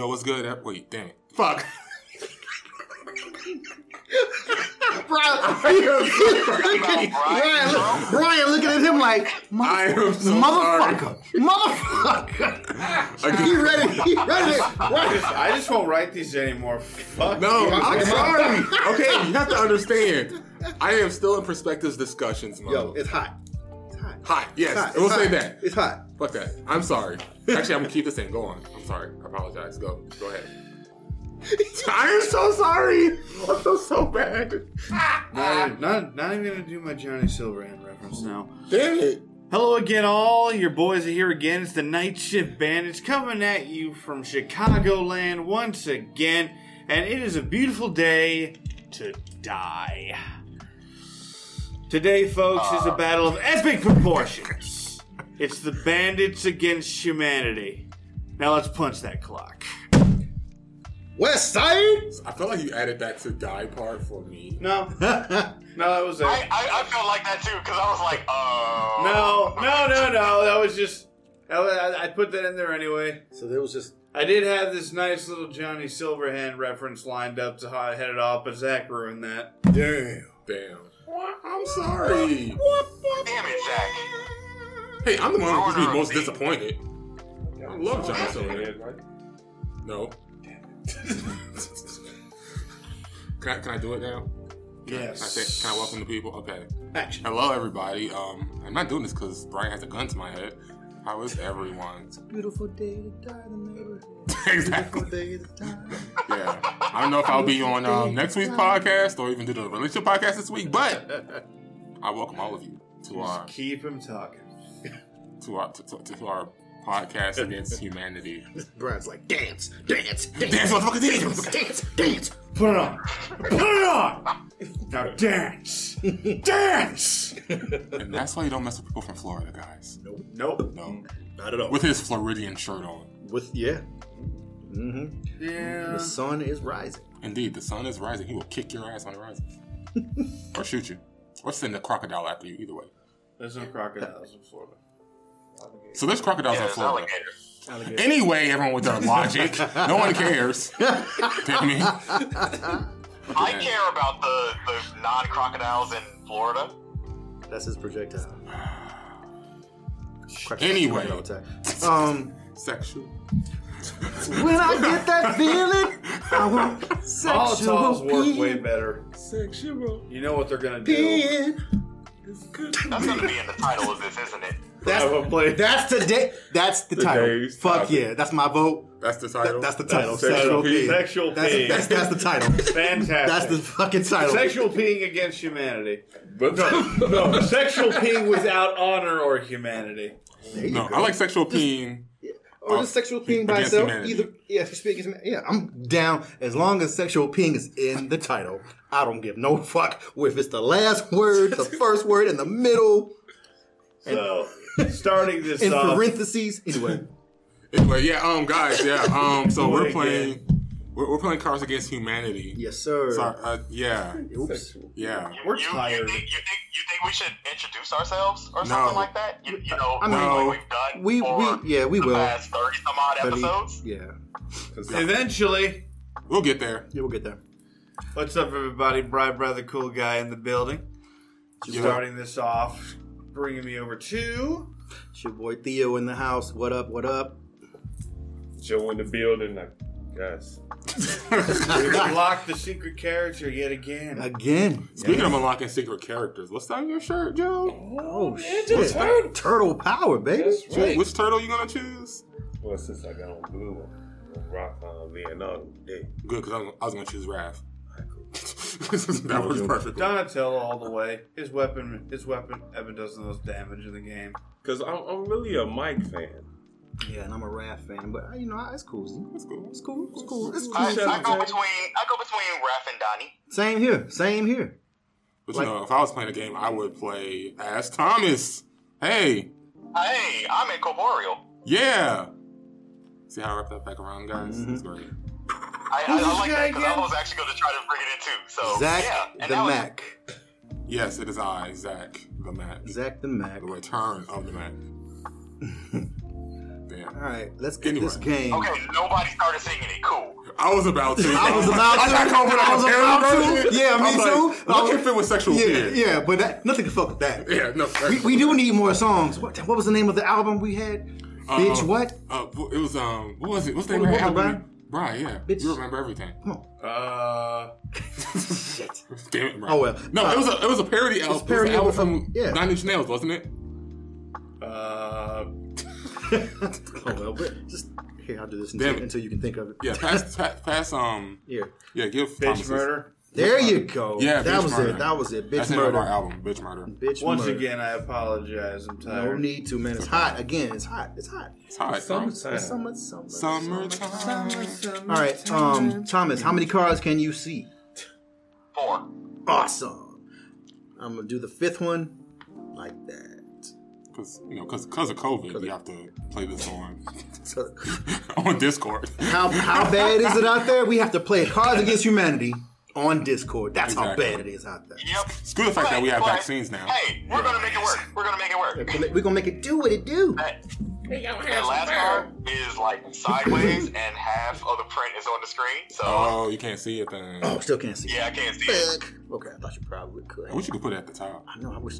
Yo, what's good? Ep- Wait, dang it. Fuck. Brian, are you- Brian, look- Brian looking at him like, I am so motherfucker, motherfucker. he read it. He read it. Right. I just won't write these anymore. Fuck. No, I'm sorry. Okay, you have to understand. I am still in perspectives discussions mode. Yo, it's hot. It's hot. hot. Yes, It's hot. we'll It's say hot. that. It's hot. Fuck that. I'm sorry. Actually, I'm gonna keep this in. Go on. I'm sorry. I apologize. Go. Go ahead. I am so sorry. I feel so bad. Not, even- not, not even gonna do my Johnny Silverhand reference now. Damn it. Hello again, all. Your boys are here again. It's the Night Shift Bandits coming at you from Chicagoland once again. And it is a beautiful day to die. Today, folks, is a battle of epic proportions. It's the bandits against humanity. Now let's punch that clock. West Side. I feel like you added that to die part for me. No. no, that was it. I, I, I felt like that too because I was like, oh. No, no, no, no. That was just. That was, I, I put that in there anyway. So there was just I did have this nice little Johnny Silverhand reference lined up to how I headed off, but Zach ruined that. damn. Damn. I'm sorry. Damn it, Zach. Hey, I'm the one who's supposed to be most disappointed. I love Johnny Silverhand. No. can, I, can I do it now? Can I, say, can I welcome the people? Okay. Action. Hello, everybody. Um, I'm not doing this because Brian has a gun to my head. How is everyone? Beautiful day to die in the neighborhood. exactly. day to die. Yeah. I don't know if I'll be on um, next week's podcast or even do the relationship podcast this week, but I welcome all of you to our Just keep him talking. to our to, to, to our podcast against humanity. Brian's like, dance, dance, dance, Dance, motherfucker, dance. dance, dance. Put it on. Put it on. Now dance. Dance. And that's why you don't mess with people from Florida, guys. Nope. No. Not at all. With his Floridian shirt on. With yeah. Mm-hmm. Yeah. The sun is rising. Indeed, the sun is rising. He will kick your ass when it rises. or shoot you. Or send a crocodile after you, either way. There's no crocodiles in Florida. So there's crocodiles Yeah, in it's Florida. alligator. Anyway, everyone with their logic. no one cares. Damn me. I care about the, the non crocodiles in Florida. That's his projectile. Anyway. Um, Sexual. when I get that feeling, I want Molotovs sexual work way being. better. Sexual. You know what they're gonna do. being. That's going to be in the title of this, isn't it? Probably. That's today. That's the title. Today's Fuck topic. yeah, that's my vote. That's the title. That, that's the title. That's sexual sexual being. being. Sexual that's, being. That's, that's the title. Fantastic. that's the fucking title. Sexual peeing against humanity. But no, No, sexual peeing without honor or humanity. There you no, go. I like sexual peeing. or just sexual peeing by Against itself. humanity. Either yeah, if you speak as- yeah, I'm down as long as sexual peeing is in the title. I don't give no fuck if it's the last word, the first word, in the middle, So, starting this in off, parentheses. Anyway, Anyway, yeah, um, guys, yeah, um, so What we're a playing, we're, we're playing Cards Against Humanity. yes sir. Sorry, uh, yeah, Oops. yeah. You- We're you, tired. You think, you, think, you think we should introduce ourselves or something like that? You, you know, I mean, like we've done We for we yeah we the will. past 30 some odd But he- episodes. yeah, eventually, We'll get there. yeah, we'll get there. what's up, everybody? Bright Brother Cool Guy in the building. Yeah. Starting this off, bringing me over to. It's your boy Theo in the house. What up? What up? Joe in the building, I guess. We've unlocked the secret character yet again. Again. Speaking of unlocking secret characters, what's that on your shirt, Joe? Oh shit! Turtle power, baby. That's right. Which turtle you gonna choose? Well, since I got on blue one, I'm rock uh, Leonardo today. Good, because I was gonna choose Raph. that was perfect. Donatello all the way. His weapon, his weapon, ever does the most damage in the game. Because I'm, I'm really a Mike fan. Yeah, and I'm a Raph fan, but uh, you know it's cool. Z. That's cool. It's cool. It's cool. It's I, cool. Shut I up, go Zach. between I go between Raph and Donnie. Same here. Same here. But you know, if I was playing a game, I would play as Thomas. Hey, Hey, I'm incorporeal. yeah. See how I wrapped that back around, guys? Mhm. That's great. I, I, Who's I this like guy that because I again? was actually going to try to bring it in too. So Zach yeah, the that was- Mac. Yes, it is I, Zach the Mac. Zach the Mac. The return of the Mac. Damn. All right, let's get this Anyway. game. Okay, nobody started singing it. Cool. I was about to. I was about to. I got caught with a I was terrible about to. version. Yeah, me I'm like, too. I was- Look if it was sexual yeah, fear. Yeah, but that, nothing can fuck with that. Yeah, no. We, we do need more songs. What, what was the name of the album we had? Bitch, what? Uh, it was um. What was it? What's the name of What- that what was album? Brian, yeah. Bitch. You remember everything. Come on. Uh, Shit. Damn it, Brian. Oh, well. No, Uh, it was a it was a parody album. It was parody an album album from from- yeah. Nine Inch Nails, wasn't it? uh, Oh well, but just here I'll do this Damn until, it. until you can think of it. Yeah. Pass pa- pass um. Here. Yeah. Give Thomas bitch this. murder. There you go. Yeah, that Bitch was Murder. it. That was it. Bitch That's the name of murder. our album, Bitch Murder. Bitch Once murder. again, I apologize. I'm No tired. need to, man. It's hot again. It's hot. It's hot. It's hot. Bro. Summertime. It's summer, summer, Summertime. All right, um, Thomas, how many cards can you see? Four. Awesome. I'm gonna do the fifth one like that. Because you know, because of COVID, Cause- we have to play this on So, on Discord. how how bad is it out there? We have to play Cards Against Humanity on Discord. That's how Exactly. bad it is out there. Yep. Screw the fact But- that we have but, vaccines now. Hey, we're gonna make it work. We're gonna make it work. We're gonna make it do what it do. That, that last card is like sideways, and half of the print is on the screen. So Oh, you can't see it then. Oh, still can't see. yeah, I can't see it. Fuck. Okay, I thought you probably could. I wish you could put it at the top. I know. I wish.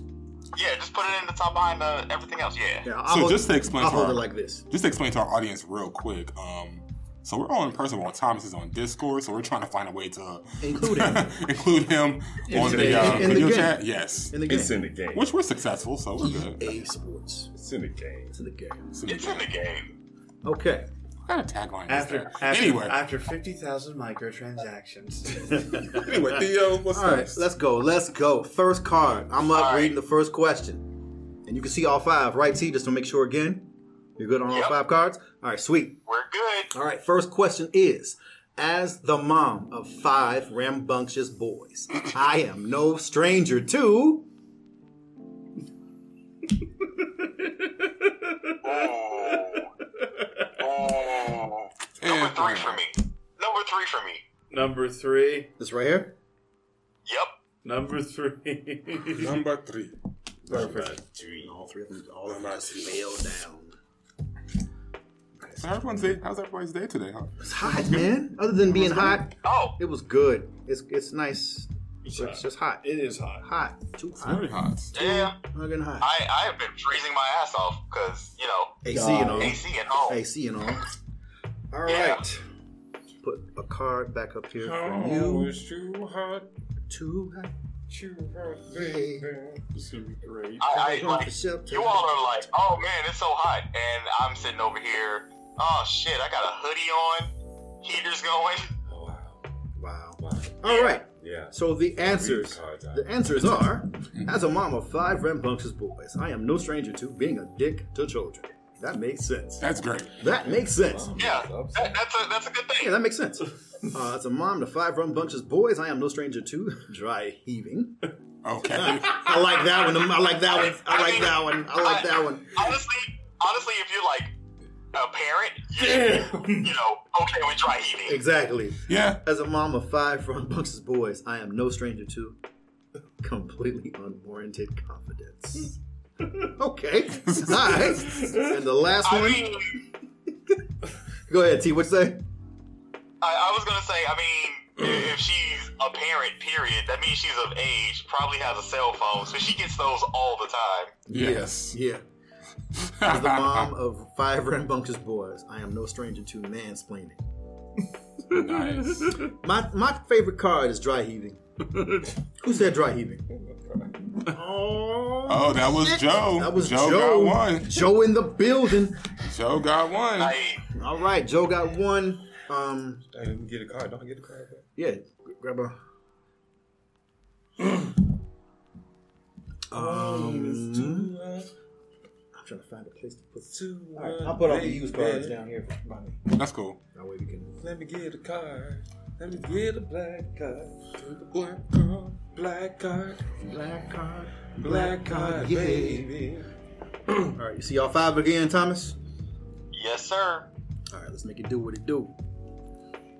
Yeah, just put it in the top behind uh, everything else. Yeah. Yeah, I'll so hold, just to explain I'll to our, hold it like this. just to explain to our audience real quick. Um, so we're all in person while Thomas is on Discord. So we're trying to find a way to Include him. include him on the uh, in the video game. chat. Yes, In the game. It's in the game. which we're successful, so we're good. EA E Sports. It's in the game. It's in the game. It's in the It's game. in the game. Okay. What kind of tagline is After, that? after anyway, after fifty thousand microtransactions. anyway, Theo, what's All right, next? let's go. Let's go. First card. I'm up All right. reading the first question. And you can see all five, right, T? Just to make sure again. You're good on all Yep. five cards? All right, sweet. We're good. All right, first question is As the mom of five rambunctious boys, I am no stranger to. Ooh. Ooh. Number And- um, three for me. Number three for me. number three. This right here? Yep. Number three. Number three. Perfect. All three of them, all of them just fell down. So everyone's day, how's everybody's day today, huh? It's hot, man. Other than being hot, Oh, it was good. It's, it's nice. uh, It's It's just hot. It is hot. Hot. Too It's hot. very hot. yeah. Fucking hot. I, I have been freezing my ass off because, you know, AC and all. AC and all. AC and all. All Oh. Yeah. Oh. right. Put a card back up here for you. it's too hot, Too hot. too hot, baby. It's gonna be great. I, I, Going like, for shelter. you all are like, oh man, it's so hot. And I'm sitting over here, oh shit, I got a hoodie on, heater's going. Oh, wow. Wow. Wow. All right. Yeah. So the answers. Cards out. The answers are: As a mom of five rambunctious boys, I am no stranger to being a dick to children. That makes sense. That's great. That makes sense. Yeah, that, that's, a, that's a good Yeah, thing. that makes sense. Uh, as a mom to five rambunctious boys, I am no stranger to dry heaving. Okay. I like that one. I like that one. I like that one. I like that one. Honestly, honestly, if you're like a parent, you, you know, okay with dry heaving. Exactly. yeah. As a mom of five rambunctious boys, I am no stranger to completely unwarranted confidence. okay. All right. And the last I one. mean, Go ahead, T. What you say? I, I was gonna say, I mean, i- if she's a parent, period, that means she's of age, probably has a cell phone, so she gets those all the time. Yes. Yeah. As the mom of five rambunctious boys, I am no stranger to mansplaining. nice. My my favorite card is dry heaving. Who said dry heaving? Oh, that was Joe. That was Joe. Joe. got one. Joe in the building. Joe got one. Like, All right, Joe got one. Um, I didn't get a card. Don't I get a card. back? yeah, grab a. It's um, too hot, I'm um, trying to find a place to put. too All right, hot, I'll put all the baby. used cards down here by me. That's cool. That way we can. Let me get a card. Let me get a black card. The black card. Black card. Black card, Black card, baby. All right, you see all five again, Thomas. yes, sir. All right, let's make it do what it do.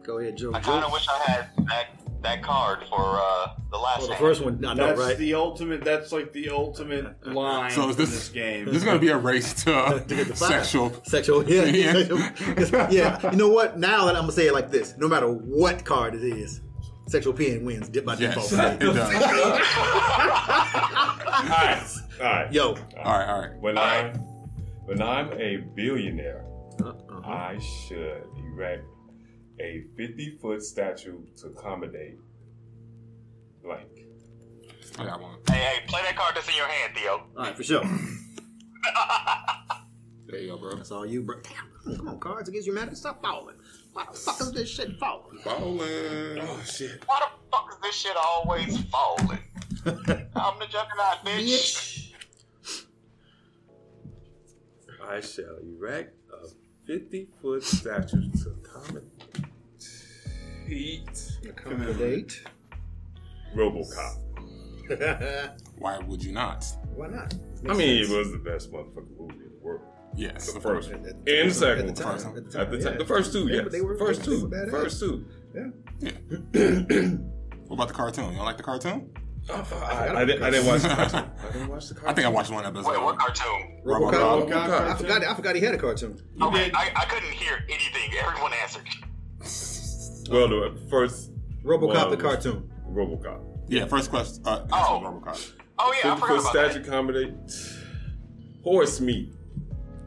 Go ahead, Joe. I kind Joe. of wish I had that that card for uh, the last Well, Oh, the hand. first one, I know, That's right? the ultimate. That's like the ultimate line So so is this, this- game. This is gonna be a race to, uh, To get the five. sexual. Sexual, yeah, Yeah. yeah. yeah. You know what? Now that I'm gonna say it like this, no matter what card it is, sexual peeing wins di- by Yes, default. it does. All right, all right. Yo, All right, all right. When All I'm right. when I'm a billionaire, Uh-uh. I should erect a 50 foot statue to accommodate blank. I got one. Hey, hey, play that card that's in your hand, Theo. all right, for sure. There you go, bro. That's all you, bro. Damn, come on, cards against humanity, stop falling. Why the fuck is this shit falling? Bowling. shit! Why the fuck is this shit always falling? I'm the juggernaut, bitch. Bitch. I shall erect a 50 foot statue to accommodate Accommodate. RoboCop. Why Why would you not? not? I mean, it was the best motherfucking movie in the world. Yes, The the first first. one. At- at- And the at second the one. time, First at the At time, the, yeah. time, the first two, Yeah, yes. but they were- the first they were two. badass. First two. What about the cartoon? You don't like the cartoon? I, I, didn't, I didn't watch the cartoon. I didn't watch the I think I watched one episode. Wait, what cartoon? Robocop. RoboCop. RoboCop. I forgot. I forgot he had a cartoon. Okay, I, I couldn't hear anything. Everyone answered. Well, the first RoboCop Well, the cartoon. Robocop. Yeah, first question. Uh, Oh. oh. Robocop. Oh yeah, I 50 foot forgot about statue that. accommodate horse meat.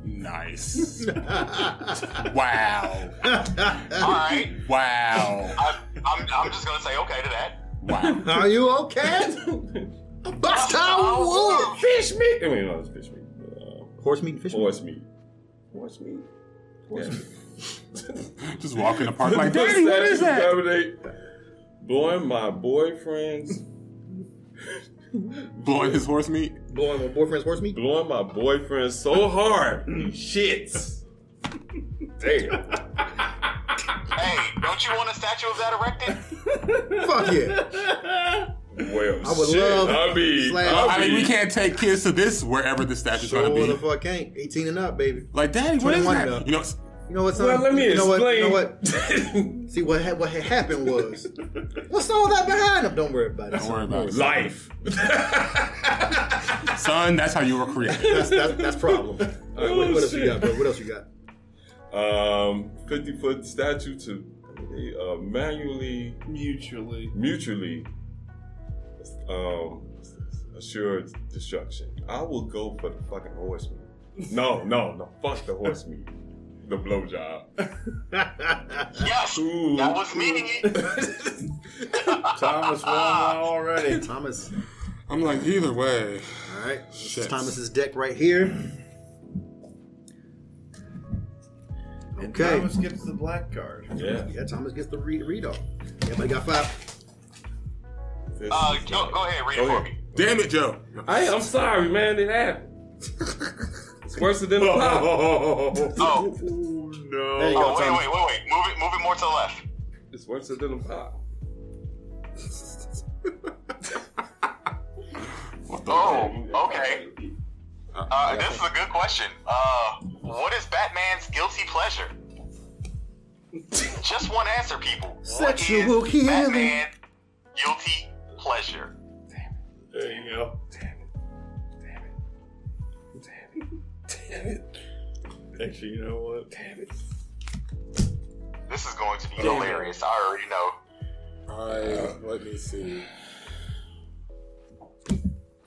Nice. wow. All right, Wow. I'm, I'm, I'm just gonna say okay to that. Wow. Are you okay? Bust out wood. fish meat. I mean, not it's fish meat. but, Horse meat and fish Uh, horse meat. Horse meat. Horse meat. Just walk in the park like, Foot Daddy, what statue is that? Accommodate blowing my boyfriend's Blowing his horse meat. meat. Blowing my boyfriend's horse meat. blowing my boyfriend so hard. he Shits. Damn. Hey, don't you want a statue of that erected? Fuck yeah. Well, I would shit. love I mean, slash- I I mean, mean- we can't take kids to this wherever the statue's Sure gonna the be. fuck ain't. 18 and up, baby. Like, Daddy, what is 21 that? though. You know, You know what? Son? Well, let me you know What, you know explain. what? See what ha- what had happened was. What's all that behind him? Don't worry about it. don't worry about it. Life. Son, that's how you were created. That's that's, that's problem. All right, what, Oh, what else you got, bro? What else you got? um, 50 foot statue to uh, manually, mutually. mutually um, assure destruction. I will go for the fucking horse meat. No, no, no. Fuck the horse meat. The blowjob. Yes, Ooh. that was me. Thomas won one already. Thomas. I'm like, either way. All right. This is Shit. Thomas's deck right here. Okay. Thomas gets the black card. Yeah. Yeah, Thomas gets the read read off. Everybody got five. This Uh, is- go, go ahead, read it Go for ahead. me. Damn it, Joe. Hey, I'm sorry, man. It happened. It's worse than the pop. Oh, Oh, There no. you go, oh wait, Thomas. wait, wait, wait. Move it, move it more to the left. It's worse than the pop. What the Oh, okay. Uh, this is a good question. Uh, what is Batman's guilty pleasure? Just one answer, people. Sexual what is healing. Batman guilty pleasure. There you go. Damn it. Damn it. Damn it. Damn it. Actually, you know what? Damn it. This is going to be hilarious. I already know. I let me see.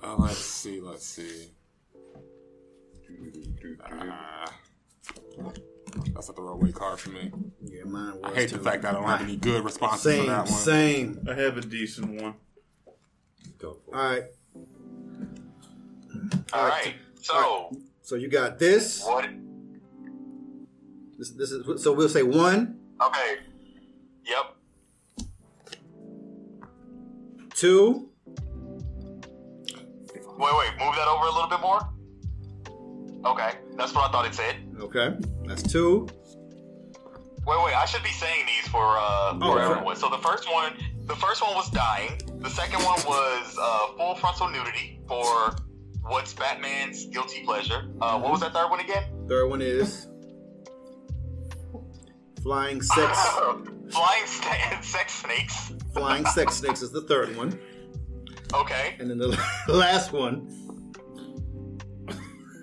Uh, let's see. Let's see. Ah. that's not the right way card for me. Yeah, mine was I hate too. the fact that I don't have any good responses for Same, that one. same. I have a decent one. Go All right. All right. So So you got this. what? This, this is so we'll say one, Okay. Yep. two. Wait, wait. Move that over a little bit more. Okay, that's what I thought it said. Okay, that's two. Wait, wait. I should be saying these for uh, Oh, for okay. everyone. So the first one, the first one was dying. The second one was uh, full frontal nudity for what's Batman's guilty pleasure. Uh, what was that third one again? Third one is flying sex Flying sta- sex snakes. Flying sex snakes is the third one, Okay. and then the last one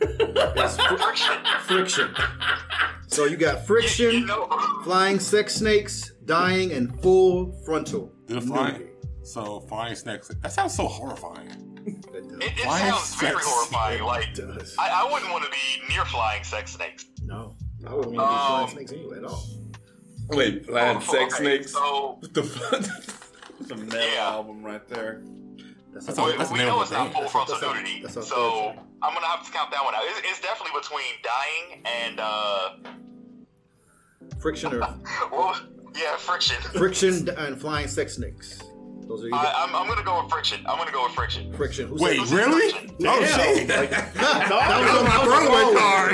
is fr- Friction. friction. So you got You, you friction, know, flying sex snakes, dying, and full frontal. Did a flying. So flying snakes. That sounds so horrifying. it, Nudity. it Flying sounds very sex horrifying. Like, It does. I, I wouldn't want to be near flying sex snakes. No, I Um, wouldn't want to be flying snakes anyway at all. Wait, flying Oh, sex okay, snakes? So What the fuck? It's a metal Yeah. album right there. That's how- a- we, that's we never know it's been. not full That's frontal that's nudity. that's our so third one. I'm gonna have to count that one out. It's, it's definitely between dying and uh, friction or well, yeah, friction. friction and flying sex snakes. Those are you. I, I'm, I'm gonna go with friction. I'm gonna go with friction. friction. Who Wait, said- really? Oh Damn. shit! that was on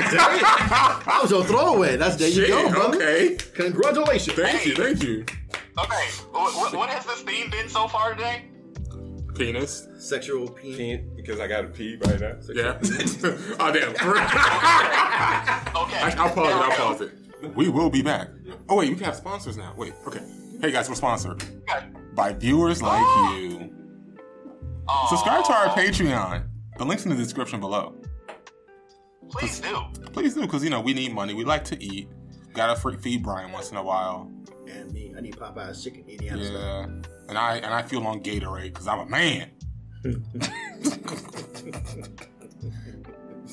Throwaway card. my That was your throwaway. That's there you Shit, go, brother. okay. Congratulations. Thank you, thank you. Okay, what, what, what has this theme been so far today? Penis. Sexual penis. Can't because I gotta pee right now. Yeah. oh damn. I, Okay, I'll pause it. there we I'll go. pause it. We will be back. Oh wait, we can have sponsors now. Wait. Okay. Hey guys, we're sponsored Okay. by viewers like you. Aw, Subscribe to our Uh, Patreon. The link's in the description below. Please do. Please do, because you know we need money. We like to eat. Gotta free- feed Brian once in a while. And me, I need Popeye's chicken, Indiana style. Yeah. And I and I feel on Gatorade because I'm a man. I,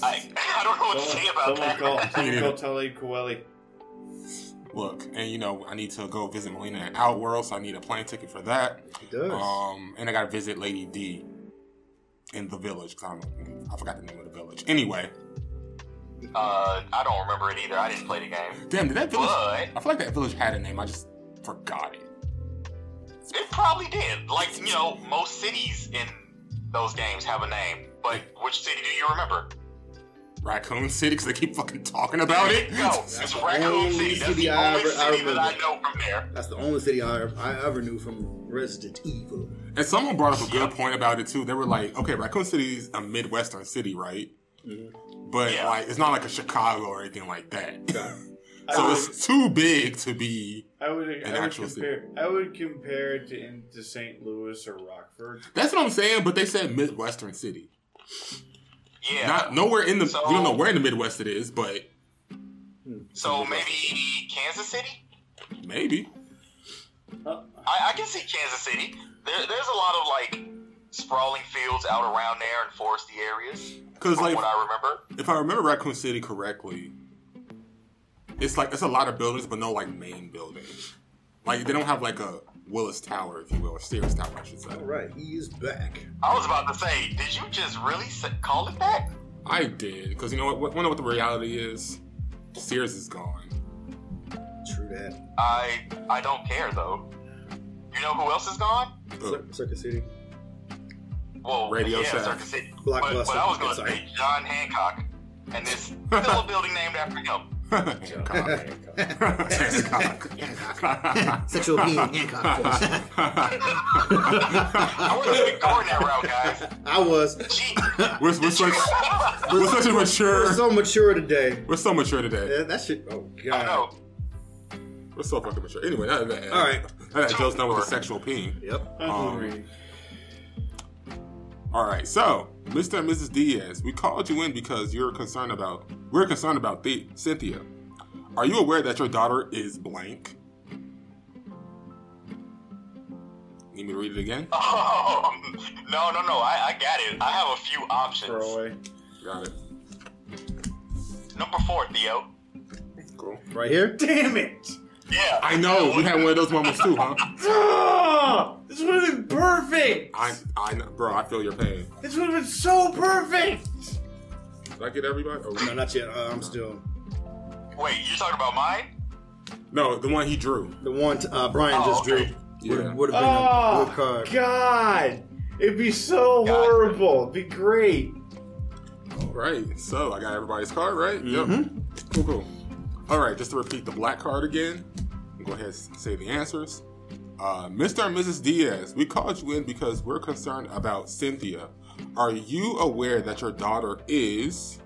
I don't know what to say about Someone that. call, someone call Tully Coeli. Look, and you know I need to go visit Melina at Outworld, so I need a plane ticket for that. It does. Um, and I gotta visit Lady D in the village. 'cause I, don't, I forgot the name of the village. Anyway, Uh, I don't remember it either. I didn't play the game. damn, did that village? But I feel like that village had a name. I just forgot it. it probably did. Like, you know, most cities in those games have a name. But which city do you remember? Raccoon City, because they keep fucking talking about it. No, it's the Raccoon only City. That's city the I only ever- I city that I remember. know from there. That's the only city I, I ever knew from Resident Evil. And someone brought up a good point about it too. They were like, okay, Raccoon City is a Midwestern city, right? But Mm-hmm. Yeah. like, it's not like a Chicago or anything like that. I so would- it's too big to be. I would, I would actual compare. I would compare it to, in, to St. Louis or Rockford. That's what I'm saying. But they said Midwestern city. Yeah. Not nowhere in the. So- we don't know where in the Midwest it is, but so maybe Kansas City? maybe. I, I can see Kansas City. There, there's a lot of like sprawling fields out around there and foresty areas. Because From like, what I remember. if I remember Raccoon City correctly, it's like it's a lot of buildings, but no like main buildings. Like they don't have like a Willis Tower, if you will, or Sears Tower, I should say. All right, he is back. I was about to say, did you just really s- call it that? I did, because you know what? Wonder what the reality is. Sears is gone. True that. I I don't care though. You know who else is gone? Uh, Cir- Circuit City. Well, Radio yeah, Shack. Circus City. Blockbuster. But, but I was I'm going to sorry. say John Hancock, and this still a building named after him. Hancock. Hancock. Sexual being Hancock. I wasn't even going that route, guys. I was. Gee, we're, we're, such, we're such a We're mature. so mature today. We're so mature today. Yeah, that shit. Oh I know. god. We're so fucking mature. Anyway, that, that, All right. Now that Joe's done with the sexual peeing. Yep. That's what Um, I'm reading. All right, so Mr. and Mrs. Diaz, we called you in because you're concerned about we're concerned about the Cynthia. Are you aware that your daughter is blank? Need me to read it again? Um, no, no, no. I, I got it. I have a few Throw options. away. Got it. Number four, Theo. Cool. Right here. Damn it! Yeah. I know you had one of those moments too, huh? Oh, this would have been perfect. I, I, know- bro, I feel your pain. This would have been so perfect. Did I get everybody? Oh, No, not yet. Uh, I'm still Wait, you talking about mine? no, the one he drew. the one t- uh, Brian Oh, just drew. okay. Yeah. Would have been a good Oh card. God! It'd be so God. horrible. It'd be great. All right. So I got everybody's card, right? Yep. Cool, cool. All right. Just to repeat the black card again. Go ahead and say the answers. Uh, Mr. and Mrs. Diaz, we called you in because we're concerned about Cynthia. Are you aware that your daughter is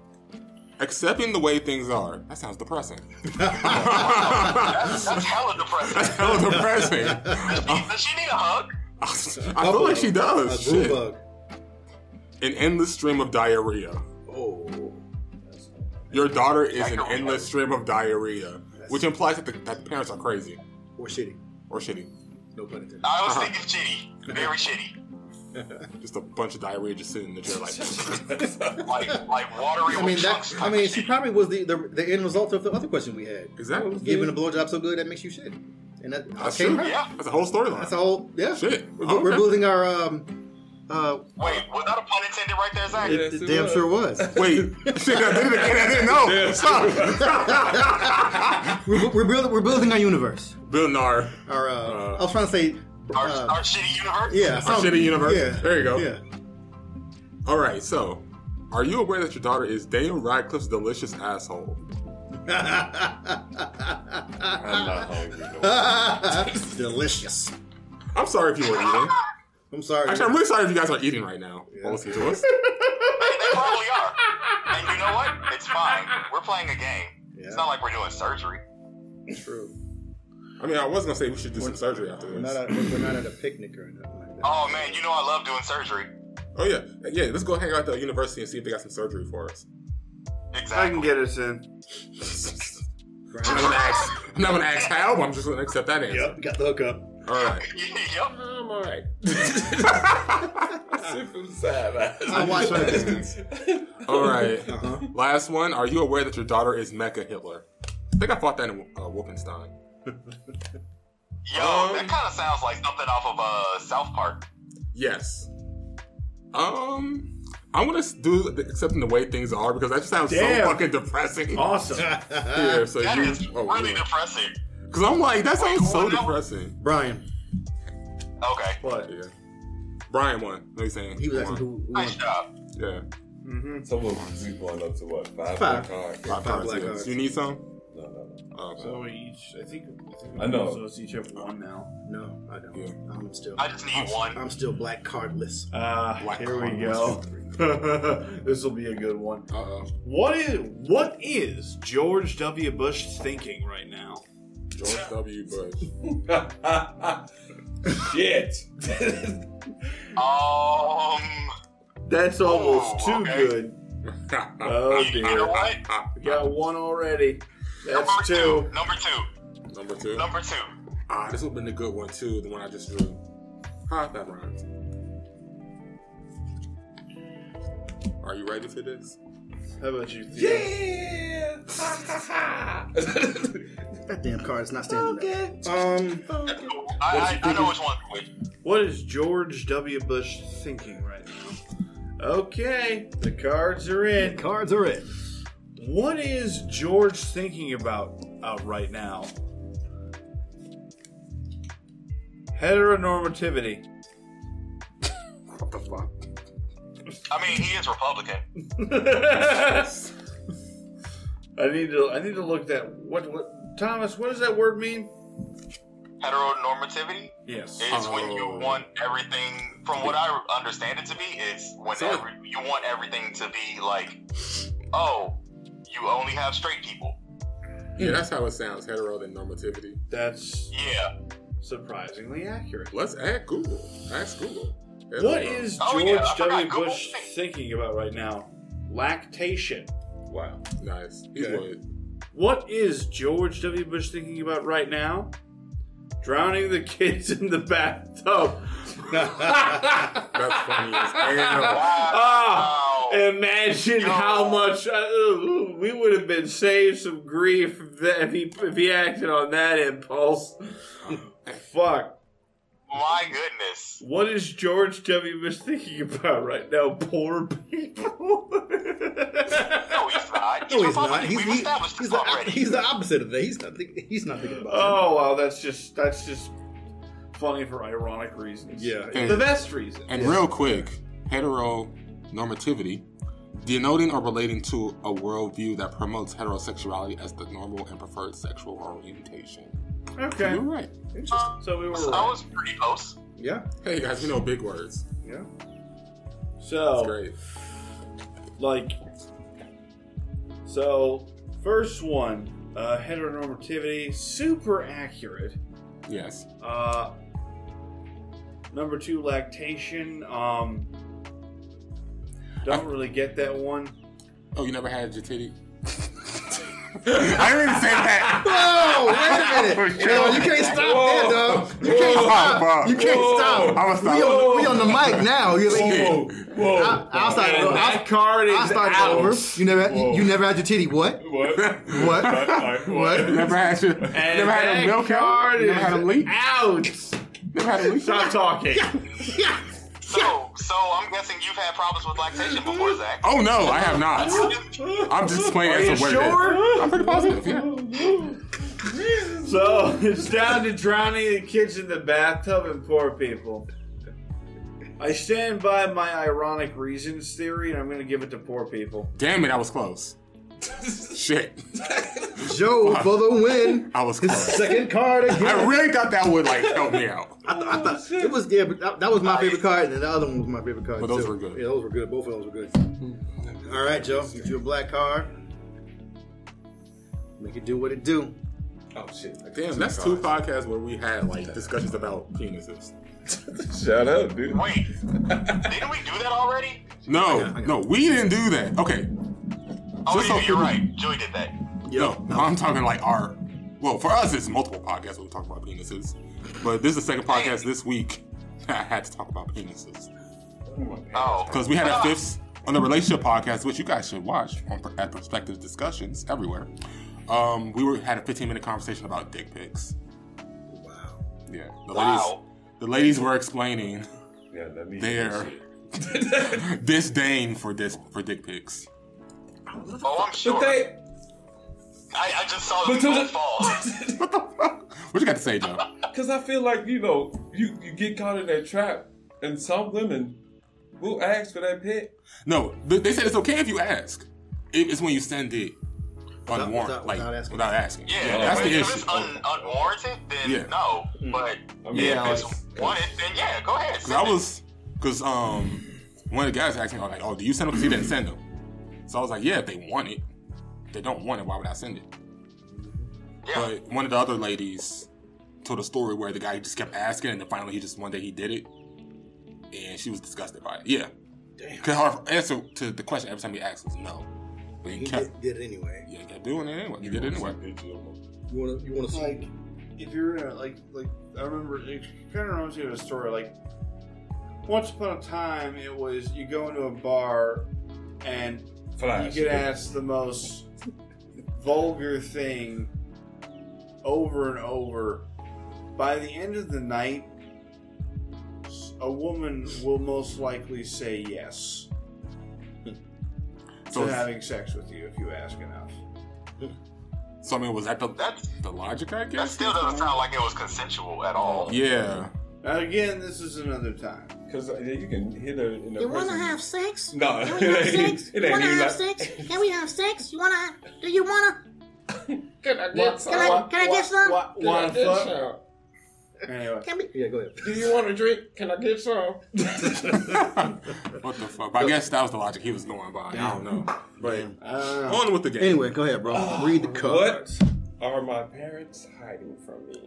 Accepting the way things are. That sounds depressing. That's, that's hella That's depressing. hella depressing. Does she, does she need a hug? I feel like she Oh, A does. glue Shit. bug. An endless stream of diarrhea. Oh. Your daughter is an endless stream of diarrhea, which implies that the, that the parents are crazy Or shitty. or shitty. No pun intended. I was Uh-huh. thinking shitty, very shitty, Just a bunch of diarrhea just sitting in the chair, like like like watery. I mean with that. chunks I type mean, of she shitty. probably was the, the the end result of the other question we had. exactly. Giving a blowjob so good that makes you shit, and that That's okay. true. Yeah. That's a whole That's storyline. all. Yeah. Shit. We're, Oh, we're okay. losing our um. Uh, Wait, was that a pun intended right there, Zach? Yes, it it damn was. sure was. Wait, shit, I did it again. I didn't know. Yeah. Stop. we're, we're building. We're building our universe. Bill Nar. Our. Uh, Uh, I was trying to say. Our, uh, our shitty universe. yeah. some- shitty universe. Yeah. There you go. Yeah. All right, so are you aware that your daughter is Daniel Radcliffe's delicious asshole? I'm not hungry. No. Delicious. I'm sorry if you were eating. I'm sorry. Actually, I'm really sorry if you guys are eating right now. Honestly, to us. They, they probably are. And you know what? It's fine. We're playing a game. Yeah. It's not like we're doing surgery. True. I mean, I was gonna say we should do some surgery after We're not, this. at, we're not at a picnic or nothing like that. Oh man, you know I love doing surgery. Oh yeah, yeah. Let's go hang out at the university and see if they got some surgery for us. Exactly. I can get us in. I'm not gonna ask. I'm not gonna ask how, but I'm just gonna accept that answer. Yep, got the hookup. All right. yep. I'm alright. Sit from the side. I watch from a distance. All right. Uh-huh. Last one. Are you aware that your daughter is Mecha Hitler? I think I fought that in uh, Wolfenstein. Yo, Um, that kind of sounds like something off of uh, South Park. Yes. Um, I'm gonna s- do the, accepting the way things are because that just sounds Damn. so fucking depressing. Oh, Awesome. Yeah, so That you, is oh, really yeah. depressing. Cause I'm like, that sounds so Wait, who won that one? depressing. Brian, Okay. What? Yeah. Brian won. No, he's saying he was asking won. who. who Nice won. job. Yeah. Mm-hmm. Someone keep going up to what? Five, Five. more cards? Five Five cards, black yes. cards. You need some? No, no, no. Oh, okay. So we each, I think, I, think I know. So it's each have one now. No, I don't. Yeah. I'm still. I just need one. I'm still black cardless. Uh, Black here we go. card. this will be a good one. Uh oh. What is what is George W. Bush thinking right now? George W. Bush. Shit. Um, That's almost too okay. good. Number Oh, you know what? uh, We got one already. Number That's two. Number two. two. Number two. Ah, this would have been a good one too, the one I just drew. Ha, that rhymes. Are you ready for this? How about you? Theo? yeah. That damn card is not standing up. Um, I, I, I know which one. Wait. What is George W. Bush thinking right now? Okay, the cards are in. cards are in. What is George thinking about uh, right now? Heteronormativity. What the fuck? I mean, he is Republican. I need to. I need to look that. What? What? Thomas, what does that word mean? Heteronormativity Yes. is when you Oh. want everything. From what I understand it to be, it's when So- every, you want everything to be like, oh, you only have straight people. Yeah, that's how it sounds. Hetero than normativity. That's Yeah. surprisingly accurate. Let's add Google. Ask Google. Hetero. What is Oh, George yeah, I forgot W. Google Bush Things. thinking about right now? Lactation. wow. nice? He's Okay. wood. What is George W. Bush thinking about right now? Drowning the kids in the bathtub. That's funny as hell. Ah, Wow. imagine Yo. how much uh, we would have been saved some grief if that- if he if he acted on that impulse. Fuck. My goodness. What is George W. Bush thinking about right now? Poor people. No, he's not. He's No, he's not. Republican. He's, We've he's, established he's this the, already. he's the opposite of that. He's not. Think, he's not thinking about. that. oh wow, that's just that's just funny for ironic reasons. Yeah. the best reason. And real quick, hetero normativity. Denoting or relating to a worldview that promotes heterosexuality as the normal and preferred sexual orientation. Okay, You're right. so we were So that right. was pretty close. Yeah. Hey guys, you know big words. Yeah. Oh. That's so great. like So, first one, uh, heteronormativity, super accurate. Yes. Uh, number two, lactation. Um, don't really get that one. Oh, you never had your titty? I didn't even say that. Whoa! Wait a minute! For No, sure. you can't stop Whoa. that, dog. You can't Whoa. stop. Whoa. You can't Whoa. stop. I'ma stop. We on, we on the mic now. You're like, Whoa, whoa. I- I'll start it over. That card is I start out. over. You never, had, Whoa. you, you never had your titty. What? What? What? All right, What? You never had your. Never had a that milk out. card Never had a is leak. Out! Never had a leak. Stop talking. So, so I'm guessing you've had problems with lactation before, Zach. Oh no, I have not. I'm just playing Are you as to what it sure? is. I'm pretty positive. Yeah. So it's down to drowning the kids in the bathtub and poor people. I stand by my ironic reasons theory, and I'm going to give it to poor people. Damn it, I was close. Shit, Joe for the win. I was His close. second card again. I really thought that would like help me out. I, th- I thought it was yeah, but that, that was my favorite card, and then the other one was my favorite card. But those too. were good. Hmm. Yeah, those were good. Both of those were good. All right, Joe, get you a black card. Make it do what it do. Oh shit! Damn, that's two podcasts where we had like discussions about penises. Shut up, dude. Wait, didn't we do that already? No, no, we didn't do that. Okay, Oh, Just you, so you're people- right. Joey did that. no, I'm talking like our. Well, for us, it's multiple podcasts where we talk about penises, but this is the second podcast this week that I had to talk about penises Oh, because we had a Ah, fifth on the relationship podcast, which you guys should watch on, at Perspective Discussions everywhere. Um, we were had a 15 minute conversation about dick pics. Wow. Yeah, the Wow. ladies, the ladies were explaining Yeah, let me. their disdain for this for dick pics. Oh, I'm sure. But they. I, I just saw But them to both the- fall. What the fuck? What you got to say, Joe? Because I feel like you know you you get caught in that trap, and some women will ask for that pick. No, they, they said it's okay if you ask. It- it's when you send it unwarranted, without- like without asking. without asking. Yeah, that's if, the if issue. it's un, unwarranted, then Yeah. no. But I mean, if like- it's wanted, then yeah, go ahead. Cause I was, cause um, one of the guys asked me like, "Oh, do you send them?" Cause he didn't send them. So I was like, "Yeah, if they want it, If they don't want it. Why would I send it?" yeah. But one of the other ladies told a story where the guy just kept asking, and then finally he just one day he did it, and she was disgusted by it. Yeah, Damn. cause her answer to the question every time he asked was no, but he He kept, did, did it anyway. yeah, he kept doing it anyway. He did it anyway. You wanna, you wanna see? Like, if you're in a, like, like I remember, it kind of reminds me of a story. Like, once upon a time, it was you go into a bar and Flash. You get asked the most vulgar thing over and over. By the end of the night, a woman will most likely say yes So, to having sex with you if you ask enough. so I mean, was that the That's- the logic? I guess That still doesn't sound like it was consensual at all. Yeah, Now, again, this is another time. Because uh, you can hit her in the. You wanna person- have sex? No, You it wanna have ain't- sex? it You ain't wanna even have like- sex? Can we have sex? You wanna? Do you wanna? What? Can I? Can I get some? Wanna fuck? Anyway, Can we? Yeah, go ahead. Do you want a drink? Can I get some? what the fuck? But I guess that was the logic he was going by. I don't know. But I don't know. on with the game. Anyway, go ahead, bro. Read the cards. Are my parents hiding from me?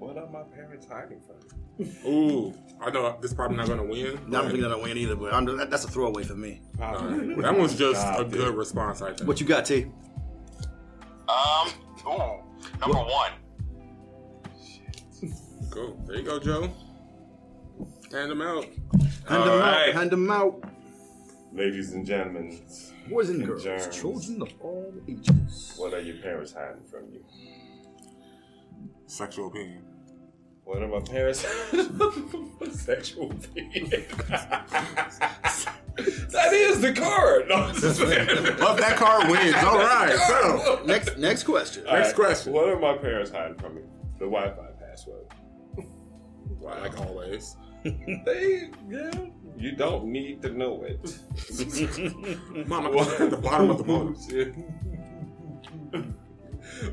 What are my parents hiding from me? Ooh, I know this is probably not gonna win. I don't think that'll win either, but I'm, that, that's a throwaway for me. Alright, uh, That one's just Nah, a dude. good response, I think. What you got, T? Um, ooh, number one. Cool. There you go, Joe. Hand them out. Hand them All out. right. Hand them out. Ladies and gentlemen, Boys and And girls, germs. children of all ages. what are your parents hiding from you? Sexual opinion. What are my parents sexual being? that is the card. No, I'm just playing. But that card wins. All right. So Next, next question. All Next question. What are my parents hiding from me? The Wi-Fi password. like always. They, yeah, you don't need to know it. Mama at the bottom of the box.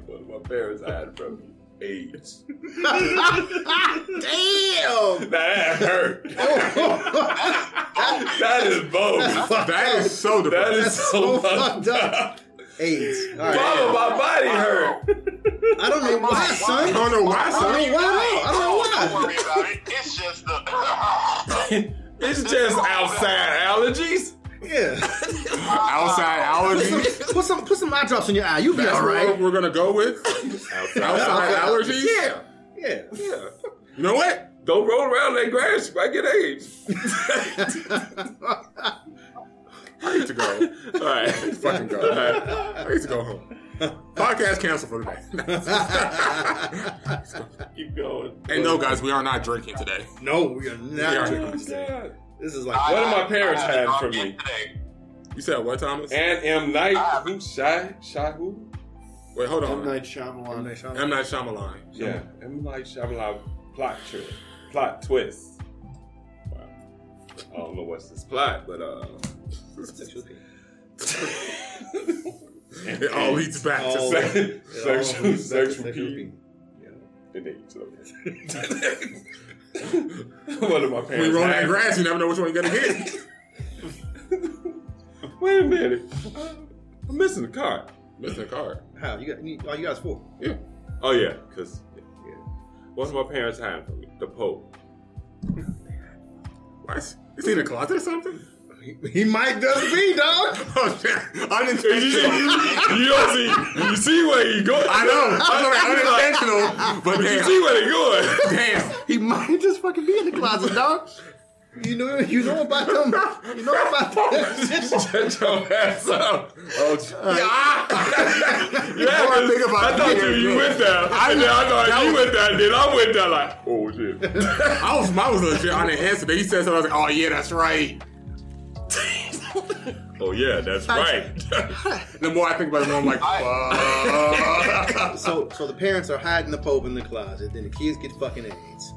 What are my parents hiding from me? AIDS. Damn! Now that hurt. that is bogus. That is so That depressing. is That's so so fucked up. AIDS. All right. Mama, my body hurt. I don't know why, I son. don't know why, I son. don't know why. I don't Don't know why. worry about it. It's just the. It's just outside allergies. Yeah. Outside Put some, allergies. put some put some eye drops in your eye. You'll be That's all what right. we're gonna go with. Outside allergies. Yeah. Yeah. Yeah. You know what? Don't roll around that grass. I get AIDS. I need to go. All right. Fucking go. I need to go home. Podcast canceled for today. Keep going. and no, guys, we are not drinking today. No, we are not. We are. drinking. Oh, God. This is I like What do my have- I parents have have a for dog me? Today. You said what, Thomas? And M Night. Ah. Who shy? Shy who? Wait, hold M. on. Night Shyamalan. M Night Shyamalan. Yeah. M Night Shyamalan plot trick, plot twist. Wow. I don't know what's this plot, but uh. It all leads Oh, back to Oh. All- sex. sexual, Oh, sexual, sexual pee. pee. Yeah. It needs something. One of my When you parents. roll that had- grass, you never know which one you're gonna get. Wait a minute. I'm missing a card. Missing a card. How you got? You, all you got is four. Yeah. Oh yeah, cause yeah. What's my parents hiding from me? The Pope. What? Is he in a closet or something? He, he might just be dog. Oh, shit. you Unintentional. don't see. You see where you going? I know. I was like, unintentional, but But you see damn. where they going? Damn. He might just fucking be in the closet, dog. You know, you know about them. You know about that. Shut your ass up. Oh, j- yeah. You had Before I this- think about I thought it, you, you yeah. went there. I, and then I thought you went there. And then I went there like, oh shit. I was, I was legit on the answer. He said something. I was like, oh, yeah, that's right. Oh yeah, that's right. The more I think about it, the more I'm like, fuck. so, so the parents are hiding the Pope in the closet. Then the kids get fucking AIDS.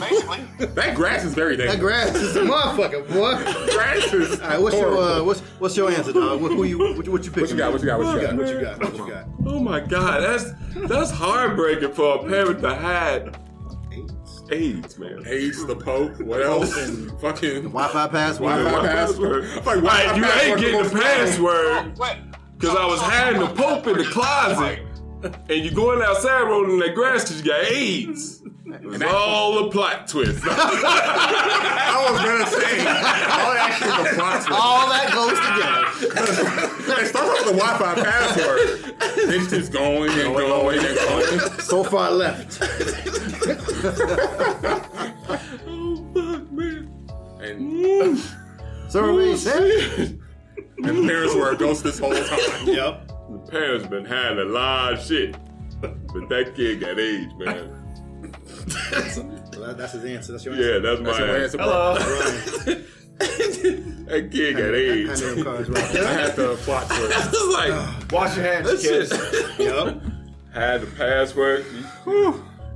Basically, that grass is very dangerous. That grass is a motherfucker, boy. grass is. All right, what's your horrible. uh, what's what's your answer, dog? What, who you what, you- what you picking? What you got? What you got? What you got? What you got? What you got? Oh my god, that's that's heartbreaking for a parent to hide AIDS. AIDS, man. AIDS, the Pope, what else? Fucking Wi-Fi password. Wi-Fi Wi-Fi password. Like, password. Like Wi-Fi you ain't password getting the goes down. password what? because I was hiding the Pope in the closet, and you going outside rolling that grass because you got AIDS. It's all a plot twist. I was gonna say all that shit's a plot twist. All that goes together. It starts off with the Wi-Fi password. Then it's just going and going and going. So far left. oh fuck, man. And, Survey said. and parents were a ghost this whole time. Yep. Parents been hiding a lot of shit, but that kid got AIDS, man. So that, that's his answer. That's your answer. Yeah, that's my That's your answer, bro. that kid got Hand AIDS. me I them cards right I there. had the plot twist. was like, Wash your hands, that's kids. just. Yep. had the password.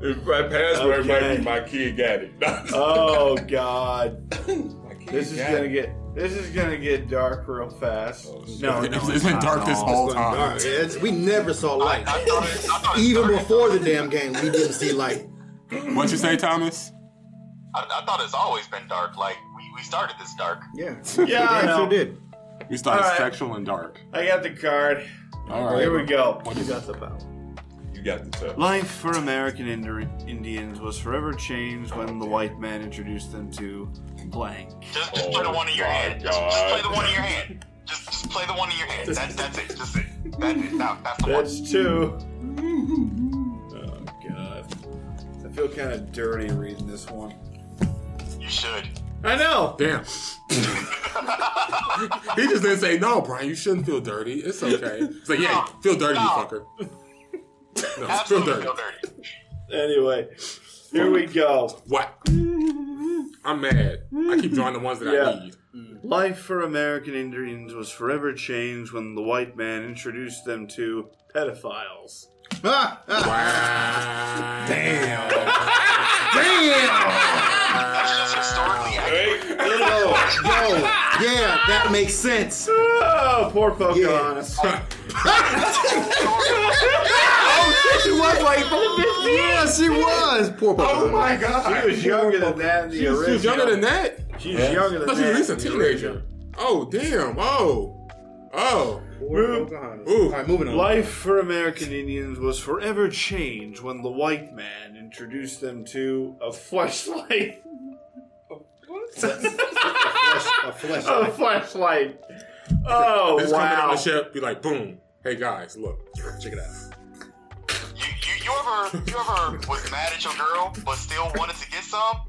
If my password might Okay. be my kid got it. Oh God, My kid this is got gonna it. get this is gonna get dark real fast. No, Oh, It's- no, it's been not dark at this all. whole All time. right. It's, we never saw I, I light. thought it, I thought it Even started- before the damn game, we didn't see light. What you say, Thomas? I, I thought it's always been dark. Like we, we started this dark. Yeah. Yeah, I It know. sure did. We started All right. sexual and dark. I got the card. All right. Here we go. What is got the power. You got the tell. Life for American Indi- Indians was forever changed when the white man introduced them to blank. Just just Oh play the one in your my hand. Just, just play the God. one in your hand. Just just play the one in your hand. That's that's it. Just it. That, that, that's the one. That's two. Mm-hmm. Oh God, I feel kind of dirty reading this one. You should. I know. Damn. he just didn't say no, Brian. You shouldn't feel dirty. It's okay. It's like, yeah, No, feel dirty, you no. fucker. No, feel Absolutely dirty. feel dirty. Anyway, here we go. What? I'm mad. I keep drawing the ones that I Yeah. need. Life for American Indians was forever changed when the white man introduced them to Pedophiles. Ah, ah, Wow. Damn. damn. That's just historically accurate. Yo, yo, yeah, that makes sense. Oh, poor Pocahontas. Damn. she was like, yeah, she was. Poor Oh Pocahontas. my god. She was younger than that in the She's- original. She's younger than that. She's Yeah. younger I than thought she that. was at least Oh, a in the teenager. Oh damn. Oh. Oh. Poor Pocahontas. Ooh. All right, moving on. Life for American Indians was forever changed when the white man introduced them to a flashlight. A flesh. a flashlight. Oh They just come in on wow! the ship, be like, boom. Hey guys, look, check it out. You, you, you ever you ever was mad at your girl but still wanted to get some?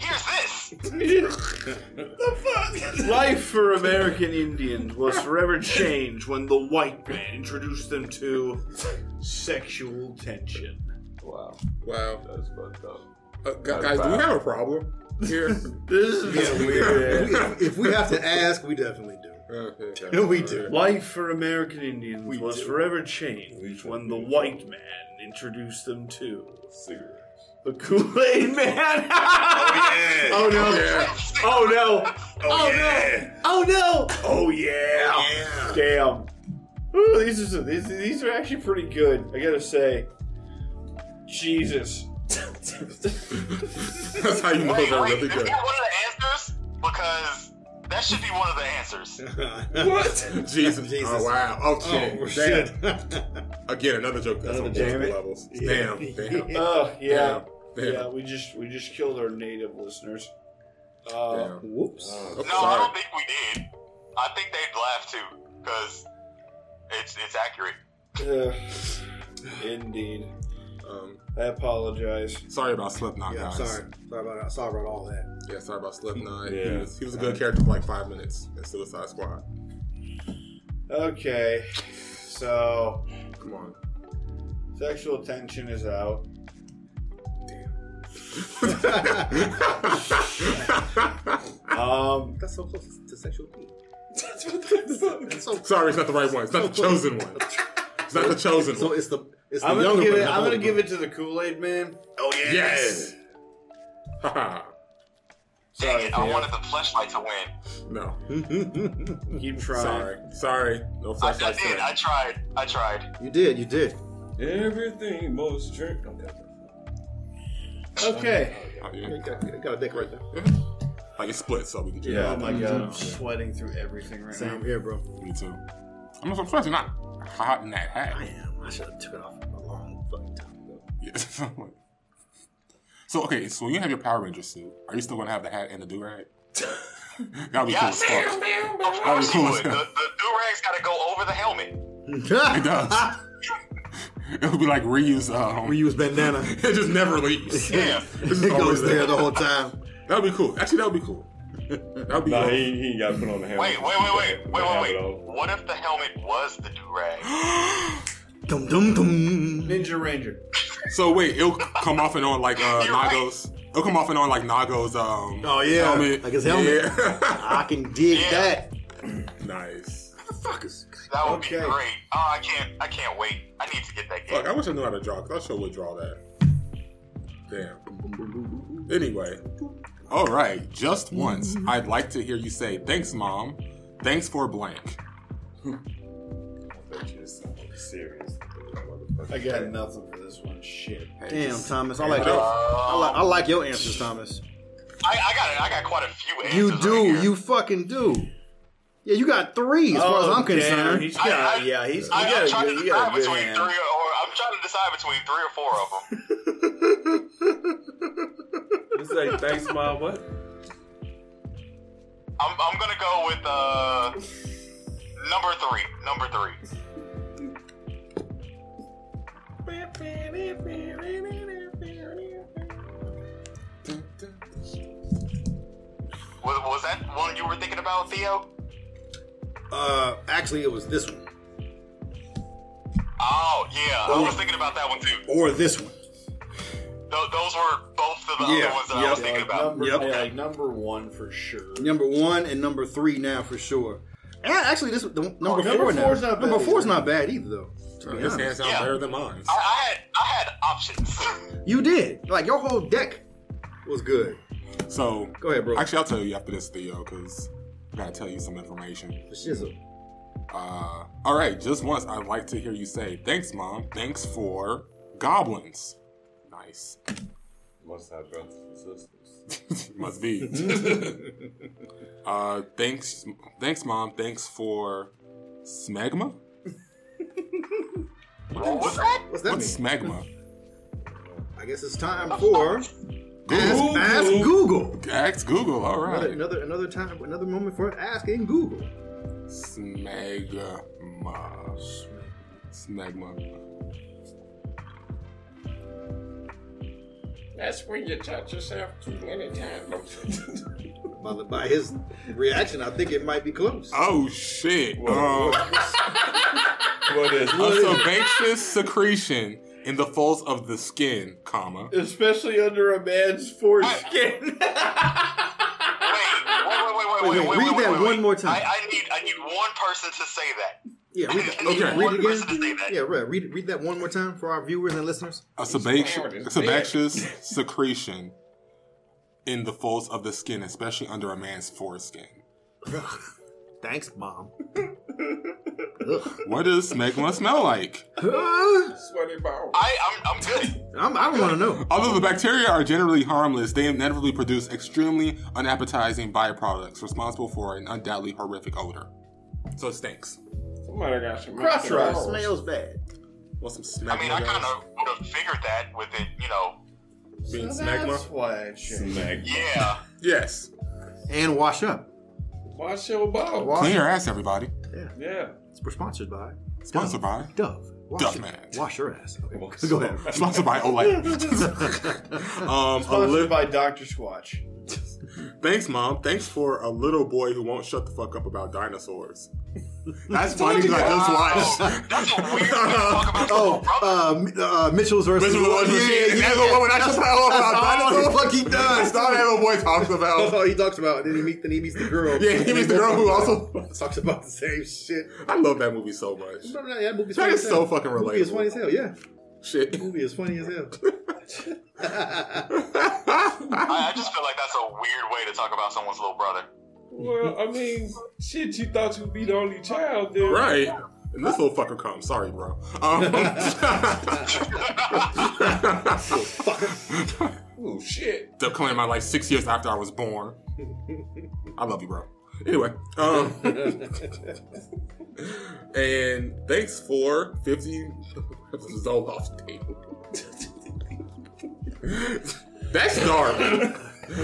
Here's this. Life for American Indians was forever changed when the white man introduced them to sexual tension. Wow. Wow. That's fucked up. Uh, gu- guys, do we have a problem here? This is Yeah, we- weird. if, we, if we have to ask, we definitely do. Okay. We do. Life for American Indians was forever changed We- when the white man introduced them to Cigarettes. the Kool Aid Man. oh no! Yeah. Oh no! Oh no! Oh no! Oh yeah! Damn. Ooh, these are some- these these are actually pretty good. I gotta say, Jesus. That's how you know Wait, they're wait, really is that one of good. the answers? Because that should be one of the answers. What? Jesus. Jesus. Oh wow. Oh shit. Oh, Damn. shit. Again, another joke that's Another on joke. multiple levels. Damn. Damn. Oh yeah, Damn. yeah. We just we just killed our native listeners. Uh, Damn. Whoops. Oh, Oh, No, I sorry. don't think we did. I think they'd laugh too because it's it's accurate. Ugh. Indeed. Um, I apologize. sorry about Slipknot, Yeah, I'm guys. sorry. Sorry about, sorry about all that. Yeah, sorry about Slipknot. He, Yeah. was, he was a good character for like five minutes in Suicide Squad. Okay, so Come on. sexual tension is out. Um, That's so close to sexual being. That's so sorry, it's not the right one. It's not the chosen one. It's not the chosen So one. it's the it's the I'm gonna younger give one, it. not I'm the older gonna give it to the Kool Aid Man. Oh yeah. Yes. Haha. Dang Sorry, it! I Cam. wanted the fleshlight to win. no. Keep trying. Sorry. Sorry. No I, flashlights I did. today. I tried. I tried. one. You did. You did. Everything most drink. Okay. Okay. Oh, yeah. You got, you got a dick right there. Like it's split, so we can do Yeah. Oh my god, I'm sweating through everything right Same now. here, bro. that. Me too. I'm surprised you're not hot in that I hat. am. I should have took it off a long fucking time ago. Yes. so okay, so when you have your Power Ranger suit, are you still gonna have the hat and the do rag? That'd be cool Yeah, as fuck. of course you would. The, the do rag's got to go over the helmet. It does. it would be like reuse. Um, Reuse bandana. It just never leaves. Yeah. It's It always goes there. there the whole time. That'd be cool. Actually, that'd be cool. That'd be. Nah, dope. he, he got put on the helmet. Wait, wait, wait, wait, The wait, wait, helmet wait. on. What if the helmet was the do rag? Dum dum dum. Ninja Ranger. So wait, it'll come off and on like uh, You're right. Nago's. It'll come off and on like Nago's. Um, Oh, yeah. helmet. Like his helmet. Yeah. I can dig Yeah. that. nice. Motherfuckers. That would be Okay. great. Oh, I can't. I can't wait. I need to get that game. Fuck, I wish I knew how to draw. Cause I sure would draw that. Damn. Anyway, all right. Just once, I'd like to hear you say thanks, mom. Thanks for blank. That shit's serious. I got nothing for this one. Shit. Damn, Thomas. I like Joe. your, I like, I like your answers, Thomas. I, I got. I got quite a few answers. You right do. here. You fucking do. Yeah, you got three as far as I'm concerned. He's I- got, I- yeah, he's he I, got I'm a trying good, to he got decide a good between hand. three, or or I'm trying to decide between three or four of them. You say thanks, mom. What? I'm, I'm gonna go with uh, number three. Number three. Was, was that one you were thinking about, Theo? Uh, actually, it was this one Oh yeah, I was thinking about that one too. or this one. Th- those were both of the Yeah, other ones that I was thinking Like, about. number, Yep. yeah, like, number one for sure. Number one and number three now for sure. And actually, this the, number, Oh, number four now. four's not bad number four's either. not bad either, though. To be His hands honest. sound Yeah. better than mine. I, I had I had options. You did. Like your whole deck was good. So Go ahead, bro. Actually, I'll tell you after this, Theo, because I gotta tell you some information. Shizzle. Uh, all right, just once, I'd like to hear you say, "Thanks, mom. Thanks for Goblins. Nice. Must have brothers and sisters. Must be. uh, thanks, thanks, mom. Thanks for smegma. What was that? What's that What's mean? smegma? I guess it's time for ask, Google. ask Google. Ask Google. All Another, right. another another time, another moment for asking Google. Smegma. Smegma. That's when you touch yourself too many times. By, the- by his reaction, I think it might be close. Oh shit. Um, what is? a sebaceous secretion in the folds of the skin, comma. Especially under a man's foreskin. Wait, wait, wait, wait, Wait, wait, wait, read wait, wait, that wait, one wait. more time. I, I need, I need one person to say that. Yeah, read, I Okay. need read one it person to say again. that. Yeah, right. Read read that one more time for our viewers and listeners. A sebaceous, sebaceous secretion in the folds of the skin, especially under a man's foreskin. Thanks, mom. Ugh. What does smegma smell like? Huh? Sweaty ball. I, I'm, I'm good. I'm, I don't want to know. Although the bacteria are generally harmless, they inevitably produce extremely unappetizing byproducts responsible for an undoubtedly horrific odor. So it stinks. Somebody got some Crossroads balls. smells bad. Want some smegma? I mean, I guys? kind of would have figured that with it, you know. Being So smegma? That's why I changed. Smeg. Yeah. Yes. And wash up. Wash your balls. Wash Clean up. your ass, everybody. Yeah. We're sponsored by Sponsored by. Dove. Wash Dove your- Man. Wash your ass. Okay, Wash go your ahead. Sponsored by Olay. um, a Sponsored li- by Dr. Squatch. thanks, mom. Thanks for a little boy who won't shut the fuck up about dinosaurs. That's funny because I just Wow. watched. Oh, That's a weird thing to talk about. Oh, uh, brother. M- uh, Mitchell's versus. Mitchell's versus machine. And that's the one when I shut my mouth that's about all dinosaurs. the fuck he does. That's not what little boy talks That's about. all he talks about. Then he meets. Then he meets the girl. Yeah, he was the girl who also. talks about the same shit. I love that movie so much. No, no, that movie's That funny is as so hell. fucking That Movie is relatable. funny as hell. Yeah, Shit. movie is funny as hell. I, I just feel like that's a weird way to talk about someone's little brother. Well, I mean, shit, you thought you'd be the only child, then. Right. And this little fucker comes. Sorry, bro. Um, Oh, shit. They're claiming my life six years after I was born. I love you, bro. Anyway, um, and thanks for 50 episodes off table. That's dark.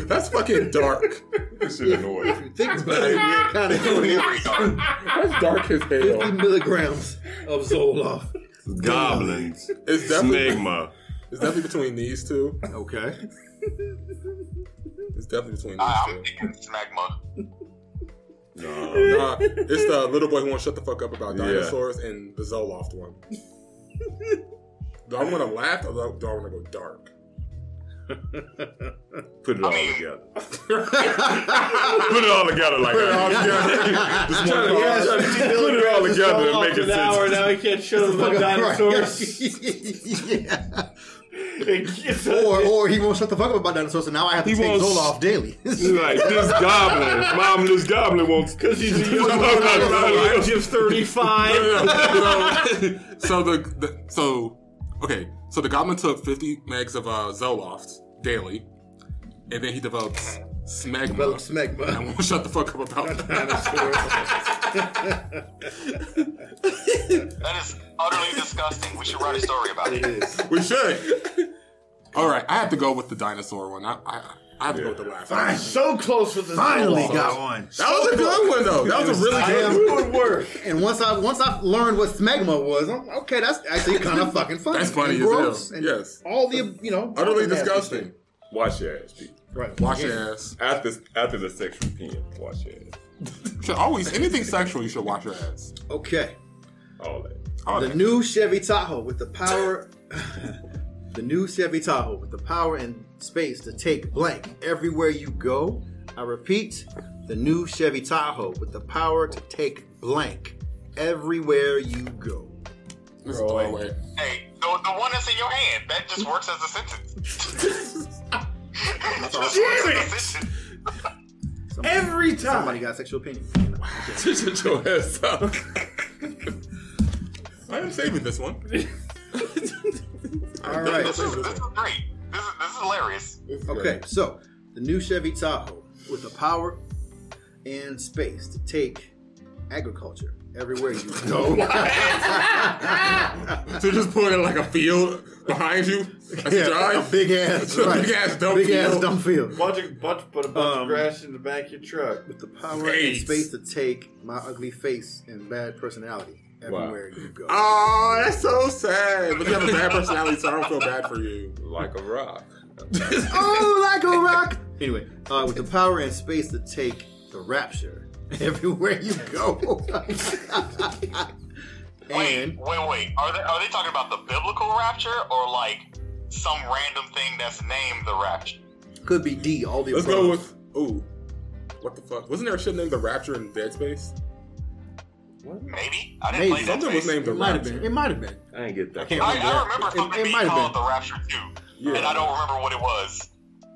That's fucking dark. This shit annoying. Think about it. Yeah, kind of doing it. That's dark as Fifty hell. milligrams of Zoloft. Goblins. It's definitely, Smegma. it's definitely between these two. Okay. It's definitely between I, these I'm two. thinking smegma. No. Nah, it's the little boy who won't shut the fuck up about Yeah. dinosaurs and the Zoloft one. do I want to laugh or do I- do I want to go dark? Put it all I mean- together. Put it all together like Put it all that. together. Just one Yeah, pause. so if you Put it all just together go and off make it an hour, sense. Now he can't show them about dinosaurs. yeah. It's a- Or or he won't shut the fuck up about dinosaurs, so now I have to He take won't- Zoloft daily. Like this goblin, mom, this goblin won't. Cause he's a young Jim's 35. so, so the, the so okay, so the goblin took 50 megs of uh, Zoloft daily, and then he develops smegma. Develop and smegma. won't shut the fuck up about That is utterly disgusting. We should write a story about it. We should. All right, I have to go with the dinosaur one. I I, I have to go with the laugh. That so close with this. Finally got one. was a good one though. That was a really good one. Good work. And once I once I learned what smegma was, I'm, okay, that's actually kind of fucking funny. That's funny and as gross hell. and Yes. all the you know Utterly all the nasty disgusting. shit. Wash your ass, Pete. Right. Wash your ass. After after the sexual penis, wash your ass. Should always anything sexual, you should wash your ass. Okay. All that. All The that. new Chevy Tahoe with the power. the new Chevy Tahoe with the power and space to take blank everywhere you go. I repeat, the new Chevy Tahoe with the power to take blank everywhere you go. This is throwaway. Hey, the, the one that's in your hand, that just works as a sentence. It just works as a sentence. Somebody, Every somebody time. got sexual opinion. Shut your ass up. I am saving this one. All right. This is, this is great. This is this is hilarious. Okay, so the new Chevy Tahoe with the power and space to take agriculture everywhere you go. So just put it like a field behind you. That's Yeah, a drive. a big ass, A right. big ass dump big ass field. dumb field. Bunch of bunch, put a bunch Um, of grass in the back of your truck. With the power Face. and space to take my ugly face and bad personality everywhere you go. Oh, that's so sad. But you have a bad personality, so I don't feel bad for you. Like a rock. oh, like a rock. Anyway, uh, with the power and space to take the rapture everywhere you go. Wait, and wait, wait. Are they are they talking about the biblical rapture or like some random thing that's named the rapture? could be D. All the Let's go above. with ooh. What the fuck? Wasn't there a shit named The Rapture in Dead Space? Maybe I didn't Maybe. play that. Something was named The It might have Rapture. been. It might have been. I ain't get that. can't I, I remember It- something it might have being called been. the rapture too, Yeah. and I don't remember what it was.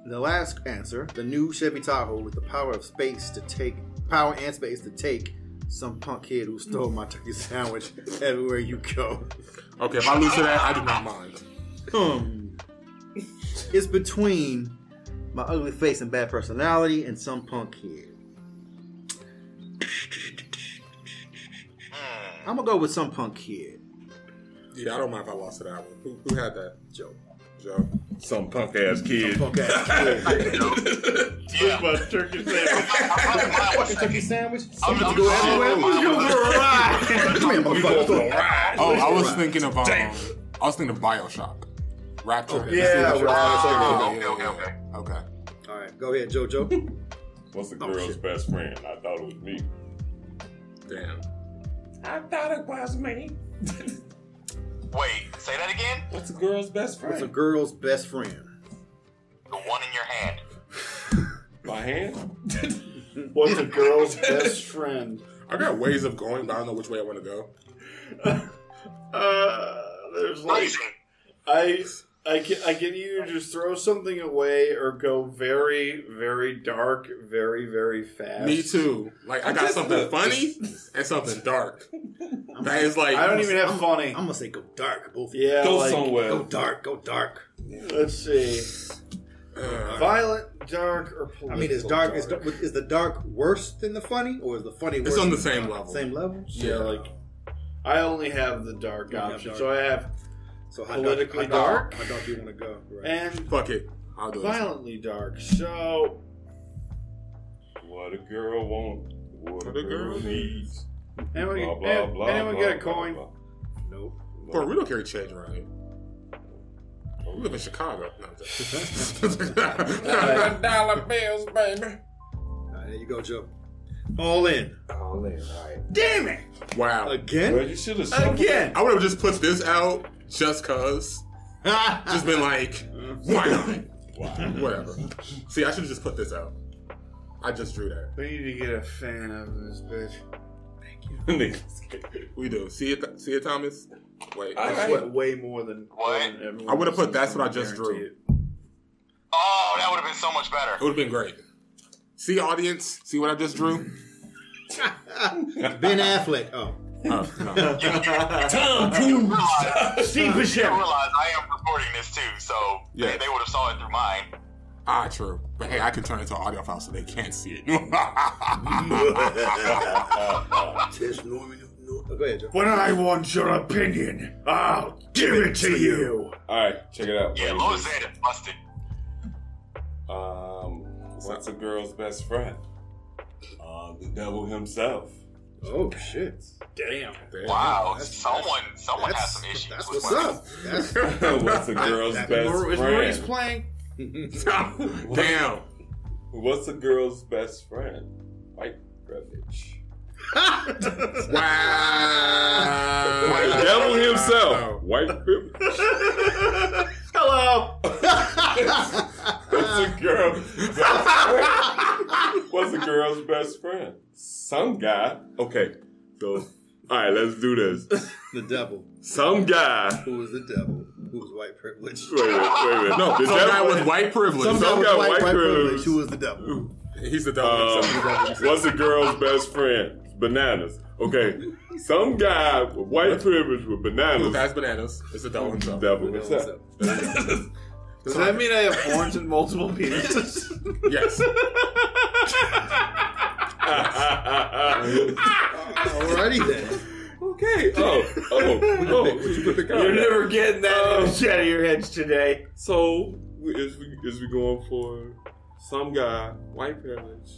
The last answer, the new Chevy Tahoe with the power of space to take power and space to take some punk kid who stole my turkey sandwich everywhere you go. Okay, if I lose to that, I do not mind. Um, it's between my ugly face and bad personality and some punk kid. I'm gonna go with some punk kid. Yeah, I don't mind if I lost to that one. Who, who had that? Joe. Joe. Some punk ass kid. Punk ass kid. Yeah, Bunch of turkey sandwich. I probably mine was turkey sandwich. I'm- I'm gonna I'm go just- everywhere. I'm Let's go for a ride. Come here, motherfucker. Oh, I was thinking of um, I was thinking of Bioshock. Rapture. Okay. Yeah, Okay, right. yeah, Oh, Okay, yeah, okay, yeah. Okay. All right, go ahead, Jojo. What's the Oh, girl's shit. best friend? I thought it was me. Damn. I thought it was me. wait. Say that again. What's the girl's best It's a friend? girl's best friend. The one in your hand. My hand? What's a girl's best friend? I got ways of going, but I don't know which way I want to go. Uh, there's like Amazing. I I can I can either just throw something away or go very very dark, very very fast. Me too. Like I got something funny and something dark. That is like I don't even have funny. I'm gonna say go dark, both. of you. yeah, Go like, somewhere. Go dark, go dark. let's see, Uh, violent, dark, or political. I mean, is dark, Is, dark is the dark worse than the funny, or is the funny worse? it's on the than same level. same level. Yeah, like I only have the dark You have option, dark. so I have So how Politically dark, how dark, how dark do you want to go? Right. and fuck it. I'll do it. violently dark. So What a girl wants. What, What a girl needs. anyone, Blah, blah, anyone, blah, anyone blah, get a blah, coin? blah, nope. blah. Bro, we don't carry change around here. We live in Chicago. No, I'm joking. dollar bills, baby. All right, there you go, Joe. All in Oh, man, all right. Damn it! wow. Well, again. you should have Again, I would have just put this out just cause. Just been like, why not? Whatever. See, I should have just put this out. I just drew that. we need to get a fan of this bitch. We do. See it, see it, Thomas. Wait. All I right. sweat way more than, What? more than everyone I would've put else. that's what I just guarantee drew. it. Oh, that would have been so much better. It would have been great. See, audience, see what I just drew? ben Affleck. Oh, Oh, no. You, you, Tom you Cruise. realize, Steve you Buscemi. realize I am recording this too, so Yeah. they, they would have saw it through mine. ah, true. But hey, I can turn it to an audio file so they can't see it. Tess Norman. No, go ahead, Joe. When I want your opinion, I'll give it to you. All right, check it out. Yeah, baby. Lois said it. Busted. Um, what's a girl's best friend? Uh, the devil himself. Oh shit. Damn. Wow, that's- someone someone has some That's, issues. that's with what's women. up. That's what's a girl's That- best Mor- is Maurice friend? playing? Damn. What's a girl's best friend? White privilege. Wow. The devil himself. White privilege. Hello. What's a girl's best friend? What's a girl's best friend? Some guy. Okay, so all right, let's do this. the devil. Some guy. Who is the devil? Who's white privilege? Wait a minute. Wait a minute. No, the Some guy devil. with white privilege. Some guy- with got white privilege. Who is the devil? He's the devil Um, himself. what's a girl's best friend? Bananas. Okay, Some guy with white privilege with Who bananas. has bananas? It's the devil himself. Devil himself. Does that mean I have horns and multiple penises? Yes. Alrighty then. okay. Oh, oh, oh. What you put the You're Um, comment? never getting Oh, that image out of your heads today. So is we is we going for some guy, white privilege,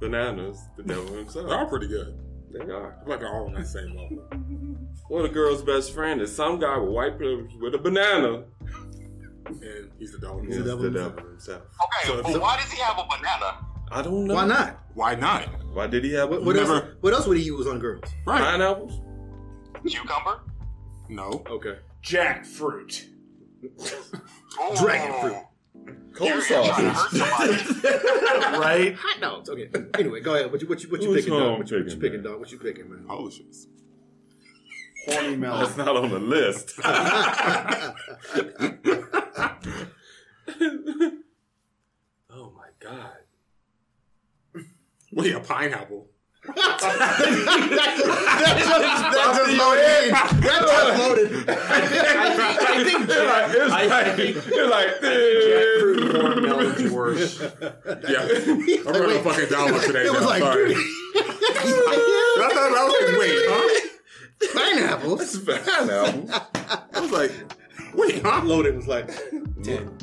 bananas, the devil They're all himself? pretty good. They are. I'm like they're all on that same level. Well, the girl's best friend is some guy with white privilege with a banana. And he's the devil It's himself. the devil himself. Okay, but why does he have a banana? I don't know. Why not? Why not? Why did he have What, what else? Never. What else would he use on girls? Right. pineapples? Cucumber? No. Okay. Jackfruit. Ooh. Dragon fruit. You're, Cold you're trying to sausage. hurt somebody. Right? Hot dogs. Okay. Anyway, go ahead. What you what you what you Who's picking, dog? home What you, what you chicken, picking, man? dog? What you picking, man? Holy shit. Horny melon. That's not on the list. oh my god. Wait, a pineapple. That just loaded. That just loaded. I think It's like, it's like Jackfruit and horny melon's worse. Yeah. I'm running a fucking dollar today. It was now. like Sorry. I thought I was like, wait, huh? pineapples. pineapples. I was like, wait, huh? Loaded was like ten.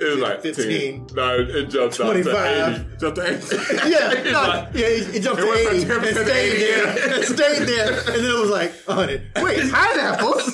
It was like 15, 15. No, it, it jumped out 25. to 80. Jumped to Yeah, no, yeah, it it jumped It to went from 10% 80 and to stayed 80, there, yeah. and stayed there, and then it was like 100. Wait, pineapples?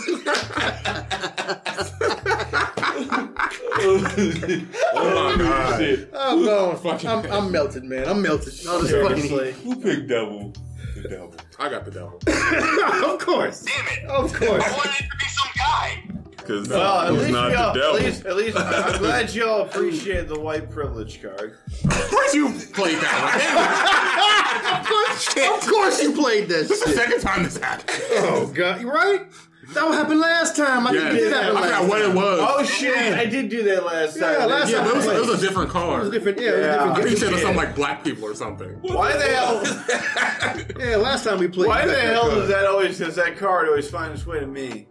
Oh my god. Shit. I'm gone. I'm, I'm melted, man. I'm melted. All this fucking heat. Who picked devil? The devil. I got the devil. of course, Damn it. of course. I wanted it to be some guy. Because Well, at he's least, y'all, not the at devil. least, at least I'm glad y'all appreciate the white privilege card. Of course you played that Of course, of course, you played that one. shit. Second time this happened. Oh God, you right? That what happened last time. I Yeah. think this I happened last forgot what it time. was. Oh shit! I did do that last Yeah, time. last yeah, but it was, time. it was a different car. It was different. Yeah, Yeah. It was I different think it was something like black people or something. Why the hell? game. Yeah, last time we played. Why you the got hell card. does that always? Does that card always find its way to me?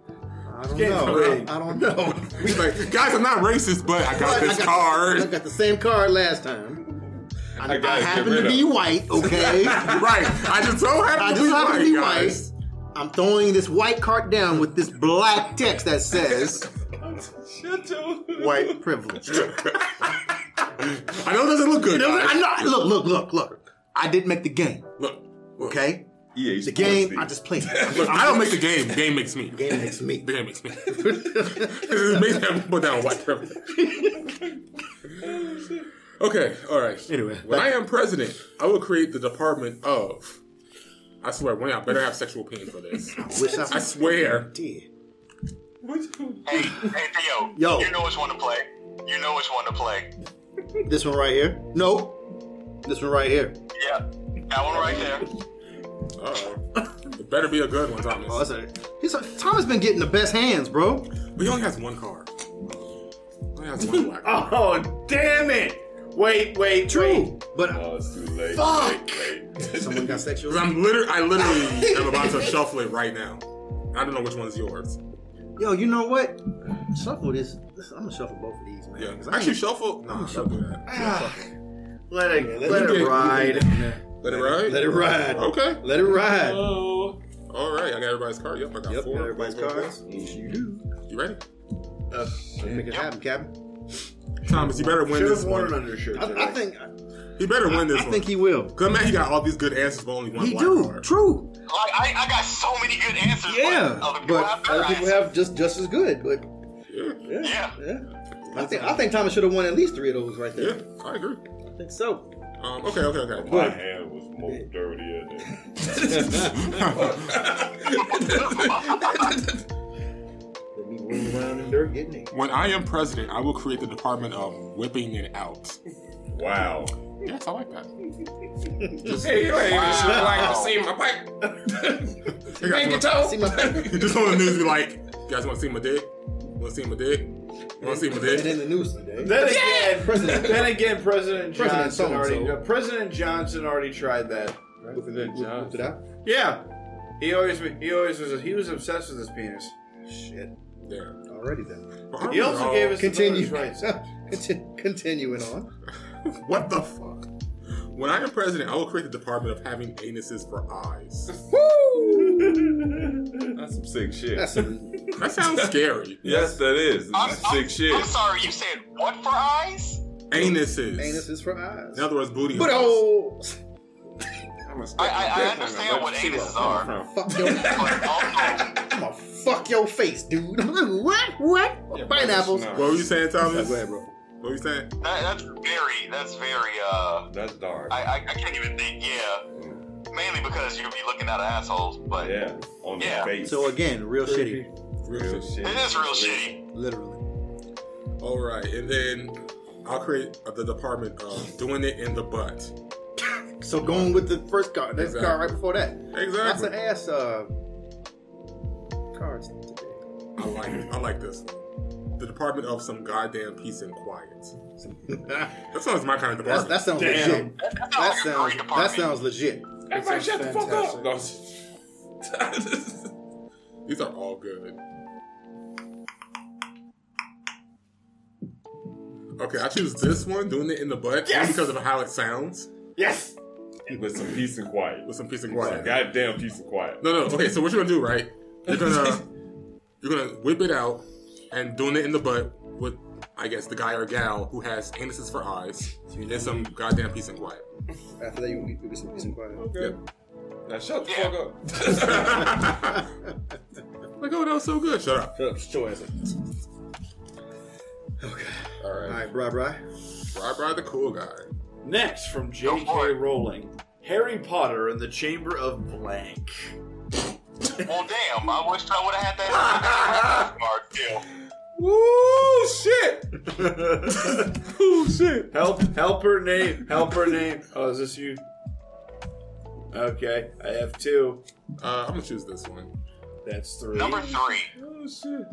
I don't Game's know. rigged. I don't know. He's like, guys, I'm not racist, but I got I this got- I card. got the same card last time. I, I gotta I get happen rid to of be it. white, okay? right. I just so I happen to just be happen white, to be guys. white. I'm throwing this white card down with this black text that says Shit, dude. white privilege. I know it doesn't look good. You know what guys. I'm not- look, look, look, look. I did make the game, Look, look. okay? EA Sports The game, League. I just played it. Look, I don't make the game. The game makes me. The game makes me. The game makes me. it makes me put down white privilege. okay, all right. Anyway, when back- I am president, I will create the Department of. I swear, one day I better have sexual pain for this. Wish I I swear. did. Hey, hey Theo. Yo. You know which one to play. You know which one to play. This one right here? No. This one right here. Yeah. That one right there. Uh-oh. It better be a good one, Thomas. Oh, that's a, he's a, Thomas been getting the best hands, bro. But he only has one car. He only has one black car. Oh damn it! Wait, wait, True. But Oh, it's too late. Fuck! Late, late. someone got sexual. 'Cause I'm literally, I literally am about to shuffle it right now. I don't know which one's yours. Yo, you know what? Shuffle this. I'm gonna shuffle both of these, man. Yeah. 'Cause I Actually, ain't- shuffle. Nah, don't do that. Ah, Let it, Yeah, let, let it it ride. Let it ride. let it ride. Okay. Let it ride. Oh. All right. I got everybody's card. Yep. I got Yep, four. got everybody's Boom, boom, cards. boom. You do. You ready? Uh, Make it happen, Captain. Thomas, you better win Should this have worn an one. undershirt I, today. I think. I, He better win this I one. think he will. Cause man, he got all these good answers, but only one He black do. card. True. Like I, I got so many good answers. Yeah. But other people have But better other people answers. have just just as good. But Yeah. yeah, Yeah. yeah. I think I think Thomas should have won at least three of those right there. Yeah. I agree. I think so. Um, okay. Okay. Okay. My hand was more dirtier than. Let me roll around in dirt, getting it. When I am president, I will create the department of whipping it out. Wow. Yes, I like that. Hey, you ain't even sure like to see my pipe. You guys want- Oh. See my and Just on the news, be like, you guys want to see my dick? Want to see my dick? Want to see my dick? in the news today. Then again, President. then again, President Johnson President so-and-so. already. no, President Johnson already tried that. Whooped it out. Yeah, He always he always was he was obsessed with his penis. Shit. Yeah. Already then. He also gave us the Continue. voters' rights. Contin- Continuing on. What the fuck? When I am president, I will create the department of having anuses for eyes. That's some sick shit. That's a, That sounds scary. yes, that is. I'm, That's I'm- sick shit. I'm sorry, you said what for eyes? Anuses. anus is for eyes. In other words, booty. But holes. oh, I'm a I- I I'm a- understand what See where anuses I'm are. coming from. fuck your, I'm But also, gonna fuck your face, dude. what? What? Yeah, Pineapples. but What it's were you saying, Thomas? Go ahead, bro. What were you saying? that, that's very, that's very, uh, not. That's dark. I, I, I can't even think, yeah. Mainly because you'll be looking out of assholes, but yeah, on the Yeah. face. So again, real shitty. real shit. it is real shitty. Literally. All right, and then I'll create the department of doing it in the butt. So going with the first card, next Exactly. card right before that. That's Exactly. an ass uh, cards today. I like it. I like this one. The department of some goddamn peace and quiet. That sounds my kind of That's, department. that sounds Damn. legit. That sounds That like a sounds great that department. sounds legit. Everybody shut the fuck up. No. These are all good. Okay, I choose this one, doing it in the butt, only because of how it sounds Yes. With some peace and quiet. with some peace and Some quiet. goddamn peace and quiet. No, no. Okay, so what you're gonna do, right? You're gonna you're gonna whip it out and doing it in the butt with, I guess, the guy or gal who has anuses for eyes and some goddamn peace and quiet. After that, you will be some peace and quiet. Okay. Now shut the Yeah. fuck up. like, oh, that was so good. Shut up. Shut up, shut your ass up. Okay. All All right, right, bri bri. Rob, Rob, the cool guy. Next from Go for J.K. it. Rowling, Harry Potter and the Chamber of Blank. Well, damn, I wish I would have had that on the card, too. Woo shit. Woo shit. Help! Help her name. Help her name. Oh, is this you? Okay, I have two. Uh, I'm gonna choose this one. That's three. Number three. Oh shit.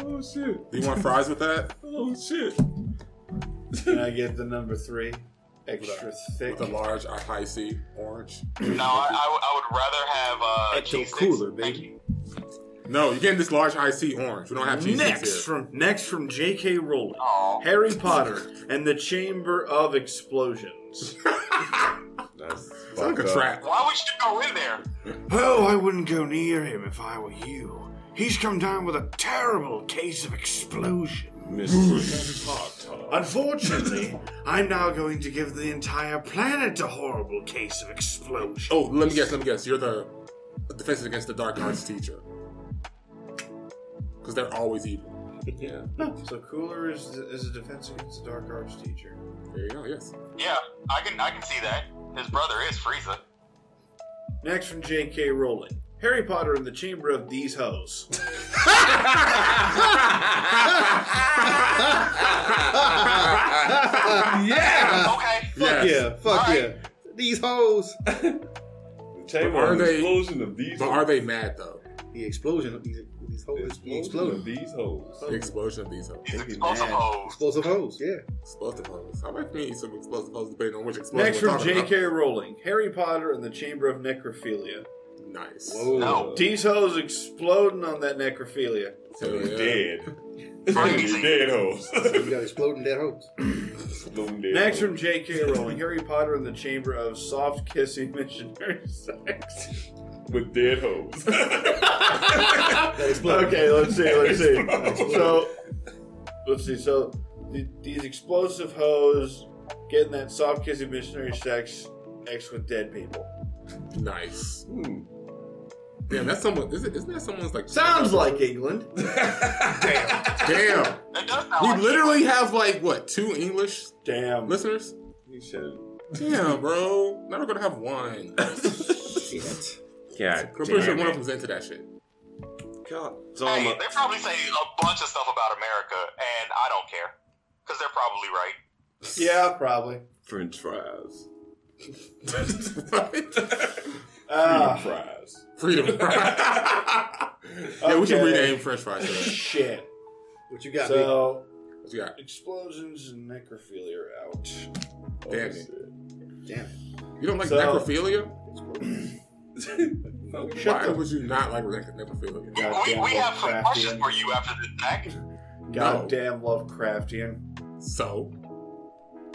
Oh shit. Do you want fries with that? Oh shit. Can I get the number three? Extra thick. With a large, a high C, orange. No, I, I, would- I would rather have uh, At your cheese sticks. cooler, Thank baby. you. No, you're getting this large high C orange. We don't have cheese sticks Next from next from J.K. Rowling, Aw. Harry Potter and the Chamber of Explosions. That's here. Sounds like fucked a up. trap. Why would you go in there? Oh, I wouldn't go near him if I were you. He's come down with a terrible case of explosion. Mr. Hot Dog. Unfortunately, I'm now going to give the entire planet a horrible case of explosion. Oh, let me guess. Let me guess. You're the defenses against the dark arts teacher. Because they're always evil. Yeah. So Cooler is, is a defense against the dark arts teacher. There you go. Yes. Yeah, I can, I can see that. His brother is Frieza. Next from J.K. Rowling, Harry Potter and the Chamber of These Hoes. yeah! Okay. Yes. Fuck yeah, fuck yeah. These hoes. Chamber But are of they- explosion of these. But are they mad though? The explosion of these, these hoes. The explosion. explosion of these hoes? The explosion of these hoes. He's Thank you, explosive man. hoes. Explosive hoes, yeah. Explosive hoes. I might need some explosive hoes depending on which explosion. Next we're from talking J.K. Rowling, Harry Potter and the Chamber of Necrophilia. about. Nice. No. These hoes exploding on that necrophilia. So Hell yeah. dead. Crazy. dead hoes. You got exploding dead hoes. Exploding dead Next hoes. from J.K. Rowling, Harry Potter and the Chamber of Soft Kissing Missionary Sex. with dead hoes. okay, let's see, let's see. So, let's see. So, th- these explosive hoes getting that soft kissing missionary sex X with dead people. Nice. Hmm. Damn, that's someone. Is it, isn't that someone's like? Sounds like England. Damn. That does sound We like literally have like what two English Damn. listeners? You should. Damn, bro. Now we're gonna have one. Shit. God I'm pretty sure one of them's into that shit. God Hey, damn it. they probably say a bunch of stuff about America, and I don't care. Because they're probably right. Yeah, probably. French fries. Ah, fries. Freedom. Yeah, we should Okay. rename French fries. To that. shit. What you got, so, So, What you got? explosions and necrophilia are out. Damn Oh, it. shit. Damn it. You don't like So- necrophilia? Why would you not like Rebecca Necrophilia? We, Goddamn we have some questions Lovecraftian. for you after this, Mac. Goddamn Lovecraftian. So,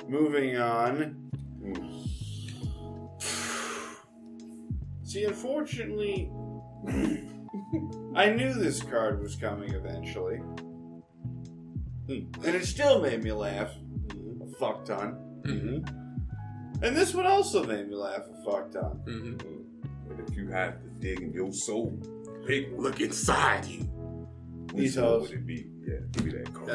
Moving on. Mm. See, unfortunately, I knew this card was coming eventually. And it still made me laugh a fuck ton. Mm-hmm. mhm, And this one also made me laugh a fuck ton. mhm. But if you have to dig in your soul, pick one. look inside you. Which These one hoes. would it be? Yeah, give me that card.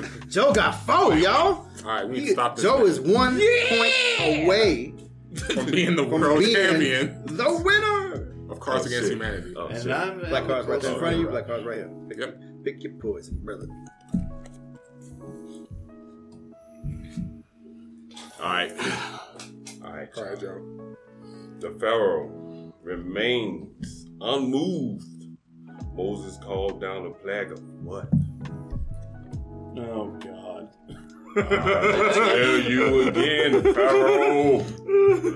Oh, That's Joe got four, y'all. All right, we need He- to stop this. Joe man. is one point away from being the from world being champion the winner. of Cards Oh, Against shit. Humanity. Oh, shit. And I'm Black card's right there in front of you. Black card's right here. Yep. Pick your poison, brother. All right. All right. All right, Joe. The Pharaoh remains unmoved. Moses called down a plague of what? Oh god. I tell you again, Pharaoh,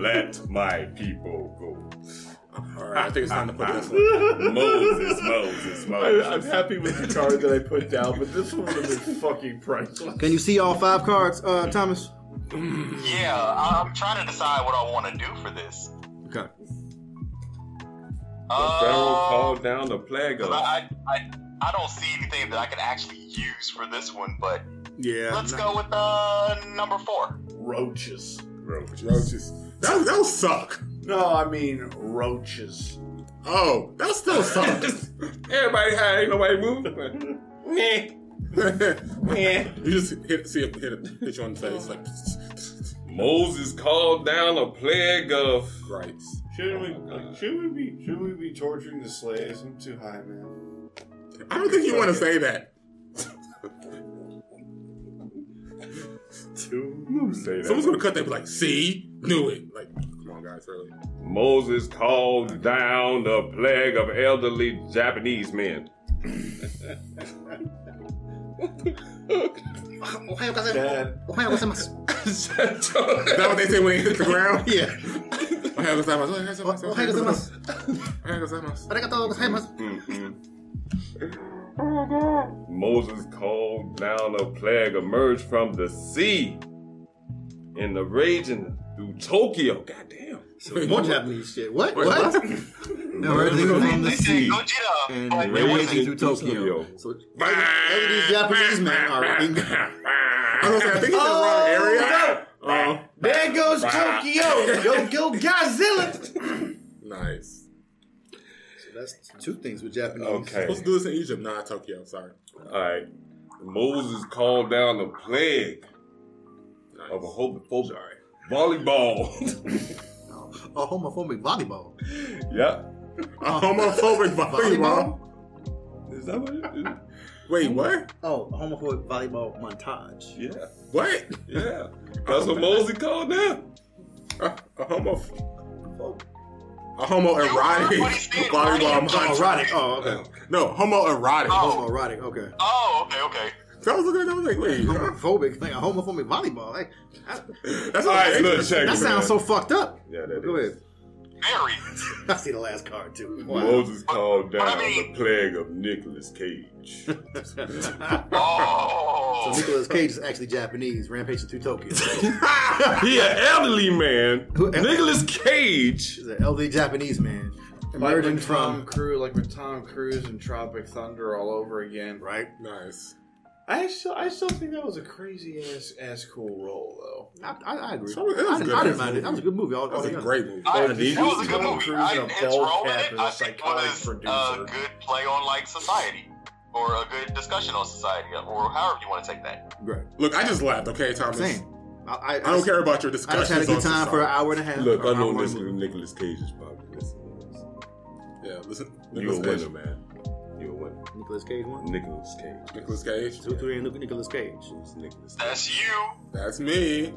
let my people go. All right, I think it's time to put this one. Moses, Moses, I, Moses. I'm happy with the card that I put down, but this one would have been fucking priceless. Can you see all five cards, uh, Thomas? Yeah, I- I'm trying to decide what I want to do for this. Uh, Okay. The Pharaoh called down a plague But of. I, I, I don't see anything that I can actually use for this one, but Yeah. let's go with uh, number four. Roaches. Roaches. Roaches. That that'll suck. No, I mean roaches. Oh, that still sucks. Everybody high, ain't nobody moving. Meh. Meh. you just hit, see it hit, it- hit you on the face like Moses called down a plague of. rights. Shouldn't Oh we? my Like, God. should we be? Should we be torturing the slaves? I'm too high, man. I don't think you want to say that. Who say that? Someone's gonna cut that. and Be like, see, knew it. Like, come on, guys, really. Moses called down the plague of elderly Japanese men. Dad, Is Mm-hmm. that what they say when they hit the ground? Oh, Yeah. Ohayou gozaimasu, ohayou gozaimasu, Oh, ohayou gozaimasu, ohayou gozaimasu. Arigatou gozaimasu. Moses called down a plague emerged from the sea in the raging through Tokyo. Goddamn. More Japanese shit. What? Wait, what? what? no, everything from the They said sea. Gogeta, but They it went wasn't. through Tokyo. Tokyo. So every- every these Japanese men are in I was gonna say, I think it's the wrong area. Oh, there goes Tokyo. Go, go, Godzilla. nice. So that's two things with Japanese. Okay. Supposed to do this in Egypt, not Tokyo. Sorry. Alright. Moses called down a plague Nice. of a whole volleyball. A homophobic volleyball. yeah. Oh. A homophobic volleyball. Is that what it is? Wait, what? Oh, a homophobic volleyball montage. Yeah. What? Yeah. That's what Mosey called them. A, a homo. A You heard homoerotic what he said, volleyball right? montage. Erotic. Oh, okay. No, homoerotic. Oh. Oh, erotic. Okay. Oh, okay, okay. So I was looking at that, I was like, wait. huh? Homophobic. Like a homophobic volleyball. Like, I- That's All right, look, interesting. check that it, man. sounds so fucked up. Yeah, that Go is. ahead. Very. I see the last card too. Wow. Moses called But I down the mean- plague of Nicolas Cage. So Oh. Nicolas Cage is actually Japanese, rampaging through Tokyo. he an elderly man. Who- Nicolas Cage. He's an elderly Japanese man Like um, emerging with Tom from Cruise, like with Tom Cruise and Tropic Thunder all over again. right. Nice. I still, I still think that was a crazy ass, ass cool role though. I, I, I agree. So it was I, didn't- good. I didn't mind it. That was a good movie. Oh, All, That's a altogether. great movie. I, But that he was was a good Tom movie. Cruise I, in a its bald role in cap it, as a I think, psychotic was a producer. good play on like society, or a good discussion on society, or however you want to take that. Right. Look, I just laughed, okay, Thomas? Same. I, I, I don't care about your I discussions. just had a good on time for an society. hour and a half. Look, I know Hour and a Nicolas, half. Nicolas Cage is probably listening to this. Yeah, listen. You a Nicholas winner, Cage. man. You a winner. Nicolas Cage one. Nicolas Cage. Nicholas Cage. Two, three, and Nicolas Cage. It's Nicolas Cage. That's you. That's me.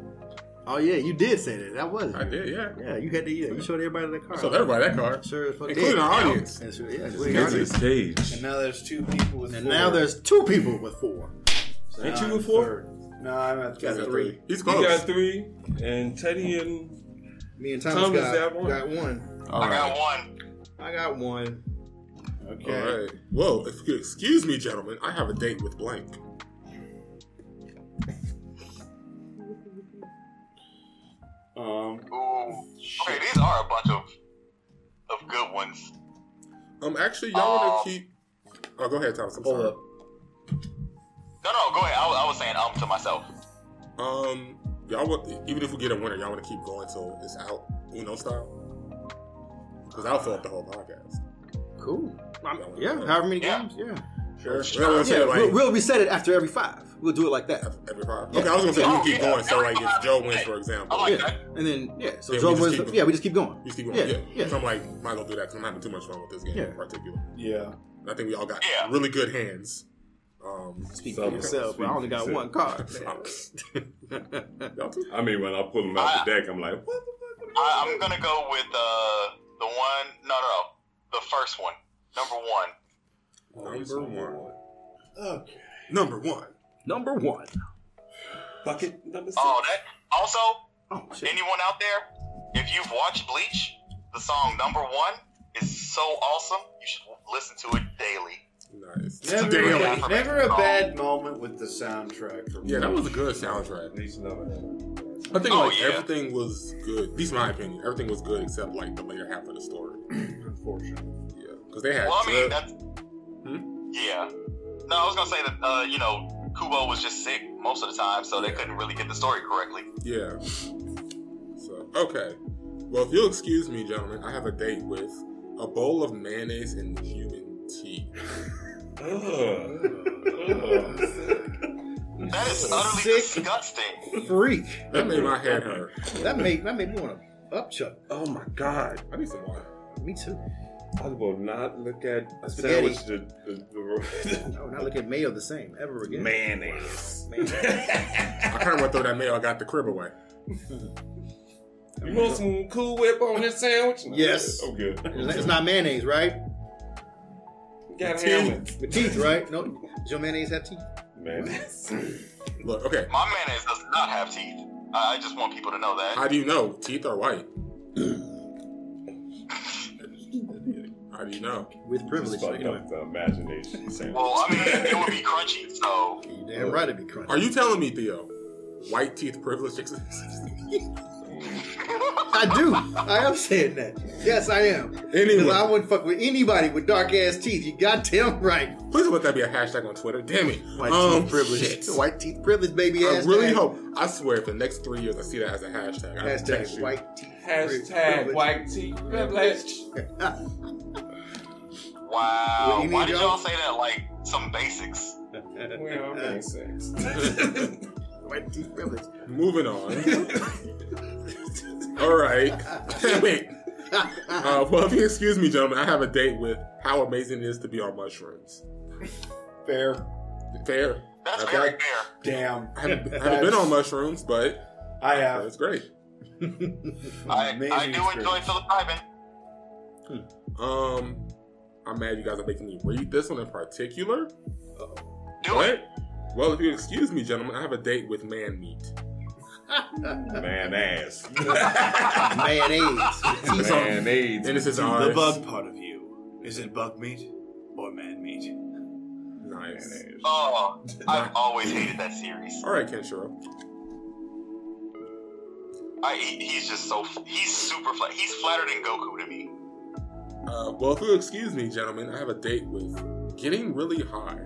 Oh yeah, you did say that. That was. I did, yeah. Yeah, you had to. Yeah, you showed everybody that I card. showed everybody that card. Sure as fuck Including did. our audience. And sure- yeah, including our Nicolas audience. And Cage. now there's two people with. And four. now there's two people with four. So Ain't now you I'm with four? third. No, I'm at He's got three. He's You close. got three, and Teddy and Me and Thomas, Thomas got, got one? got one. All I right. got one. I got one. Okay. All right. Whoa, if you excuse me, gentlemen. I have a date with blank. Um, Ooh. Okay, these are a bunch of of good ones. Um, actually, y'all want Um, to keep. Oh, go ahead, Thomas. I'm Hold sorry. up. No, no, go ahead. I, was- I was saying um to myself. Um, y'all want even if we get a winner, y'all want to keep going till it's out Uno style. Because I'll fill up the whole podcast. Cool. I'm- Yeah, however many Yeah. games. Yeah. Sure. Well, let's say, Yeah, like, we'll, we'll reset it after every five. We'll do it like that. every five. Okay, I was gonna say we can Yeah. keep going. So like, if Joe wins, for I example, like Yeah. that. And then, yeah, so Yeah, we Joe just wins. keep the- it- yeah, we just keep going. we just keep going. Yeah, Yeah, yeah. So I'm like, might as well do that because I'm having too much fun with this game Yeah. in particular. yeah. And I think we all got Yeah. really good hands. Um, Speak So- for yourself, bro. I only got so- one card. man. y'all too. I mean, when I pull them out the deck, I'm like, what I, I'm gonna go with uh the one. No, no, no. The first one, number one. Number one. Okay. Number one. Number one. bucket number six? Oh, that. Also, Oh, shit. anyone out there, if you've watched Bleach, the song number one is so awesome. You should listen to it daily. Nice. Never, a Daily. bad- never a bad moment with the soundtrack. For me. Yeah, that was a good soundtrack. These numbers. I think Oh, like yeah. everything was good. At least my opinion, everything was good except like the later half of the story. unfortunate. Yeah, because they had. Well, I mean, Zeb- that's. Yeah. No, I was gonna say that uh, you know Kubo was just sick most of the time, so they couldn't really get the story correctly. yeah. So okay, well if you'll excuse me, gentlemen, I have a date with a bowl of mayonnaise and human tea. That is utterly Sick. disgusting. Freak. That made my head hurt. That made that made me want to upchuck. oh my god. I need some water. Me too. I will not look at a Spaghetti. sandwich the, the, the, I would not look at mayo the same ever the again. mayonnaise. I kind of want to throw that mayo. I got the crib away. you want some cool whip on this sandwich? No, Yes. I'm good. It's it's not mayonnaise, right? Got helmets. With teeth, right? No, does your mayonnaise have teeth? Mayonnaise. Look, okay. My mayonnaise does not have teeth. I I just want people to know that. How do you know teeth are white? How do you know? With privilege. Fuck Anyway. up the imagination sandwich. Well, I mean, it would be crunchy, so You damn right it'd be crunchy. Are you telling me, Theo, white teeth privilege exists? I do. I am saying that. Yes, I am. Because Anyway. I wouldn't fuck with anybody with dark ass teeth. You goddamn right. Please let that be a hashtag on Twitter. Damn it. White Um, teeth privilege. shit. White teeth privilege, baby. I ass really tag. hope. I swear, if the next three years I see that as a hashtag, I text Hashtag you. white teeth. Hashtag white teeth privilege. wow. What do you Why need, did y'all? y'all say that like some basics? We all make sex. White teeth privilege. Moving on. All right. Damn it. Uh, well, if you excuse me, gentlemen, I have a date with how amazing it is to be on mushrooms. Fair. Fair. That's Okay. very fair. Damn. I haven't, I haven't been on mushrooms, but I have. it's great. I, Amazing I do enjoy experience. psilocybin. Um, I'm mad you guys are making me read this one in particular. Do it. Well, if you excuse me, gentlemen, I have a date with man meat. Man ass. Mayonnaise. Teeth. Mayonnaise. And this is The ours. bug part of you. Is it bug meat or man meat? Nice. Oh, I've always hated that series. All right, Kenshiro. I he- he's just so he's super flat. He's flatter than Goku to me. Uh, well, if you'll excuse me, gentlemen, I have a date with getting really high.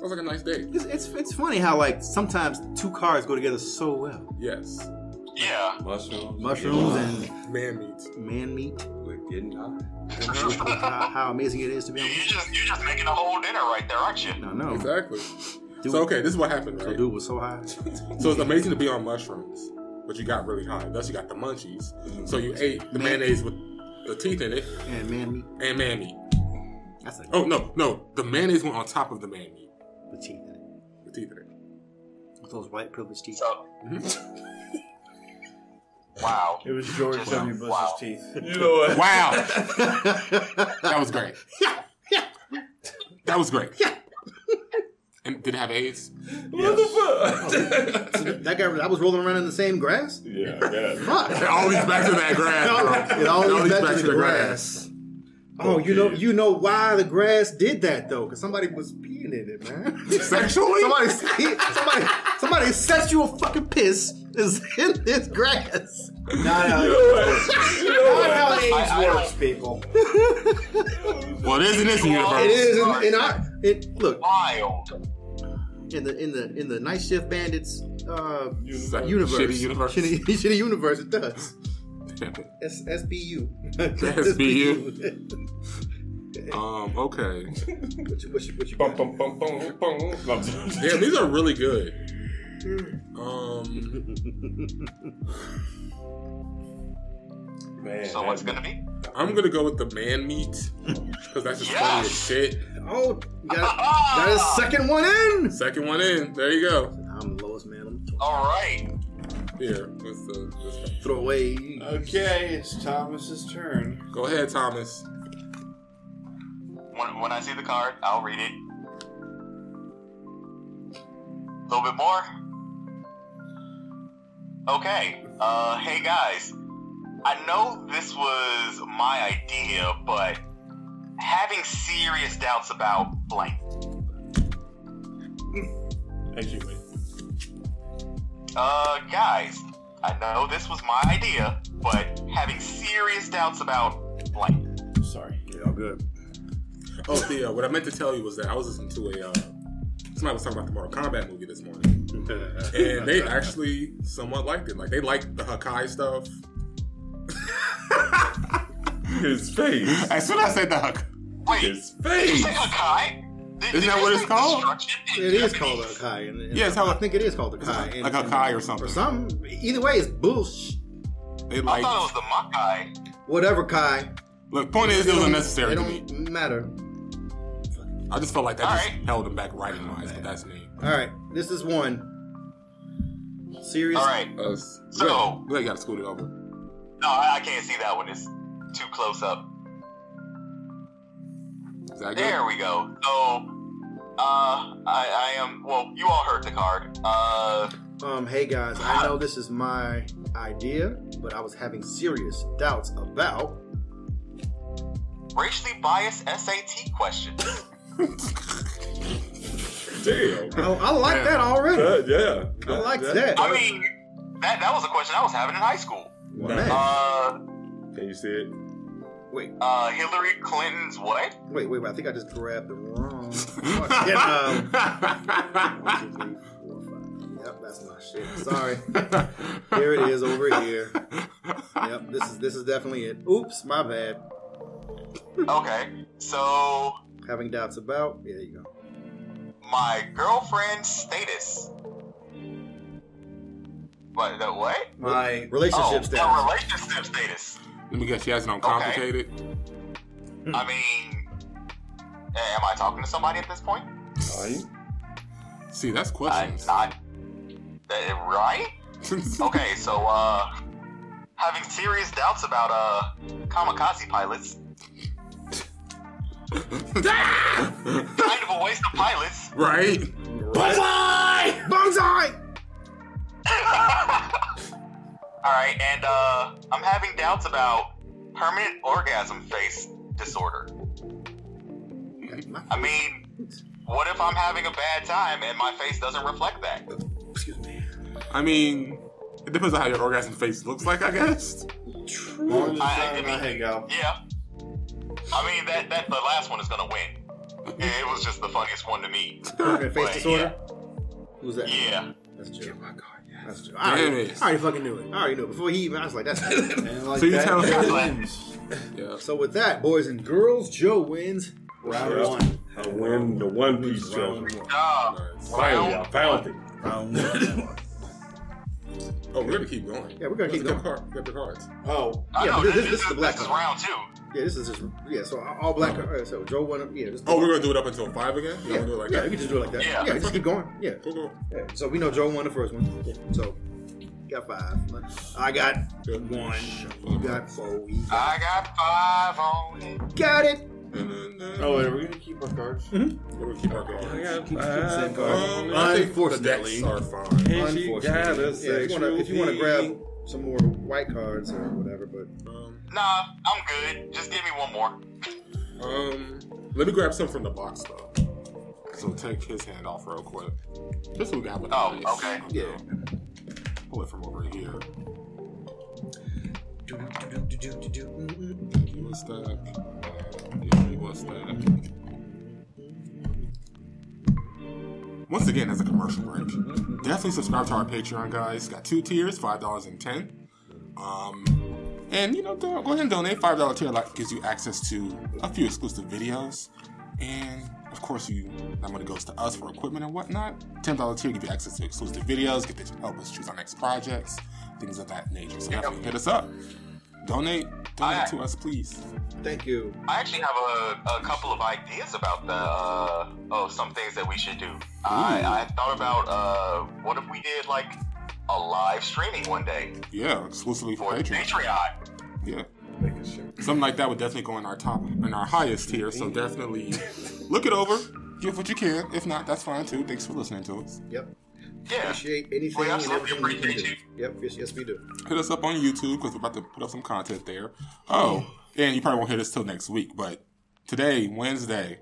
Sounds like a nice date. It's, it's, it's funny how like sometimes two cars go together so well. Yes. Yeah. Mushrooms. Mushrooms and Man meat. man meat. We're getting high. How, how amazing it is to be. You, on- you just you just making a whole dinner right there, aren't you? No, no. Exactly. Dude, So, okay, this is what happened, Oh. so right? dude was so high. So it's amazing to be on mushrooms, but you got really high. Thus, you got the munchies. So you ate the Man- mayonnaise with the teeth in it And man meat. and man meat. That's like Oh, no, no. The mayonnaise went on top of the man meat the teeth in it. with teeth in it. With those white privilege teeth. So. Wow. It was George W. Bush's Wow. teeth. You know what? Wow. that was great. That was great. And did it have AIDS? What the fuck? that guy that was rolling around in the same grass? yeah. Yeah, I guess. Fuck. It always back to that grass, bro. It always back to the grass. Oh, you know, you know why the grass did that though? Because somebody was peeing in it, man. Sexually? somebody, somebody, somebody sexual fucking piss is in this grass. Not how, not how I- I- AIDS works, people. Well, it is in this universe. It is in, in our. It, look Wild. in the in the in the night shift bandits uh, It's like universe. Shitty universe. Shitty, shitty universe. It does. S SBU. um, okay. What you, what you, what you Bum, got? bum, bum, bum, bum. No, I'm just- Damn, these are really good. Um, Man, So what's it gonna be? I'm gonna go with the man meat because that's just funny as Yes! shit. Oh, got, got a second one in. Second one in. There you go. I'm the lowest man. I'm All right. Here, uh, what's the, what's the- throw away. Okay, it's Thomas's turn. go ahead, Thomas. When, when I see the card, I'll read it. A little bit more. Okay. Uh, hey guys, I know this was my idea, but having serious doubts about blank. Actually, Uh, guys, I know this was my idea, but having serious doubts about blank. Sorry. Yeah, all good. Oh, Theo, what I meant to tell you was that I was listening to a uh, somebody was talking about the Mortal Kombat movie this morning, and they actually somewhat liked it. Like they liked the Hakai stuff. his face. As soon as I said the Hakai, Wait, His did you face. say Hakai? Did- Isn't did that you what it's say called? destruction in It is Japanese? called a kai. And, and Yeah, it's how- I think it is called a kai. and- like and- Hakai or or something. some. Either way, it's bullshit. They I like. thought it was the Makai. Whatever, Kai. Look, point is, it was unnecessary It to me. don't matter. I just felt like that All just right. Oh, held him back writing wise, but that's me. All right, this is one. Serious. All right. Uh, So- we got to scoot it over. No, I, I can't see that one. It's too close up. Is that good? There we go. So, uh, I, I am. Well, you all heard the card. Uh, Um, hey guys, I know this is my idea, but I was having serious doubts about. racially biased SAT questions. Damn. I, Oh, I like that already. Uh, yeah. I like that. I mean, that that was a question I was having in high school. Man. Uh, Can you see it? Wait, uh, Hillary Clinton's what? wait, wait, wait! I think I just grabbed the wrong. fucking, um, one, two, three, four, five. Yep, that's my shit. Sorry. um, Here it is over here. Yep, this is this is definitely it. Oops, my bad. Okay, so Having doubts about. Yeah, there you go. my girlfriend's status. What? The what? My Relationship oh, status. her relationship status. Let me guess. She has it on complicated. I mean, am I talking to somebody at this point? Are you? See, that's I'm questions. not. Uh, right? Okay, so, uh, having serious doubts about, uh, kamikaze pilots. Oh. Kind of a waste of pilots. right? Bonsai. Alright, and, uh, I'm having doubts about permanent orgasm face disorder. I mean, what if I'm having a bad time and my face doesn't reflect that? I mean, it depends on how your orgasm face looks like, I guess. longest I- I- time I hang out. Yeah. I mean, that, that, the last one is gonna win. It it was just the funniest one to me. Okay, face But, disorder. Who's that? Yeah. That's true. That's true. I Damn already, it. I already fucking knew it. I already knew it. Before he even, I was like, that's And like So you that, tell Joe him- wins. Yeah. So with that, boys and girls, Joe wins. Round Yeah. one. I win the One Piece trophy. Uh, Finally, I found it. Round one. Oh, we're gonna keep going. Yeah, we're gonna Let's keep get going. Car- get the cards. Oh, I Yeah, know, but this, this is the black This is one. round two. Yeah, this is just yeah. So all black. all right, so Joe won. Yeah. Just, Oh, we're gonna do it up until five again. You yeah, wanna do it like yeah, that? we can just do it like that. Yeah. Yeah, just keep going. Yeah. Cool, cool. yeah. So we know Joe won the first one. Yeah. So got five. I got one. You Mm-hmm. got four. You Ah. I got five on it. got it. oh, wait, are we gonna keep our cards? We're gonna keep our cards. Unfortunately. Um, I think the decks are fine. And she got a Yeah, if you wanna- if you want to grab some more white cards or whatever, but Um, Nah, I'm good. Just give me one more. um, let me grab some from the box though. So take his hand off real quick. Just so we got what it Oh, is. okay. Yeah. Pull it from over here. Give you a stack. Give you a stack. Once again, as a commercial break, definitely subscribe to our Patreon, guys. Got two tiers, five dollars and ten. Um, and you know, go go ahead and donate five dollar tier. Like gives you access to a few exclusive videos, and of course, you that money goes to us for equipment and whatnot. Ten dollar tier give you access to exclusive videos, get to help us choose our next projects, things of that nature. So definitely hit us up. Donate, donate Alright. to us, please. thank you. I actually have a, a couple of ideas about the uh, oh some things that we should do. I, I thought about uh, what if we did like a live streaming one day Yeah, exclusively for for the Patreon. Patreon. Yeah. Make a shit. Something like that would definitely go in our top in our highest tier. So definitely look it over. Give what you can. If not, that's fine too. Thanks for listening to us. Yep. Yeah, Appreciate Oh, anything We and absolutely everything we can appreciate do. Yep. Yes, yes, we do. Hit us up on YouTube because we're about to put up some content there. Oh, and you probably won't hear this till next week, but today, Wednesday,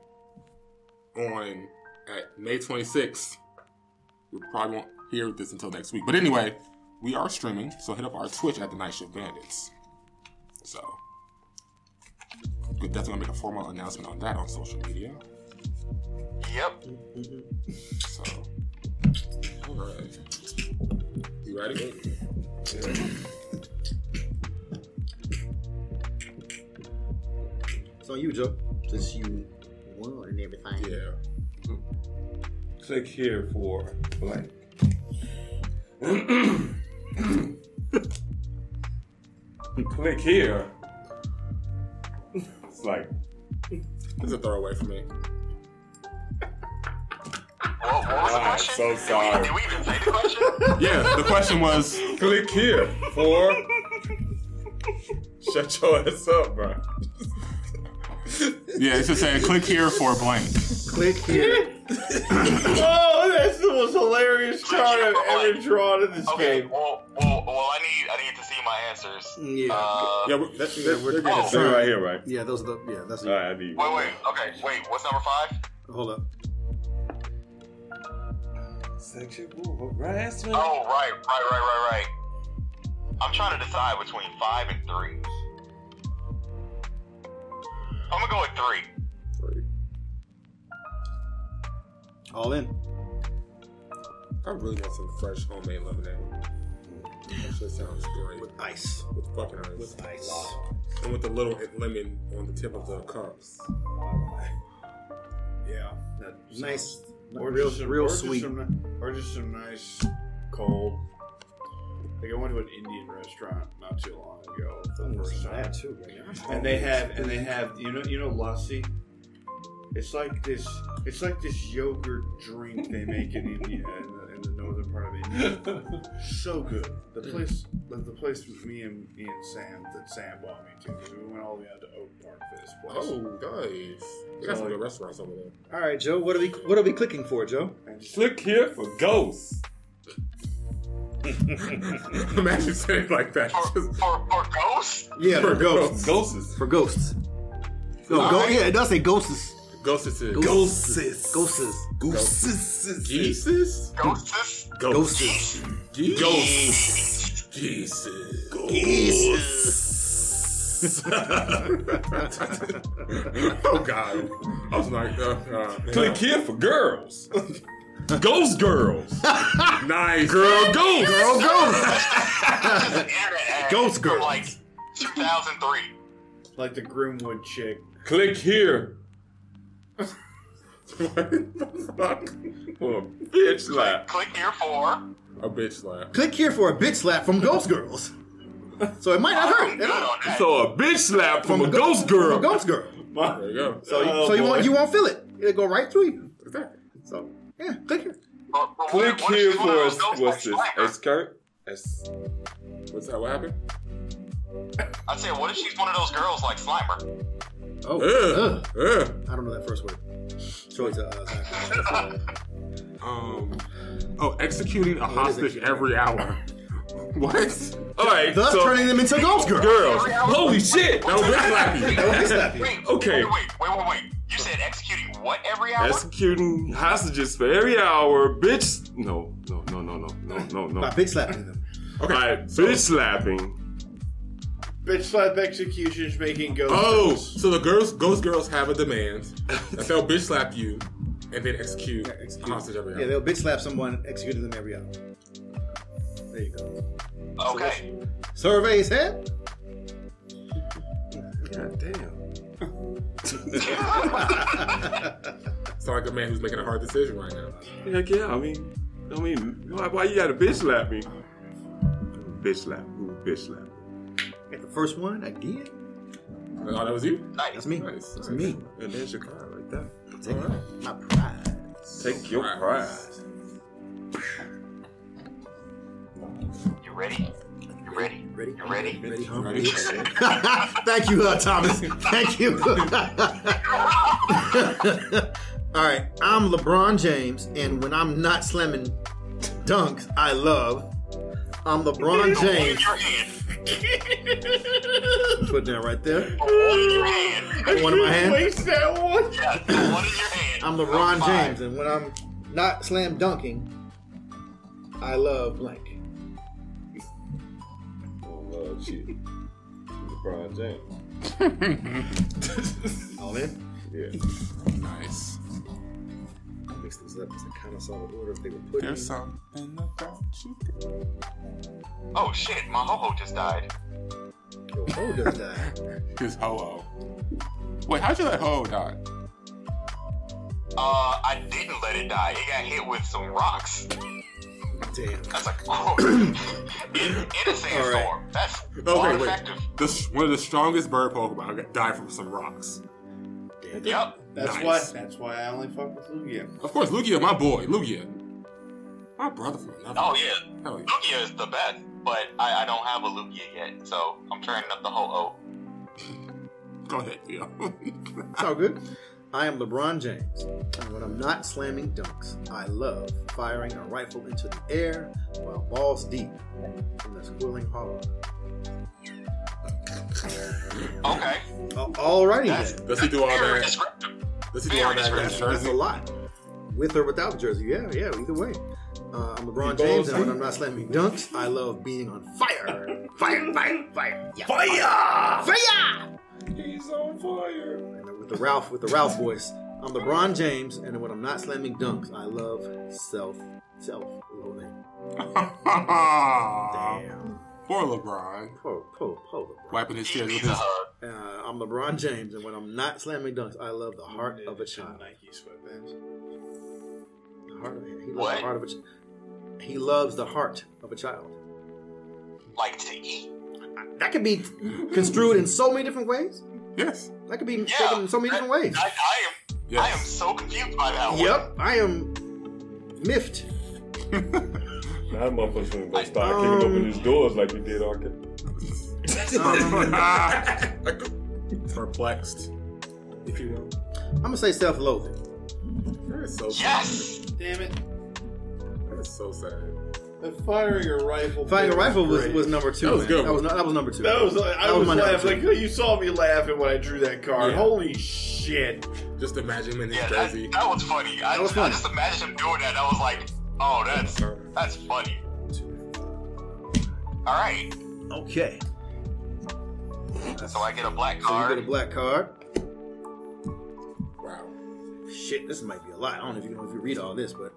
on at May 26th, we probably won't hear this until next week. But anyway, we are streaming, so hit up our Twitch at the Night Shift Bandits. So we're definitely gonna make a formal announcement on that on social media. yep. So, all right. You ready? It's on you, Joe. Since you won and everything. Yeah. Click here for blank. Click here. It's like This is a throwaway for me. What, what was the I'm question? Ah, so Did we- sorry. Did we, even say the question? Yeah, the question was click here for. Shut your ass up, bro. Yeah, it's just saying click here for blank. Click here. Oh, that's the most hilarious card I've ever drawn in this Okay. game. Well, well, well, I need I need to see my answers. Yeah. Uh, Yeah, we're, that's we're, we're Oh. It's right here, right? Yeah, those are the. Yeah, that's. All right, I need. Wait, wait. Okay, wait. What's number five? Hold up. Sexual harassment. Oh, right, right, right, right, right. I'm trying to decide between five and three. I'm gonna go with three. All in. I really want some fresh homemade lemonade. That shit sounds great. With, Ice. with fucking ice. With ice. and with a little lemon on the tip of the cups. Yeah. Nice. real, just some- real or just sweet. some- or just some nice cold. Like I went to an Indian restaurant not too long ago for the first time, too, and they have and they have you know you know lassi. It's like this. It's like this yogurt drink they make in India in the, in the northern part of India. so good. The place, the, the place with me and me and Sam that Sam brought me to. 'cause We went all the way out to Oak Park for this place. Oh, nice. They got some good restaurants over there. All right, Joe. What are we? What are we clicking for, Joe? And just Click here for ghosts. Imagine saying it like that. For, for, for ghosts? Yeah, for ghosts. Ghosts. For ghosts. No, All go, right. Yeah, it does say ghosts. Ghost is it. Ghosts. Ghosts. Jesus? Ghosts? Ghosts. Jesus. Jesus. oh God! I was like, uh, uh, Click here for girls. Ghost girls. nice girl, go, girl, go. Internet ad Ghost from, girls. Like 2003. like the Grimwood chick. Click here. what the fuck? for a bitch slap. Click here for. A bitch laugh. Click here for a bitch slap from Ghost Girls. So it might not I'm hurt. good on that. So a bitch slap from, a go- ghost From girl. a ghost girl. There you go. Oh, So, Oh, so you won't you won't feel it. It'll go right through you. Exactly. So yeah, click here. But- but Click what- what here if one of for a those ghosts what's like this? Swagger? A skirt. A s- What's that? What happened? I said, what if she's one of those girls like Slimer? Oh, Ugh. ugh. Ugh. I don't know that first word. Show it to uh, Zach. Um. Oh, executing a What is hostage it? every hour. What? All right, Thus so turning them into ghost girls. girls. Holy shit! That was Big Slappy. Don't be slappy. Wait, Okay. Wait, wait, wait, wait, wait. You said executing what every hour? Executing hostages for every hour, bitch. No, no, no, no, no, no, no, no. By bitch slapping them. All right, bitch slapping. Bitch slap executions making ghosts. Oh, so the girls, ghost girls have a demand that they'll bitch slap you and then execute a hostage every hour. Yeah, they'll bitch slap someone, executing them every hour. There you go. Okay. Surveys head. God damn. Sound like a man who's making a hard decision right now. Heck yeah. I mean, I mean, why, why you gotta bitch slap me? Bitch slap. Ooh, bitch slap. Got the first one again. Oh, that was you? Nice. That's me. Nice, That's nice. me. And there's your card right there. Take my pride. Take your prize. You ready? You ready? Ready? You ready? Ready? Ready? Thank you, uh, Thomas. Thank you. All right, I'm LeBron James, and when I'm not slamming dunks, I love. I'm LeBron Hold James. your hand. Put that right there. Hold your hand. One in my hand. Yeah, one in your hand. I'm I'm LeBron fine. James, and when I'm not slam dunking, I love blank. Oh, love shit. LeBron James. All in. Yeah. Nice. Mix these up. It's a kind of solid order if they were put in. There's something about you. Oh shit, my ho-ho just died. Yo, Ho does that. His ho ho. Wait, how'd you let ho die? Uh, I didn't let it die. It got hit with some rocks. Damn. That's like, oh, in, in a sandstorm. That's all Okay, wait. effective. This one of the strongest bird Pokemon got died from some rocks. Yep. that's nice. why. That's why I only fuck with Lugia. Of course, Lugia, my boy, Lugia. My brother from another. Oh yeah. Hell yeah. Lugia is the best, but I, I don't have a Lugia yet, so I'm turning up the ho-ho. Go ahead, yo. It's all good. I am LeBron James, and when I'm not slamming dunks, I love firing a rifle into the air while balls deep in the squirreling hollow. Okay. Uh, alrighty That's- then. Does he do all Very that? descriptive. Does he do all that in his That's a jersey? lot. With or without jersey, yeah, yeah, either way. Uh, I'm LeBron He James, balls and when deep. I'm not slamming dunks, I love being on fire. Fire, fire, fire. Yeah. Fire! Fire! He's on fire. And with the Ralph, with the Ralph voice. I'm LeBron James, and when I'm not slamming dunks, I love self, self-loathing. Damn. Poor LeBron. Poor, poor, poor LeBron. Wiping his He tears with needs a his. hug. Uh, I'm LeBron James, and when I'm not slamming dunks, I love the heart of a child. Nike sweatbands. The heart of, he loves What? the heart of a. ch- He loves the heart of a child. Like to eat. That could be construed in so many different ways. Yes. That could be Yeah, taken in so many different ways. I, I am I am Yes. so confused by that one. yep, I am miffed. Now that motherfucker's gonna go I- start kicking open Mm. his doors like he did Arkin. Um, Perplexed, if you will. I'm gonna say self-loathing. That is so Yes. Damn it! That is so sad. The firing a rifle. Fighting a thing rifle was, great. was number two. That was man. good. That was, no- that was number two. That was. I That was, my number laughing. two. Like, you saw me laughing when I drew that card. Yeah. Holy shit! Just imagine him in his Yeah, that, jersey. that was funny. I, That was I funny. just imagined him doing that. I was like, oh, that's that's funny. All right, Okay. so I get a black So you card. get a black card. Wow. Shit, this might be a lot. I don't know if you know if you read all this, but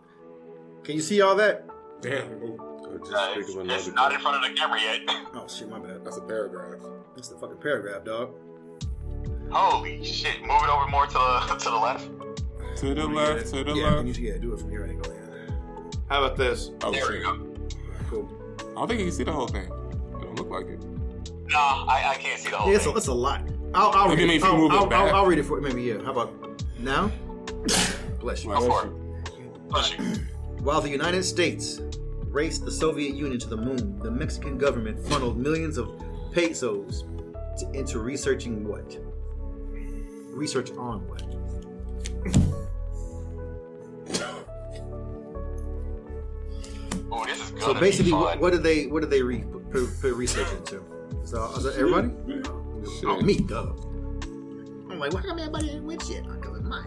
can you see all that? Damn. Ooh, Or just Uh, think it's, of it's another not in front of the camera yet. Oh shit, my bad. that's a paragraph. That's the fucking paragraph, dog. Holy shit! Move it over more to the to the left. To the left, to the Yeah, can you, yeah, do it from here and go in. How about this? Oh, there we shit. go. Cool. I don't think you can see the whole thing. It don't look like it. Nah, I, I can't see the whole Yeah, it's a, thing. it's a lot. I'll, I'll Maybe read if it. you I'll, move it I'll, back. I'll, I'll read it for Maybe yeah. How about now? Bless you. Go Bless for it. Push it. While the United States raced the Soviet Union to the moon, the Mexican government funneled millions of pesos to, into researching what? Research on what? Ooh, this is gonna So basically, be fun. what, what do they what do they re, put, put research into? Is that, is that everybody? Mm-hmm. Oh, me, duh. I'm like, why come everybody ain't with shit? I'm coming mine.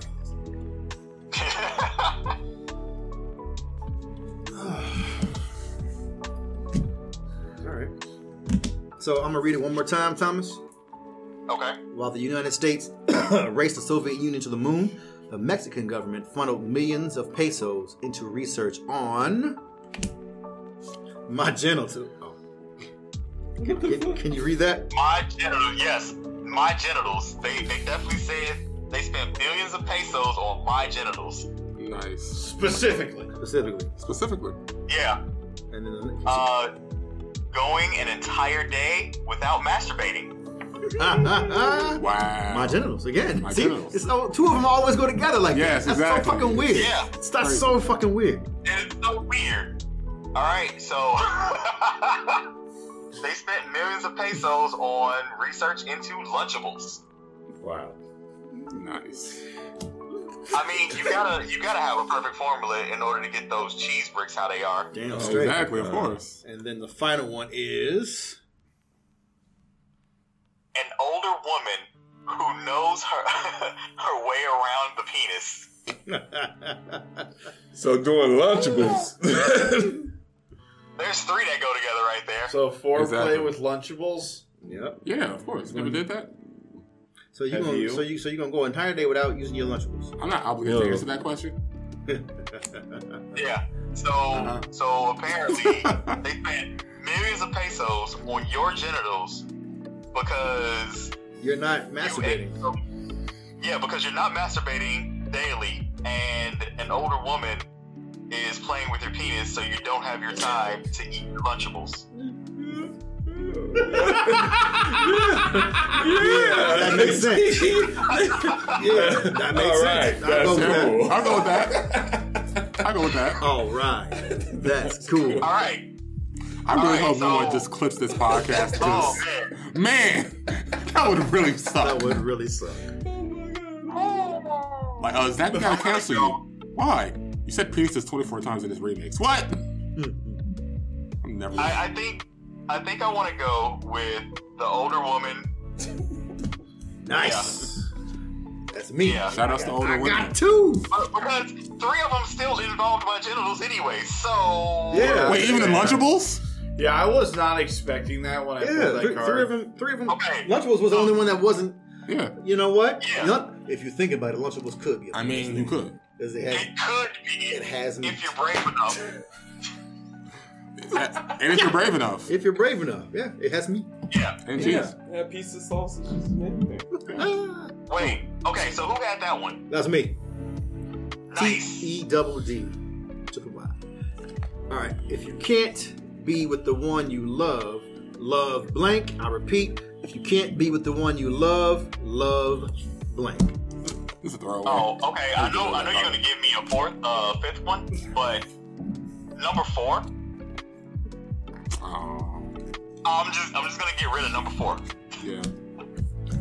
So I'm gonna read it one more time, Thomas. okay. While the United States raced the Soviet Union to the moon, the Mexican government funneled millions of pesos into research on my genital. Oh. Can, can you read that? My genitals, yes, my genitals. They they definitely said they spent billions of pesos on my genitals. Nice. Specifically. Specifically. Specifically. Yeah. And then Uh, going an entire day without masturbating. Wow. my genitals again. Uh, My See, genitals. it's all, two of them always go together like Yes, that. That's exactly. so fucking weird. Yeah. It's not so fucking weird. It's so weird. All right, so they spent millions of pesos on research into Lunchables. Wow. Nice. I mean, you gotta you gotta have a perfect formula in order to get those cheese bricks how they are. Damn straight. Oh, Uh, Exactly, Uh, of course. And then the final one is An older woman who knows her her way around the penis. So doing Lunchables. There's three that go together right there. So foreplay Exactly. with Lunchables. Yep. Yeah, of course. Never did that. So you Have gonna you? so you so you gonna go an entire day without using your lunchables? I'm not obligated Yeah. to answer that question. Yeah. So so apparently they spent millions of pesos on your genitals because You're not you ate masturbating. them. Yeah, because you're not masturbating daily and an older woman is playing with your penis so you don't have your time to eat your lunchables. That makes sense. yeah, that makes All right, sense. I'll go I'll go with with that. that's cool. that. I'll go with that. All right, that's cool. All right. I really Alright, hope no one so- just clips this podcast. Oh Just, man. man, that would really suck. That would really suck. Like, oh, is that gotta cancel you? Why? You said penises 24 times in this remix. What? I'm never. I, I think I think I wanna go with the older woman. Nice. That's me. Yeah. Shout outs to older I women. got two. But- Because three of them still involved my genitals anyway, so Yeah. Wait, even in Lunchables? Yeah, I was not expecting that when I Yeah, pulled that three, card. three of them. Three of them. Okay. Lunchables was the only one that wasn't. Yeah. You know what? Yeah. Lun- if you think about it, Lunchables could be. a I mean, you could. because it has It could be it has meat. if you're brave enough. And if you're brave enough. If you're brave enough, yeah, it has meat. Yeah. And cheese. yeah. yeah, pizza sausages and everything. Ah, Wait. Okay. So who had that one? that's me. Nice. T E double D. Took a while. All right. If you can't be with the one you love, love blank. I repeat, if you can't be with the one you love, love blank. This is a throwaway. Oh. Okay. I know. I know you're gonna give me a fourth, uh, fifth one, but number four. Oh, I'm just. I'm just gonna get rid of number four. yeah.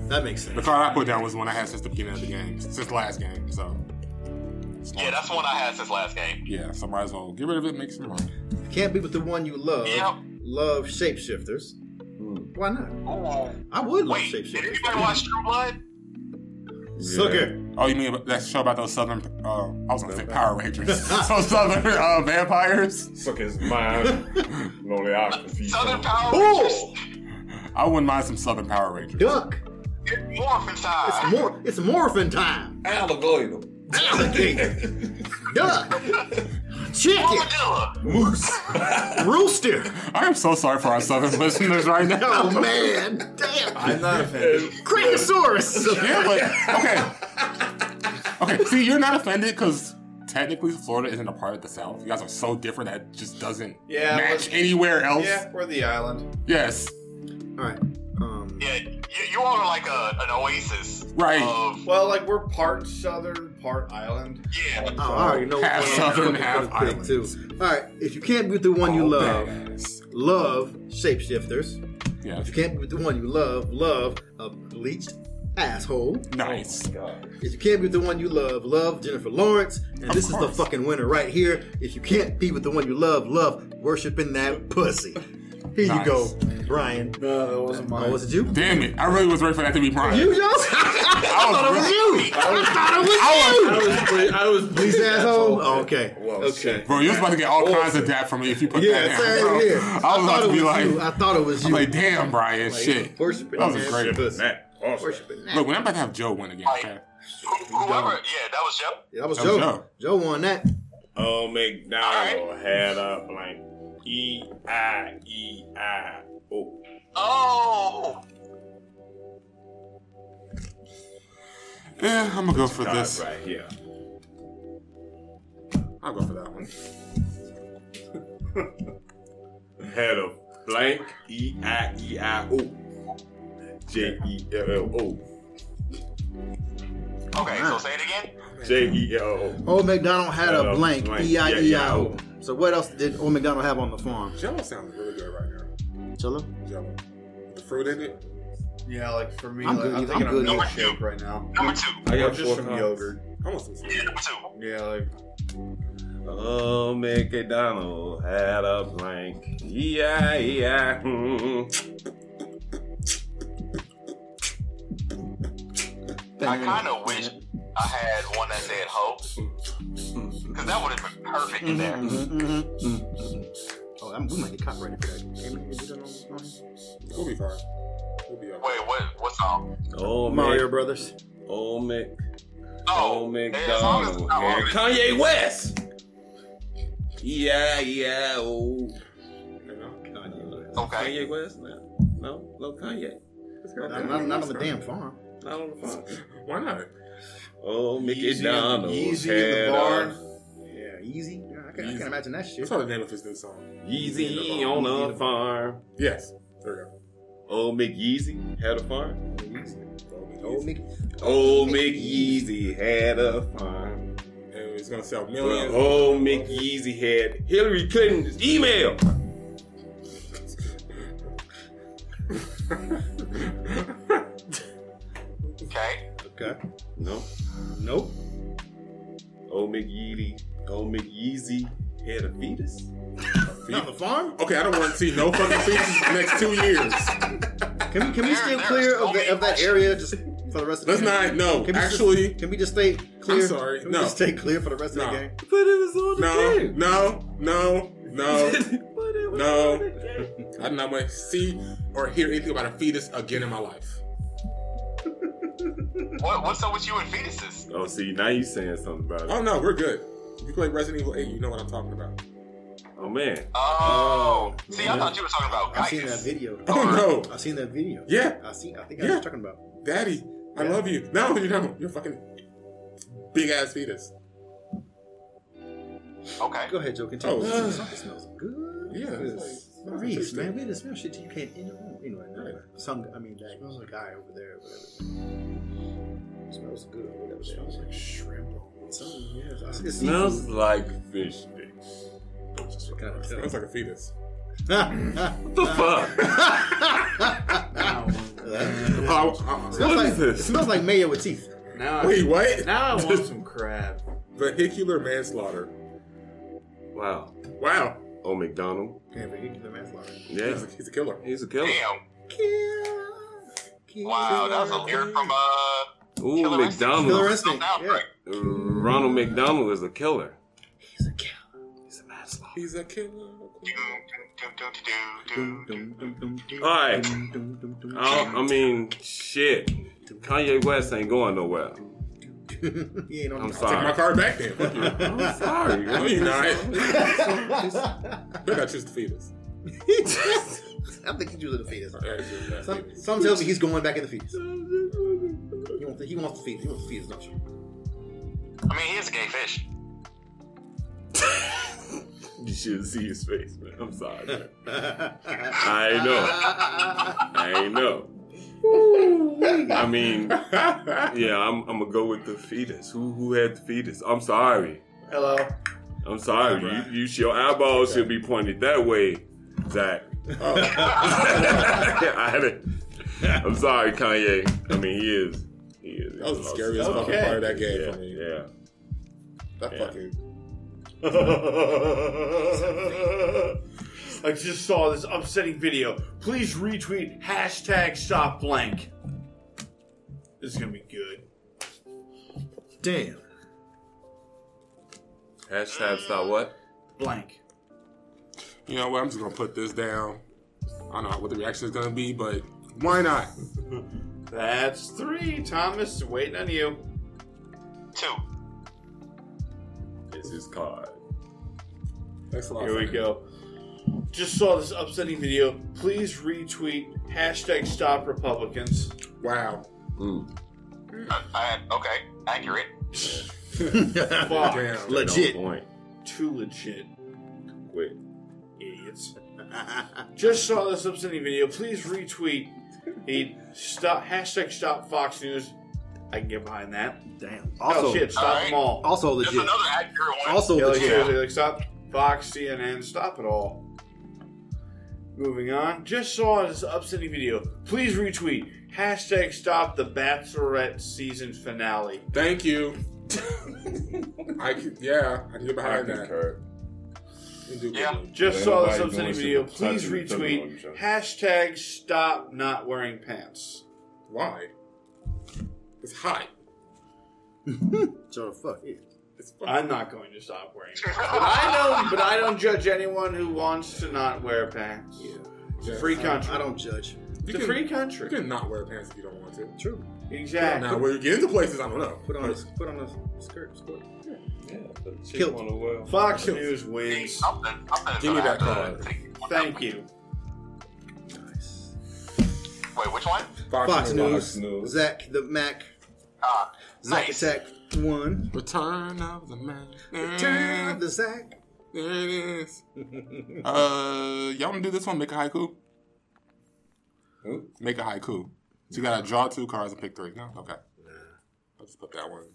That makes The sense. card I put down was the one I had since the beginning of the game, since last game. So Yeah. That's the one I had since last game. yeah, so might as well get rid of it, make some more. If you can't be with the one you love, Yep. love shapeshifters. Why not? Ooh. I would love Oh. Wait. Did shapeshifters. anybody watch True Blood? Sucker. Oh, you mean about that show about those southern? Uh, I was gonna say Power Rangers. so southern uh, vampires. Suck his mind. no, they are confused. Southern Power Rangers. Bull. I wouldn't mind some southern Power Rangers. Duck. It's morphin' It's time. more. It's morphin' time. Alligator. Alligator. Duck. Chicken. Armadillo. Moose. Rooster. I am so sorry for our southern listeners right now. Oh man. Damn. I'm not offended. Crackosaurus. Yeah, but okay, okay. See, you're not offended because technically Florida isn't a part of the South. You guys are so different that just doesn't Yeah, match but- anywhere else. yeah, we're the island. Yes, All right. Um, Yeah. You, you all are like a, an oasis. Right. Oh, Of Well, like we're part southern, part island. yeah. oh, I already know Half what southern, I'm half fucking gonna pick, too. All right. If you can't be with the one you All love, badass. love shapeshifters. Yeah, If you can't be with the one you love, love a bleached asshole. Oh Nice. God. If you can't be with the one you love, love Jennifer Lawrence. And this is course. the fucking winner right here. If you can't be with the one you love, love worshiping that pussy. Here you go, Brian. No, that wasn't mine. Oh, was it you? Damn it. I really was ready for that to be Brian. You, Jones? I thought it was you. I thought it was you. I was, I was Please, asshole. Oh, okay. okay. bro, you was about to get all kinds of dap from me if you put Oh. Yeah, that down. same bro. here. I was about thought to it be was like, you. I thought it was you. I'm like, damn, Brian, shit. Worshiping That was a great pussy. Matt, awesome. Worshiping that. Look, when I'm about to have Joe win again, okay? Who- Whoever, yeah, that was Joe. Yeah, that was That was Joe. Joe. Joe won that. Oh, McDonald had a blank. E I E I O. Oh, Yeah, I'm gonna go for God, this. right here. I'll go for that one. Had a blank. E I E I O. J E L L O. okay. So say it again. J E L O. Old McDonald had Had a a blank. blank. E I E I O. Yeah, So what else did Old McDonald have on the farm? Jello sounds really good right now. Chilla. Jello. The fruit in it? Yeah, like for me, I'm like, good I'm either. thinking I'm I'm good good either. milkshake right now. Number two. I Or got just four from pounds. yogurt. I want some fruit. Yeah, number two. Yeah, like Oh, McDonald had a blank. E I E I. hmm. I kind of wish I had one that said hope, because that would have been perfect in there. Mm-hmm. Oh, I'm, we might get copyrighted for that. We'll be fine. We'll be all right. Wait, what? What song? Oh, Mario Mac. Brothers. Oh, Mac. Oh, Oh, as long as it's McDonald. not wrong. And Kanye West. Yeah, yeah, oh. Okay. Kanye West? No, no, no Kanye. Not, not, not on the damn farm. Not on the phone. Why not? Oh, Mickey Yeezy in- Donald. Yeezy in the had a- barn. Yeah, easy. Yeah, I, can, I Easy. can't imagine that shit. That's all the name of his new song. Yeezy on a farm. Yes. There Oh, McYeezy had a farm. we go. Old Mickey. Oh, McYeezy had a farm. And it's gonna sell millions. Oh, McYeezy had Hillary Clinton's email. Okay. Okay. No. Nope. Oh, McYeezy. Oh, McYeezy had a fetus. Not on the farm. Okay, I don't want to see no fucking features the next two years. Can we can we There- stay there clear are so of, the, many of that questions. area just for the rest of the Let's not. game? No, Can we actually, just, can we just stay clear? sorry, Can we no. just stay clear for the rest No. of the game? But it was on no, no, no, no. but it was No. on the game. I do not want to see or hear anything about a fetus again in my life. What? What's up with you and fetuses? Oh, see, now you saying something about it. Oh no, we're good. If you play Resident Evil 8, you know what I'm talking about. Oh, man. Oh, see, I thought you were talking about I've seen that guys. video. Oh no, I've seen that video. Yeah. I see. I think Yeah. I know what you're talking about. Daddy, I Yeah. love you. No, you don't. You're fucking big ass fetus. Okay. Go ahead, Joe. Continue. Oh. Something smells good. Yeah, What it's is- like- Maurice, man, we had to smell shit till you can't in the room. Anyway, no, Right. some I mean that smells like guy over there, whatever. Smells good, or whatever. Smells like shrimp. Something, yeah. I see the seafood. Smells like fish sticks. Kind of Sounds like a fetus. What the fuck? Oh, I- I- smells What like, is this? It smells like mayo with teeth. now. wait, what? now I want some crab. Vehicular manslaughter. wow. Wow, Oh, McDonald. Can't forget the manslaughter. Yeah. he's a, he's a killer. He's a killer. Damn. Kill. Wow, that was a lyric from uh. Ooh, Killer instinct. Killer McDonald. instinct. Yeah. Outbreak. Ronald McDonald is a killer. He's a killer. He's a manslaughter. He's a killer. Do, do, do, do, do, do, do. All right. Alright. I, I mean, shit. Kanye West ain't going nowhere. he ain't on I'm the- Take my sorry. card back then. Fuck you. I'm sorry. No, you're not. I Better choose the fetus. think he's using the fetus. Alright, choose that Some, fetus. some tells me he's going back in the fetus. He wants the, he wants the fetus. He wants the fetus, don't you? I mean, he is a gay fish. You should see his face, man. I'm sorry. Man. I know. I know. I mean, yeah, I'm, I'm gonna go with the fetus. Who who had the fetus? I'm sorry. Hello. I'm sorry. You, you should- your eyeballs should be pointed that way, Zach. Oh, I had it. I'm sorry, Kanye. I mean, he is. That was the scariest fucking Okay. part of that game Yeah, for me. yeah. That yeah. fucking I just saw this upsetting video. Please retweet hashtag shop blank. This is gonna be good. Damn. Hashtag stop what? Blank. you know what? I'm just gonna put this down. I don't know what the reaction is gonna be, but why not? That's three. Thomas, waiting on you. Two. It's his card. Thanks a lot. Here we Frank. go. Just saw this upsetting video. Please retweet hashtag stop Republicans. Wow. Uh, I, I, okay, accurate. Ah, Fuck. Damn. Legit. No point. Too legit. Quit. Idiots. Just saw this upsetting video. Please retweet. He stop hashtag stop Fox News. I can get behind that. Damn. oh Also, shit! Stop Alright. them all. also Just legit. another accurate one. Also Yeah, like, legit. seriously, like stop Fox, CNN, stop it all. Moving on. Just saw this upsetting video. Please retweet. Hashtag stop the Bachelorette season finale. Thank you. I can, yeah, I can get behind that. You can do good Yeah. one. Just Ain't saw this nobody upsetting going to video. touch Please it, it's under retweet. each other. Hashtag stop not wearing pants. Why? It's hot. So fuck it. It's fucking I'm not going to stop wearing pants. But I don't but I don't judge anyone who wants to not wear pants. It's a free country. I don't judge. You it's a can, free you country. can not wear pants if you don't want to. True. Exactly. Now, where you get into places, I don't know. Put on But- this. Put on a skirt. skirt. Yeah, but chick Kilt. wanna wear- Fox Kills. News See, wins. something, something is Give me gonna that have to card. take- Thank you. Nice. Wait, which one? Fox, Fox News. News. Zach the Mac. Ah, Zach Nice. Attack One. Return of the Man. Turn Mm. of the Zach. There it is. uh, y'all wanna do this one? Make a haiku. Who? Make a haiku. So you gotta draw two cards and pick three. No, okay. I'll just put that one. ooh,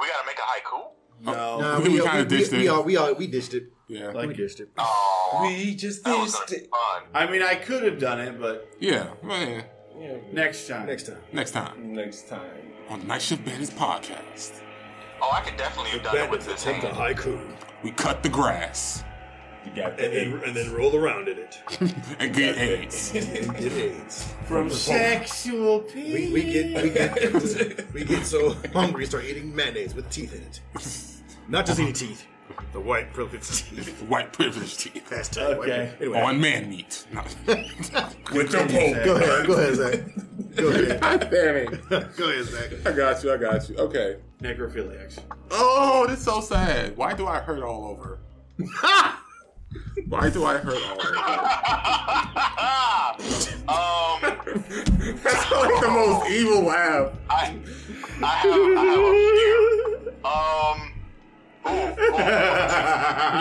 we gotta make a haiku? No. Nah, we we, we, kinda we, ditched we, it. all, we all we ditched it. Yeah, we Like ditched it. Oh, We just that was gonna dissed be it. fun. I mean, I could have done it, but yeah. Well, yeah. next time. Next time. Next time Next time. on the Night Shift Bandits podcast, Oh, I could definitely have done it with this attempt a hand. haiku we cut the grass You got and then and then roll around in it. and get AIDS. It is. From sexual peace. We, we get we get we get so hungry we start eating mayonnaise with teeth in it. Not just any teeth. The white privilege teeth. White privilege teeth Hashtag white Okay. privilege. Anyway, on man meat. No. with the pope. go ahead. Go ahead, Zach. Go ahead. Damn it! Go ahead, Zach. I got you. I got you. Uh, Okay. Necrophiliacs. Oh, this is so sad. Why do I hurt all over? Why do I hurt all over? um, That's like the most evil laugh. I, I have, I have a few. Um, ooh, ooh.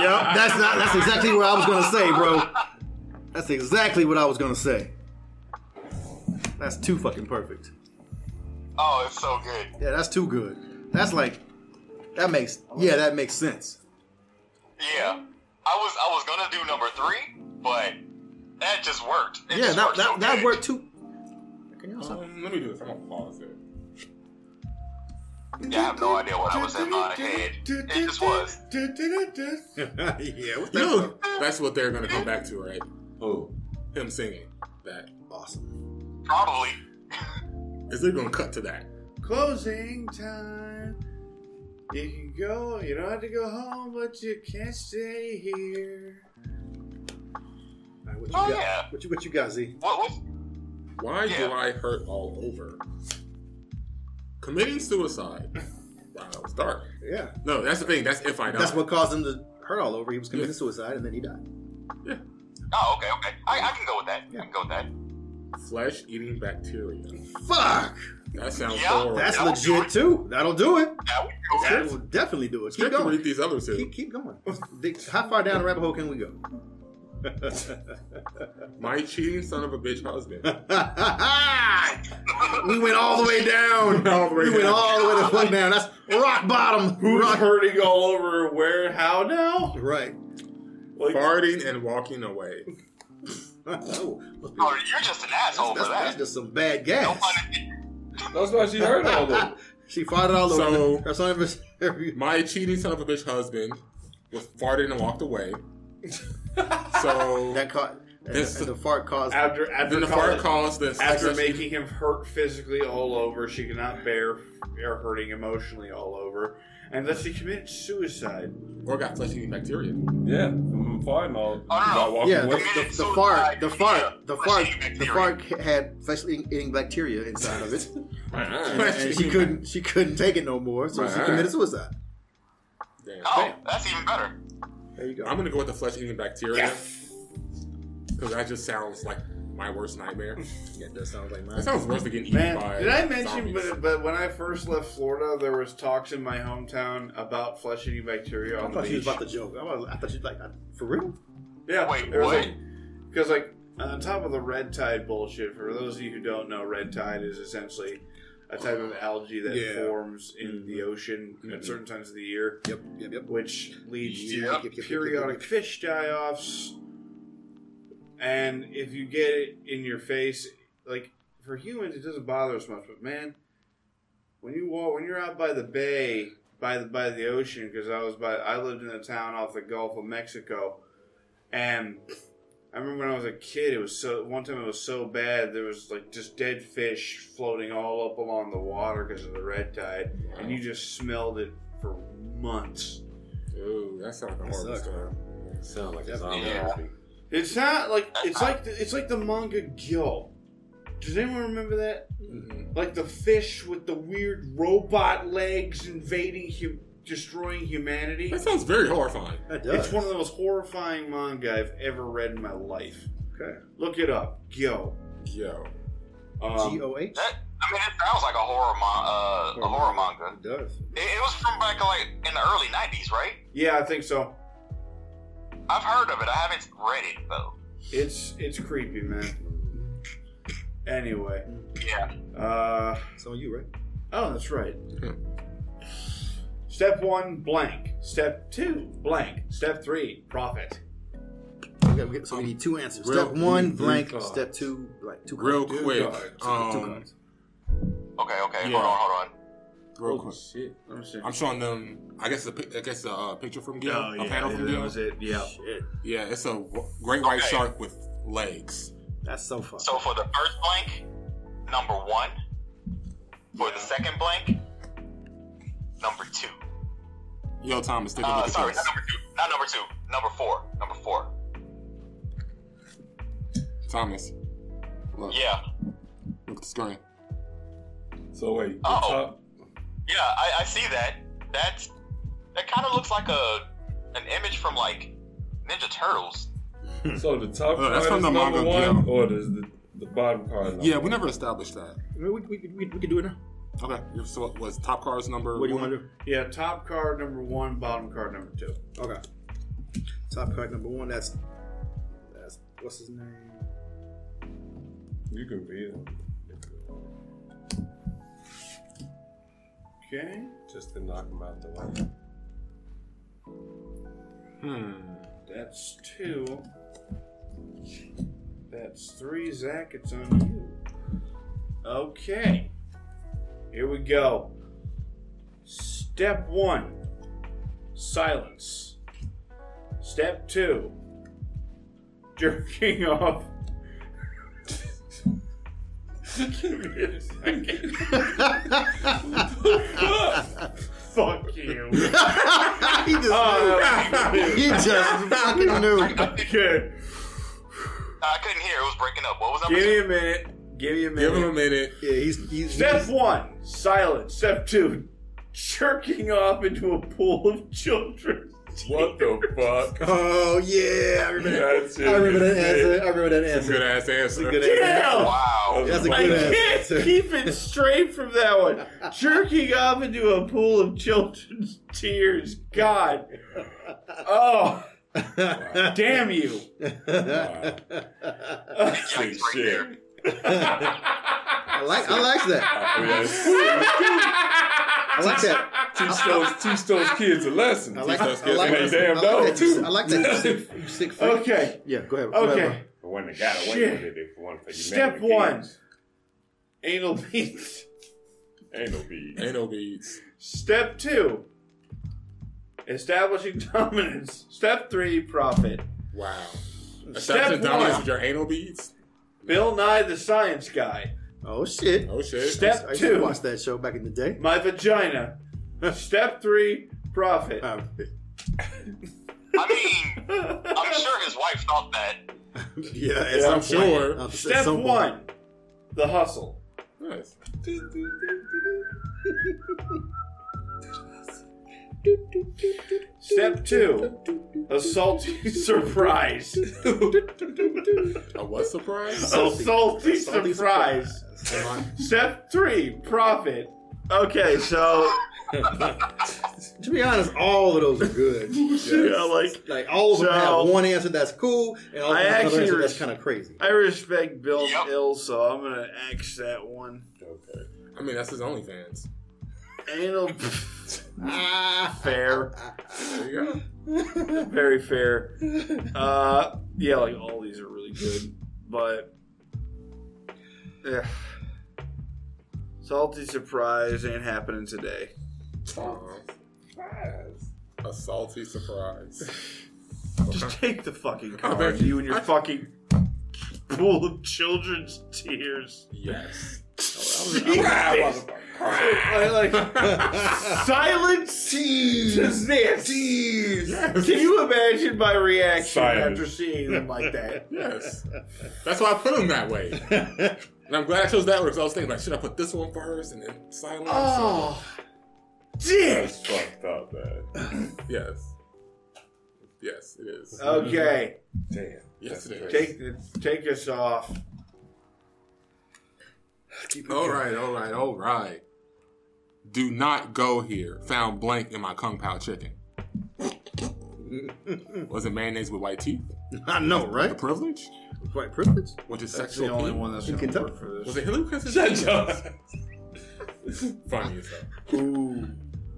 Yep, that's not. That's exactly what I was gonna say, bro. That's exactly what I was gonna say. That's too fucking perfect. oh, it's so good. Yeah, that's too good. That's like, that makes. Yeah, that makes sense. Yeah, I was, I was gonna do number three, but that just worked. It Yeah, just that worked so that, that good. worked too. Um, let me do this. I'm gonna pause it. Yeah, I have no idea what I was in my head. It just was. yeah, what's You know, that's what they're gonna come back to, right? Oh, Him singing that. Awesome. Probably. Is they gonna cut to that? Closing time. You can go. You don't have to go home, but you can't stay here. All right, what you Oh, got? yeah. What you what you got, Z? What? What? Why Yeah. do I hurt all over? Committing suicide. Wow, that was dark. Yeah, No, that's the thing. That's if I die. that's what caused him to hurt all over. He was committing suicide and then he died. Oh, okay, okay. I, I can go with that. I can go with that. Flesh eating bacteria. Fuck. That sounds Yeah, horrible. That's That'll do legit it. too. That'll do it. Yeah, we can go with That that. will definitely do it. You Keep have to read going. these other two. Keep, keep going. They- How far down the rabbit hole can we go? My cheating son of a bitch husband. we went all the way down. All the way we went down. all the way to fuck down. That's rock bottom. Who's rock hurting all over? Where? How now? Right. Like, Farting and walking away. Oh, Oh, you're just an asshole that's, for that. that's just some bad gas. No pun intended. That's why she heard all them. She farted all over. So- the- her son was- every- My cheating son of a bitch husband was farted and walked away. so that caught. And This- the, and the fart caused. After after then the calling- fart caused the after success- making him hurt physically all over, she could not bear her hurting emotionally all over, and thus she committed suicide. or got flesh eating bacteria. Yeah, from farting all. I don't About know. walking Yeah, the, away. the, the So, fart, like, the fart, yeah, the flesh fart, eating the fart had flesh eating bacteria inside of it, and, Flesh and she eating couldn't, she couldn't take it no more, so she Right. committed suicide. Damn. Oh, that's even better. There you go. I'm gonna go with the flesh eating bacteria because that just sounds like my worst nightmare. yeah, that sounds like That mine. sounds worse than getting eaten Man, by. did I mention? zombies. But, but when I first left Florida, there was talks in my hometown about flesh-eating bacteria I on the thought she beach. was about to joke. I, was, I thought she was like, for real? yeah, Wait, there was, what? like- Because like on top of the red tide bullshit, for those of you who don't know, red tide is essentially a type of algae that Yeah. forms in the ocean Mhm. at certain times of the year, Yep, yep, yep. which leads to Yep, yep, yep, yep, periodic yep. fish die-offs. And if you get it in your face, like for humans, it doesn't bother us much, but man, when you walk, when you're out by the bay, by the by the ocean, because I was by, I lived in a town off the Gulf of Mexico, and I remember when I was a kid, it was so one time it was so bad there was like just dead fish floating all up along the water because of the red tide, and you just smelled it for months. Ooh, that sounds like a That horrible sucks. story. Sound like a zombie. Definitely. Yeah. It's not like it's like the, it's like the manga Gill. Does anyone remember that? Mhm. like the fish with the weird robot legs invading hu- destroying humanity. That sounds very horrifying. That does. It's one of the most horrifying manga I've ever read in my life. Okay. Look it up, Gyo. Yo, Um, G O H. That, I mean, it sounds like a horror, mon- uh, a horror manga. Um, It does. It, it was from back like in the early '90s, right? yeah, I think so. I've heard of it. I haven't read it though. It's it's creepy, man. Anyway, Yeah. uh, It's on you, right? oh, that's right. Step one, blank. Step two, blank. Step three, profit. Okay, we get, so we need two answers. Real- Step one, mm, blank. mm, Step two, like two. real cards. quick, Two, um, two cards. Okay. Okay. Yeah. Hold on. Hold on. real quick. shit. I'm showing them. I guess the pic- I guess the uh, picture from Gil, Oh, a panel from that Gil. was it. Yeah. Yeah, it's a w- great white Okay. shark with legs. That's so far. So for the first blank, number one. For the second blank, number two. Yo, Thomas, take a look Uh, at sorry, this. not number two. Not number two. Number four. Number four. Thomas, look, Yeah. look at the screen. So wait, the Oh. top. Yeah. I, I see that. That's that kind of looks like a an image from like Ninja Turtles. So the Oh, top card that's is from the number manga, one, yeah. or is the the bottom card? Number Yeah, we never established that. I mean, we, we, we, we can do it now. Okay, so it was top cards number What do you one? want to do? Yeah, top card number one, bottom card number two. Okay. Top card number one. That's that's what's his name? You can read it. Okay. Just to knock them out the way. Hmm. That's two. That's three, Zach. It's on you. Okay. Here we go. Step one silence. Step two jerking off. Give me a second. Fuck you. he just Oh, knew. he just fucking knew. Good. I couldn't hear. It was breaking up. What was number Give two? me a minute. Give me a minute. Give him a minute. Yeah, he's he's. Step one, silence. Step two, jerking off into a pool of children. What the fuck? oh yeah, I remember. that. That's it. I remember that answer. I remember that answer. Good ass answer. Good answer. Damn! Oh Wow. That's a I good can't answer. keep it straight from that one. Jerking off into a pool of children's tears. God. Oh, damn you. Yikes, right shit. there. I like I like that. I like that. teach those teach those kids a lesson. I like teach that. those I like kids and they that. damn I like know that. You- too. I like that. You sick- you sick freak. Okay, Yeah, go ahead. go ahead, Oh. okay. But when they got away Shit. with it, if one for you Step one anal beads. Ain't no beads. Ain't no beads. Step two, establishing dominance. Step three, profit. Wow. Step Step dominance one, with your anal beads? Bill Nye the Science Guy. Oh shit! Oh shit. Step I used to two, watch that show back in the day. my vagina. Step three, profit. Uh, I mean, I'm sure his wife thought that. yeah, at Yeah, some I'm point. sure. Uh, at Step some point. one, the hustle. Nice. Step two, a salty surprise. I was surprised. A salty surprise. Step three, profit. Okay, so To be honest, all of those are good. yeah, like like all of them So- have one answer that's cool, and all of I them have another actually answer that's res- kind of crazy. I respect Bill Yep. Ill, so I'm gonna X that one. Okay. I mean, that's his OnlyFans. Anal fair, There you go. very fair. Uh, yeah, like all these are really good, but yeah, salty surprise ain't happening today. A salty surprise. Just take the fucking I car, bet- you and your I- fucking pool of children's tears. Yes. like, silence to this. Can you imagine my reaction Silence. after seeing them like that? Yes. That's why I put him that way. And I'm glad I chose that one because I was thinking, like, should I put this one first and then silence? Oh, dick. That's fucked up, man. Yes. Yes, it is. Oh. Okay, Damn. yes, it is. take take us off. All right, all right, all right. Do not go here. Found blank in my kung pao chicken. Was it mayonnaise with white teeth? I know, The right? privilege? White privilege. Which is That's the sexual only appeal? one that's You gonna can tell. work for Was this. it Hillary Clinton? Shut up. Funny as hell.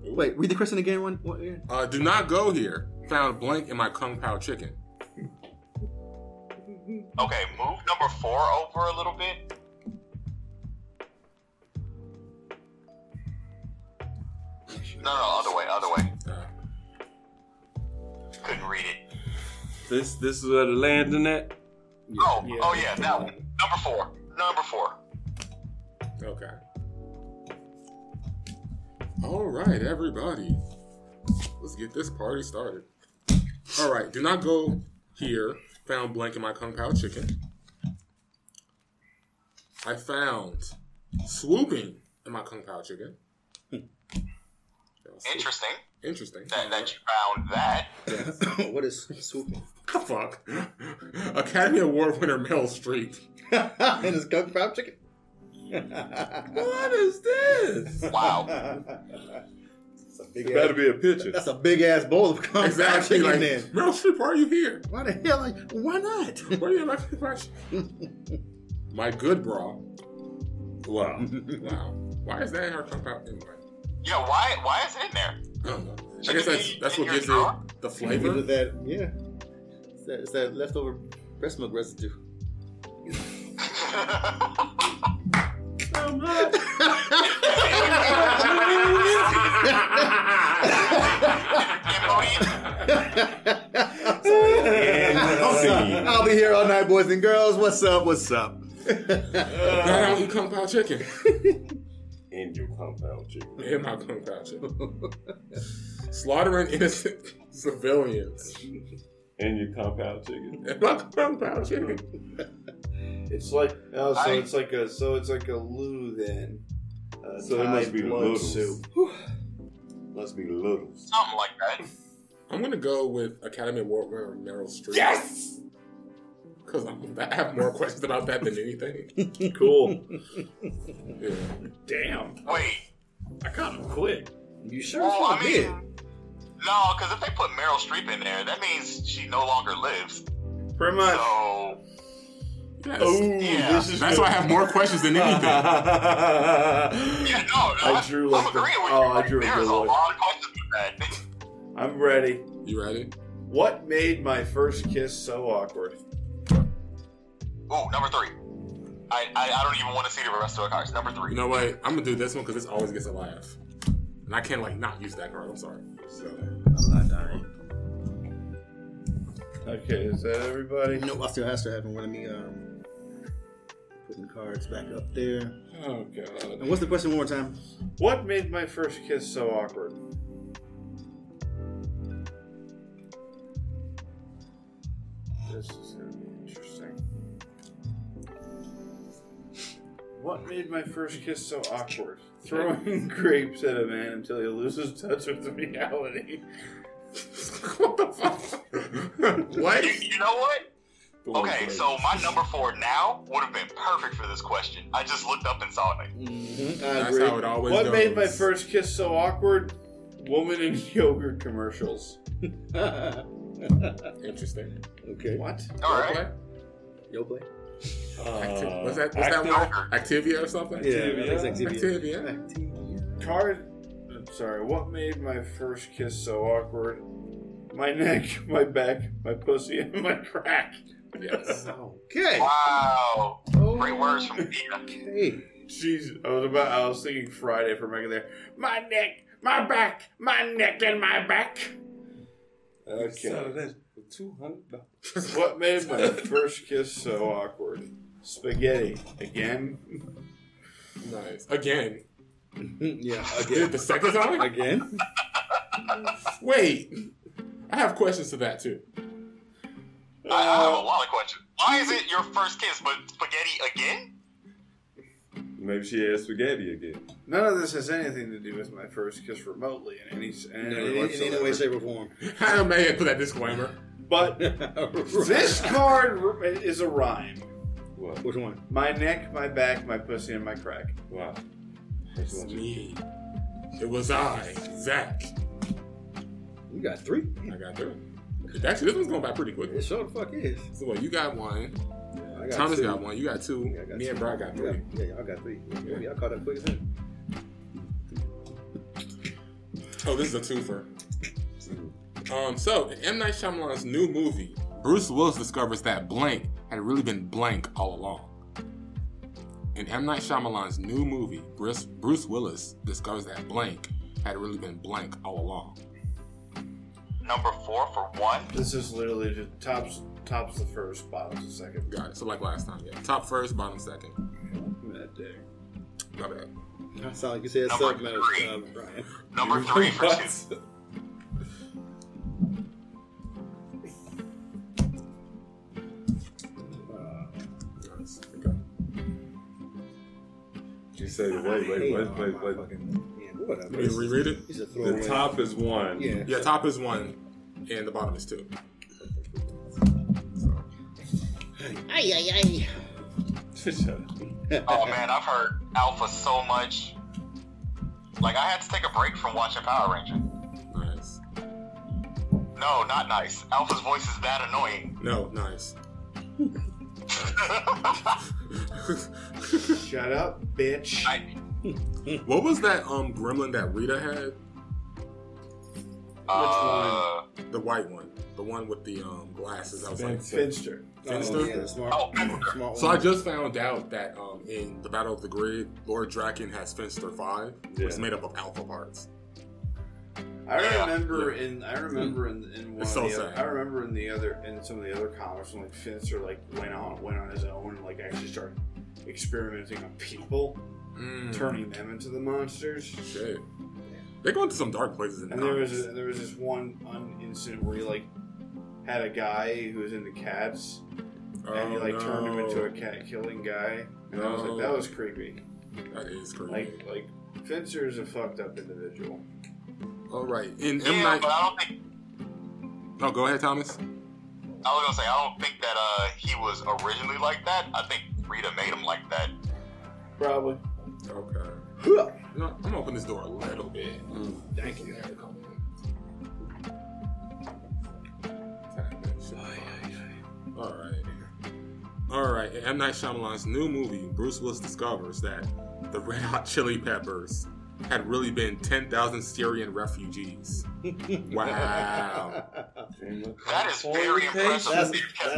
Wait, read the question again. One. What, yeah. Uh, do not go here. Found blank in my kung pao chicken. Okay, move number four over a little bit. No, no, other way, other way. Uh, Couldn't read it. This this is where the landing at. Oh, oh yeah, that one. Number four. Number four. okay. All right, everybody. Let's get this party started. All right, do not go here. Found blank in my kung pao chicken. I found swooping in my kung pao chicken. Hmm. Interesting Interesting. that, that you found that. what is swooping? Fuck. Academy Award winner Meryl Streep. and it's kung pao chicken. What is this? Wow. That's a big Better ass, be a picture. that's a big ass bowl of kung Exactly. pao Like, chicken. Oh, Then Meryl Streep, why are you here? why the hell? Like, why not? Why are you in my question? My good bra. Wow. Wow. Why is that in her cup out anyway? Yeah, why why is it in there? I don't know. I guess that's, that's what gives it the Because of flavor. that, yeah. It's that, it's that leftover breast milk residue. I'll be here all night, boys and girls. What's up? What's up? Glad I don't eat kung pao chicken. In your compound chicken. In my kung pao chicken. Slaughtering innocent civilians. In your compound chicken. In my kung pao chicken. It's like oh, so I- it's like a so it's like a loo then. Uh, So it must Thai be blood littles. soup. Must be littles. Something like that. I'm gonna go with Academy Award winner Meryl Streep. Yes! Because I have more questions about that than anything. Cool. Yeah. Damn, Wait. I kind of quit. You sure as Well, fuck I mean, did. no, because if they put Meryl Streep in there, that means she no longer lives. Pretty much. So Yes. Oh, yeah, That's why I have more questions than anything. yeah, no, no, I drew, like, I'm the- agreeing with oh, you. I Like, drew a There's good a one. lot of questions with that. I'm ready. you ready? What made my first kiss so awkward? Ooh, number three. I, I, I don't even want to see the rest of the cards. Number three. You know what? I'm gonna do this one because this always gets a laugh, and I can't like not use that card. I'm sorry. So I'm not dying. Okay, is that everybody? Nope, I still has to happen when me um putting cards back up there. Oh god. And what's the question one more time? What made my first kiss so awkward? This is gonna be interesting. What made my first kiss so awkward? Throwing grapes at a man until he loses touch with reality. what the fuck? what? You, you know what? Oh, Okay, so my number four now would have been perfect for this question. I just looked up and saw it. I That's agree. how it always What goes. made my first kiss so awkward? Woman in yogurt commercials. interesting? Okay. What? All right. Yo play? Acti- Uh, what's that? What's that active- one? Activia or something? Yeah, that's Activia. Card. I'm sorry. What made my first kiss so awkward? My neck, my back, my pussy, and my crack. Yes. Okay. Wow. Oh, Great words from Peter. Okay. Jeez, I was about. I was thinking Friday for Megan there. My neck, my back, my neck, and my back. Okay. Two hundred dollars. What made my first kiss so awkward? Spaghetti again. Nice. Again. Hmm, yeah. Did it the second time? Again? Wait. I have questions to that too. I, I have a lot of questions. Why is it your first kiss, but spaghetti again? Maybe she had spaghetti again. None of this has anything to do with my first kiss remotely in any in In any, any- in any way, whatsoever. shape, or form. I don't may have put that disclaimer. But this card r- is a rhyme. What? Which one? My neck, my back, my pussy, and my crack. Wow. It's me. It was I, Zach. You got three? I got through. Actually, this one's going by pretty quick. It sure the fuck is. So what? You got one. I got Thomas two. got one. You got two. Yeah, I got me two. and Brian got Yeah, three. yeah, y'all got three. Yeah, y'all caught up quick as hell. Oh, this is a twofer. Um, so in M Night Shyamalan's new movie, Bruce Willis discovers that blank had really been blank all along. In M Night Shyamalan's new movie, Bruce Bruce Willis discovers that blank had really been blank all along. Number four for one. This is literally just tops tops the first, bottoms the second. Got it. So like last time, yeah. Top first, bottom second. That day. My bad. That sound like you said Number something else, three. uh, Brian. Number three for two. Nice. Okay. She said, wait, wait, Hey, wait, oh, wait, my wait. fucking- yeah, whatever. Can you reread it? He's a throwaway. The top is one. Yeah. Yeah, top is one, and the bottom is two. Ay, ay, ay. Shut up. Oh man, I've heard Alpha so much. Like I had to take a break from watching Power Ranger. Nice. No, not nice. Alpha's voice is that annoying. No, nice. Shut up, bitch. I, What was that um gremlin that Rita had? uh, The white one. The one with the um glasses. I was like, Finster. Finster? Oh, yeah, the smart, Oh, smart So I one. just found out that um in the Battle of the Grid, Lord Draken has Finster Five, which is Yeah. made up of alpha parts. I remember in I remember in, in one It's so of the other, sad. I remember in the other in some of the other comics when like Finster like went on went on his own and like actually started experimenting on people, Mm, turning them into the monsters. shit. They're going to some dark places in the And there was comics. a, there was this one un- incident where he like had a guy who was into cats and he Oh, like turned him no. into a cat killing guy. And I was No. like, that was creepy. That is crazy. Like like Finster is a fucked up individual. All right. In M yeah, Night. but I don't think No, go ahead, Thomas. I was gonna say I don't think that uh he was originally like that. I think Rita made him like that. Probably. Okay. You know, I'm gonna open this door a little bit. Thank you. All right. All right. In M. Night Shyamalan's new movie, Bruce Willis discovers that the Red Hot Chili Peppers had really been 10,000 Syrian refugees. Wow. That is very impressive. That's,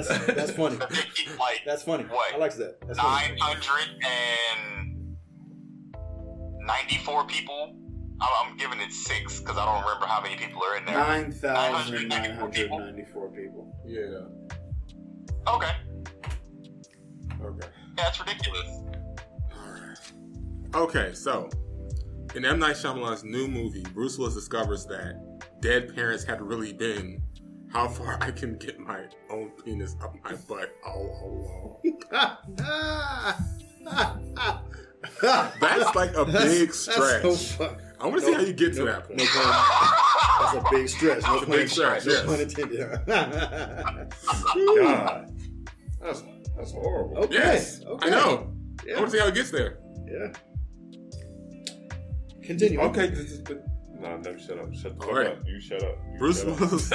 that's, that's funny. like That's funny. What? I like that. That's funny. 994 people. I'm, I'm giving it six because I don't remember how many people are in there. 9,994 people. Yeah. Okay. Okay. Yeah, that's ridiculous. Okay, so in M. Night Shyamalan's new movie, Bruce Willis discovers that dead parents had really been how far I can get my own penis up my butt Oh, all along. That's like a big stretch. That's so fuck. I want to see how you get to that point. No pun. That's a big stretch. No a pun, big stretch, No yes. pun intended. God. That's, that's horrible. okay. Yes, Okay. I know. I Yeah. want to see how it gets there. yeah. Continue. Okay, this is but Oh. no, no, shut up. Shut the All fuck right. up. You shut up. You Bruce shut up. Willis,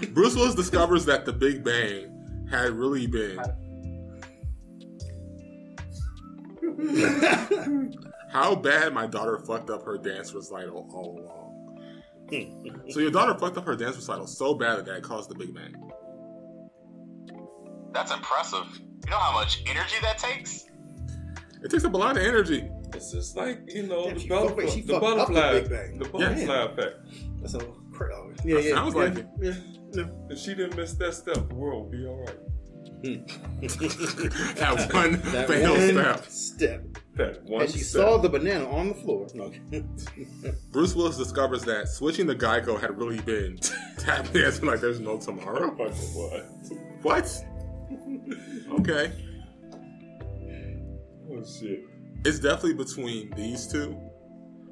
dis- Bruce Willis discovers that the Big Bang had really been how bad my daughter fucked up her dance recital all along. so your daughter fucked up her dance recital so bad that it caused the Big Bang. That's impressive. You know how much energy that takes? It takes up a lot of energy. It's just like you know Damn, the she fucked- butterfly, wait, she the fucked up the butterfly, Big Bang. the butterfly Yeah. effect. That's a cra- oh, yeah, yeah. sounds yeah, like it. Yeah. If she didn't miss that step, the world would be all right. That one That failed one step. step. That one And she step. saw the banana on the floor. No. Bruce Willis discovers that switching to Geico had really been tap dancing like there's no tomorrow. Fuck what? What? Okay. Oh shit! It's definitely between these two.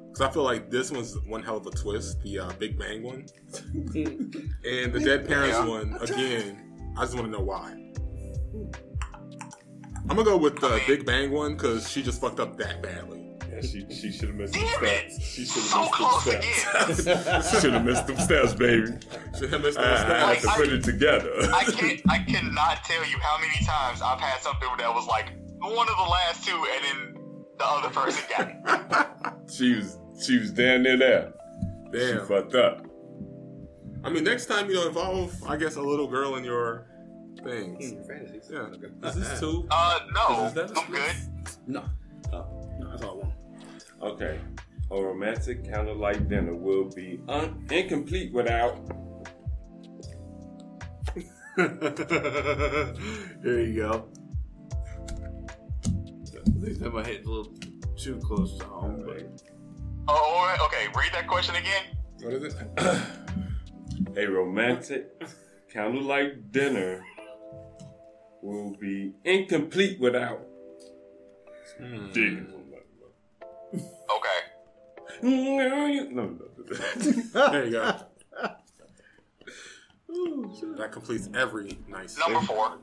Because I feel like this one's one hell of a twist, the uh, Big Bang one. and the Dead Parents Yeah. one, again, I just want to know why. I'm going to go with the Big Bang one because she just fucked up that badly. Yeah, she she should have missed the Damn it! steps. She should So close have missed again. the steps. should have missed the steps, baby. Should have missed I, those Uh, I steps. had to put it together. I can't. I cannot tell you how many times I've had something that was like one of the last two, and then the other person got it. she was she was down near there. She Damn. fucked up. I mean, next time, you know, involve, I guess, a little girl in your things. Hmm, Fantasies. Yeah. Okay. Is this two? Uh, no, Is that a I'm good. No. No, that's all I want. Okay. A romantic candlelight dinner will be un- incomplete without Here you go. I think that might hit a little too close to home, but Oh, all right, okay. Read that question again. What is it? a romantic candlelight dinner will be incomplete without Hmm. digging. Okay. No, you- no, no. There you go. that completes every nice Number four.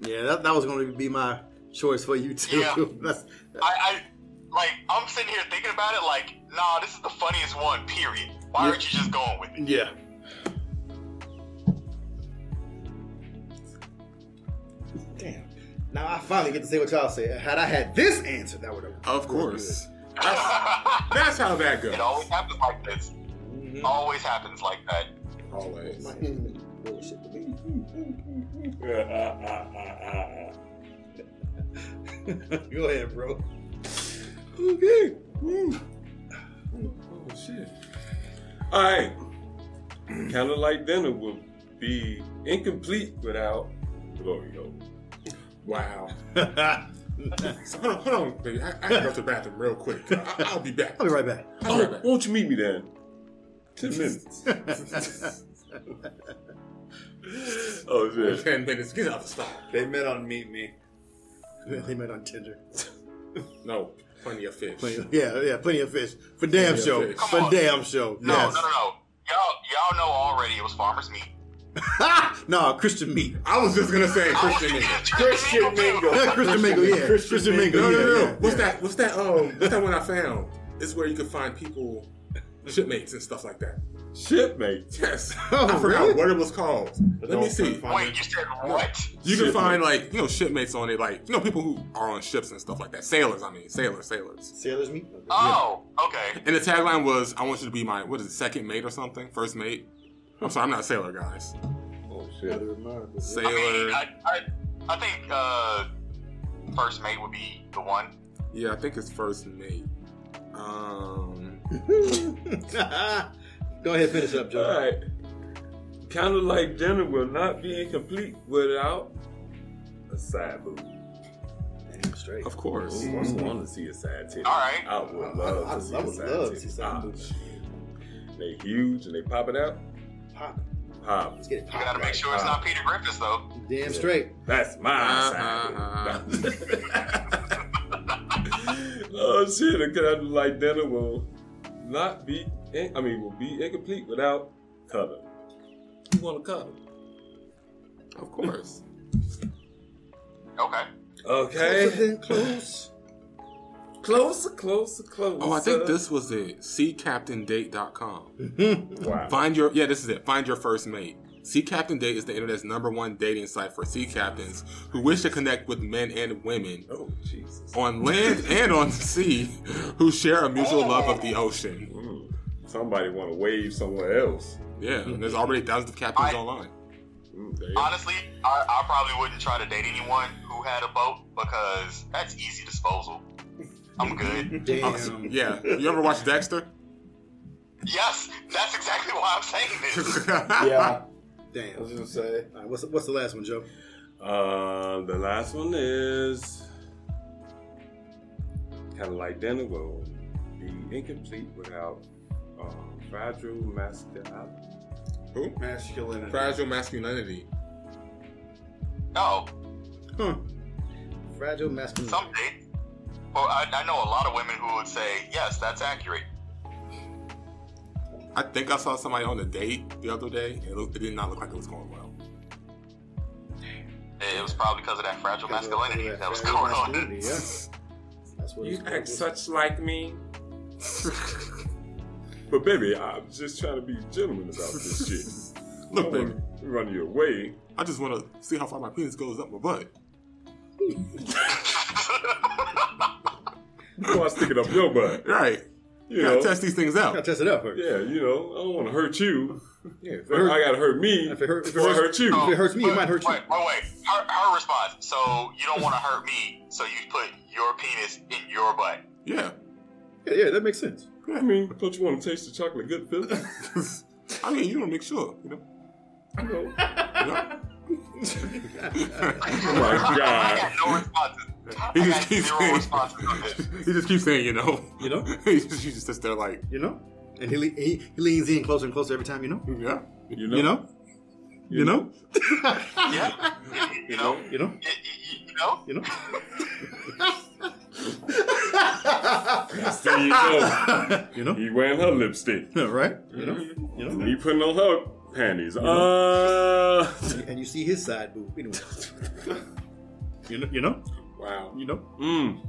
Yeah, that, that was going to be my choice for you too. Yeah. That's, I, I, like, I'm sitting here thinking about it. Like, nah, this is the funniest one. Period. Why aren't you just going with it? yeah. Damn. Now I finally get to say what y'all say. Had I had this answer, that would have. Of course. That's, that's how that goes. It always happens like this. Always happens like that. Always. Bullshit to me. Go ahead, bro. Okay. Mm. Oh shit. All right. Candlelight dinner will be incomplete without glory hole. Wow. so hold on, hold on, baby. I, I gotta go to the bathroom real quick. I, I'll be back. I'll be right back. I'll be right Oh, back. won't you meet me then? Ten minutes. oh shit. Ten minutes. Get out the stall. they met on Meet Me. they met on Tinder. No, plenty of fish. Plenty of- yeah, yeah, plenty of fish for damn of show. fish. For Come on. damn show. No, yes. no, no, no. Y'all, y'all know already. It was farmers meat. Ha! no, Christian meat. I was just gonna say Oh, Christian. Mingle. Christian Mingle. Yeah, Christian Mingle. Yeah, Christian Christian Mingle. No, no, yeah, no. yeah, what's yeah. that? What's that? Um, what's that one I found? It's where you can find people, shipmates and stuff like that. Shipmate. Yes. Oh, I forgot really? what it was called. Let me Don't see. find Wait, you said what? You can Shipmate. find like you know shipmates on it, like you know people who are on ships and stuff like that. Sailors, I mean, sailors, sailors. Sailor's meat. Oh, okay. And the tagline was, "I want you to be my what is it, second mate or something, first mate." I'm sorry, I'm not sailor, guys. Oh shit. Sailor. I mean, I, I, I think uh, first mate would be the one. yeah, I think it's first mate. Um, Go ahead, finish up, Joe. All right. Kind of like dinner will not be incomplete without a side boob. Damn straight. of course. Who wants want to see a side titty? All right. I would love I- I- to see I a would side love to titty. see side Ah, boobs. They huge and they pop it out. Pop. Pop. Let's get it You gotta popped. make sure it's not Peter Griffiths though. Damn straight. That's my Uh-uh. side boob. oh shit! Because I do like dinner will not be. In, I mean, will be incomplete without color. You want to color? Of course. Okay. Okay. close. Closer, closer, closer. Oh, I think this was it. SeaCaptainDate.com. Wow. Find your yeah, this is it. Find your first mate. Sea Captain Date is the internet's number one dating site for sea captains who wish to connect with men and women Oh, Jesus. on land and on sea who share a mutual love of the ocean. Mm. Somebody want to wave somewhere else. Yeah, and there's already thousands of captains I- online. Mm, there you go. Honestly, I, I probably wouldn't try to date anyone who had a boat because that's easy disposal. I'm good. Damn. Yeah, you ever watch Dexter? yes, that's exactly why I'm saying this. Yeah, I Damn. was gonna say. All right, what's, what's the last one, Joe? Uh, the last one is kind of like dinner will be incomplete without uh, um, fragile masculinity. Who? Masculinity. Fragile masculinity. No, Fragile masculinity. some date. Well, I, I know a lot of women who would say, yes, that's accurate. I think I saw somebody on a date the other day, and it, looked, it did not look like it was going well. It was probably because of that fragile Because of all masculinity that was fragile going on. masculinity, Yeah. That's what You it's- act such like me. But baby, I'm just trying to be gentleman about this shit. Look, baby, Run your way. I just want to see how far my penis goes up my butt. I want to stick it up your butt. Right. You gotta know. test these things Gotta out. test it out first. Yeah, you know, I don't want to hurt you. Yeah, if it But hurts- I gotta hurt me If it hurt- if it before I hurts- hurt you. if it hurts me, it Wait, might hurt you. Wait, wait, wait. Her, her response. So you don't want to hurt me, so you put your penis in your butt. Yeah. Yeah, yeah, that makes sense. I mean, don't you want to taste the chocolate good feeling? I mean, you want to make sure, you know. Oh my I god. got no responses. I He just got keeps zero responses on this. saying, he just keeps saying, you know, You know? he just, he just sits there like, You know? And he, le- he, he leans in closer and closer every time, you know? yeah, You know? You know? You know? Yeah. You know. You know? You- you- You know. You know? There you go. You know? He wearing her lipstick. right? You know? You know? He putting on her panties. Uh. And you see his side boob. Anyway. you know? You know? wow. You know? Mm.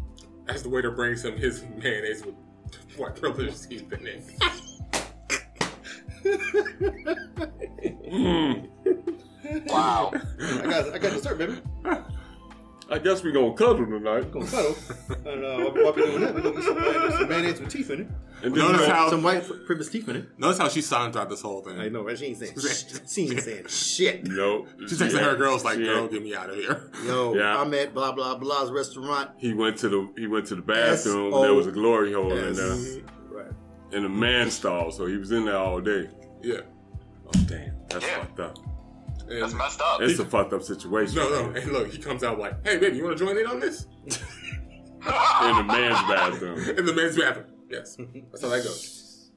As the waiter brings him his mayonnaise with white privilege teeth in it. Mm. Wow. I got, I got dessert, baby. I guess we gonna cuddle tonight. Gonna cuddle. And uh, while we're doing that, we're gonna get some, uh, some mayonnaise with teeth in it. And then Notice we gonna- how Some white privilege teeth in it. notice how she's silent throughout this whole I thing. know, right? She ain't saying shit. She ain't saying shit. No. She texts her girls like, She- "Girl, get me out of here." Yo, Yeah. I'm at blah, blah, blah's restaurant. He went to the he went to the bathroom. S.O. There was a glory Oh, hole in Yes. there, Right. in a man stall. So he was in there all day. Yeah. Oh damn, that's Yeah. fucked up. That's And, messed up. It's a fucked up situation. no, no. And look, he comes out like, "Hey, baby, you want to join in on this?" In a man's bathroom. In the men's bathroom. Yes. That's how that goes.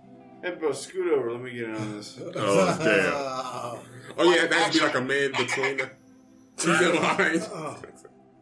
Hey, bro, scoot over. Let me get in on this. Oh damn. Oh yeah, that would be like a man between the two lines.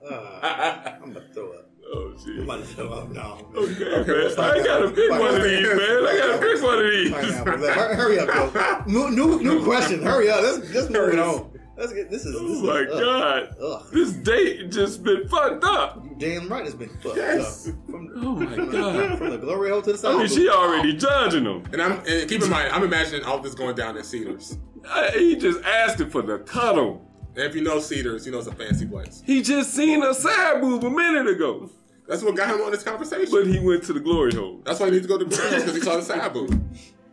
Uh, I'm gonna Oh. throw up. Oh I'm jeez. about to throw up now. Okay, let's man. knock I it gotta out. pick Knock one of it these, out. man. I gotta pick one of All these. right, now, let- hur- hurry up, Joe. New, new, new question. Hurry up. Let's, let's move it on. Let's get this is. This Oh is my ugh. god. Ugh. This date just been fucked up. You damn right it's been fucked up. From, Oh my from, god. the, from the glory hole to the side. I mean, she already judging him. And I'm and keep in mind, I'm imagining all this going down in Cedars. I- he just asking for the cuddle. And if you know Cedars, you know it's a fancy place. He just seen a side boob a minute ago, That's what got him on this conversation. but he went to the glory hole. That's why he needs to go to the because he saw the side boob.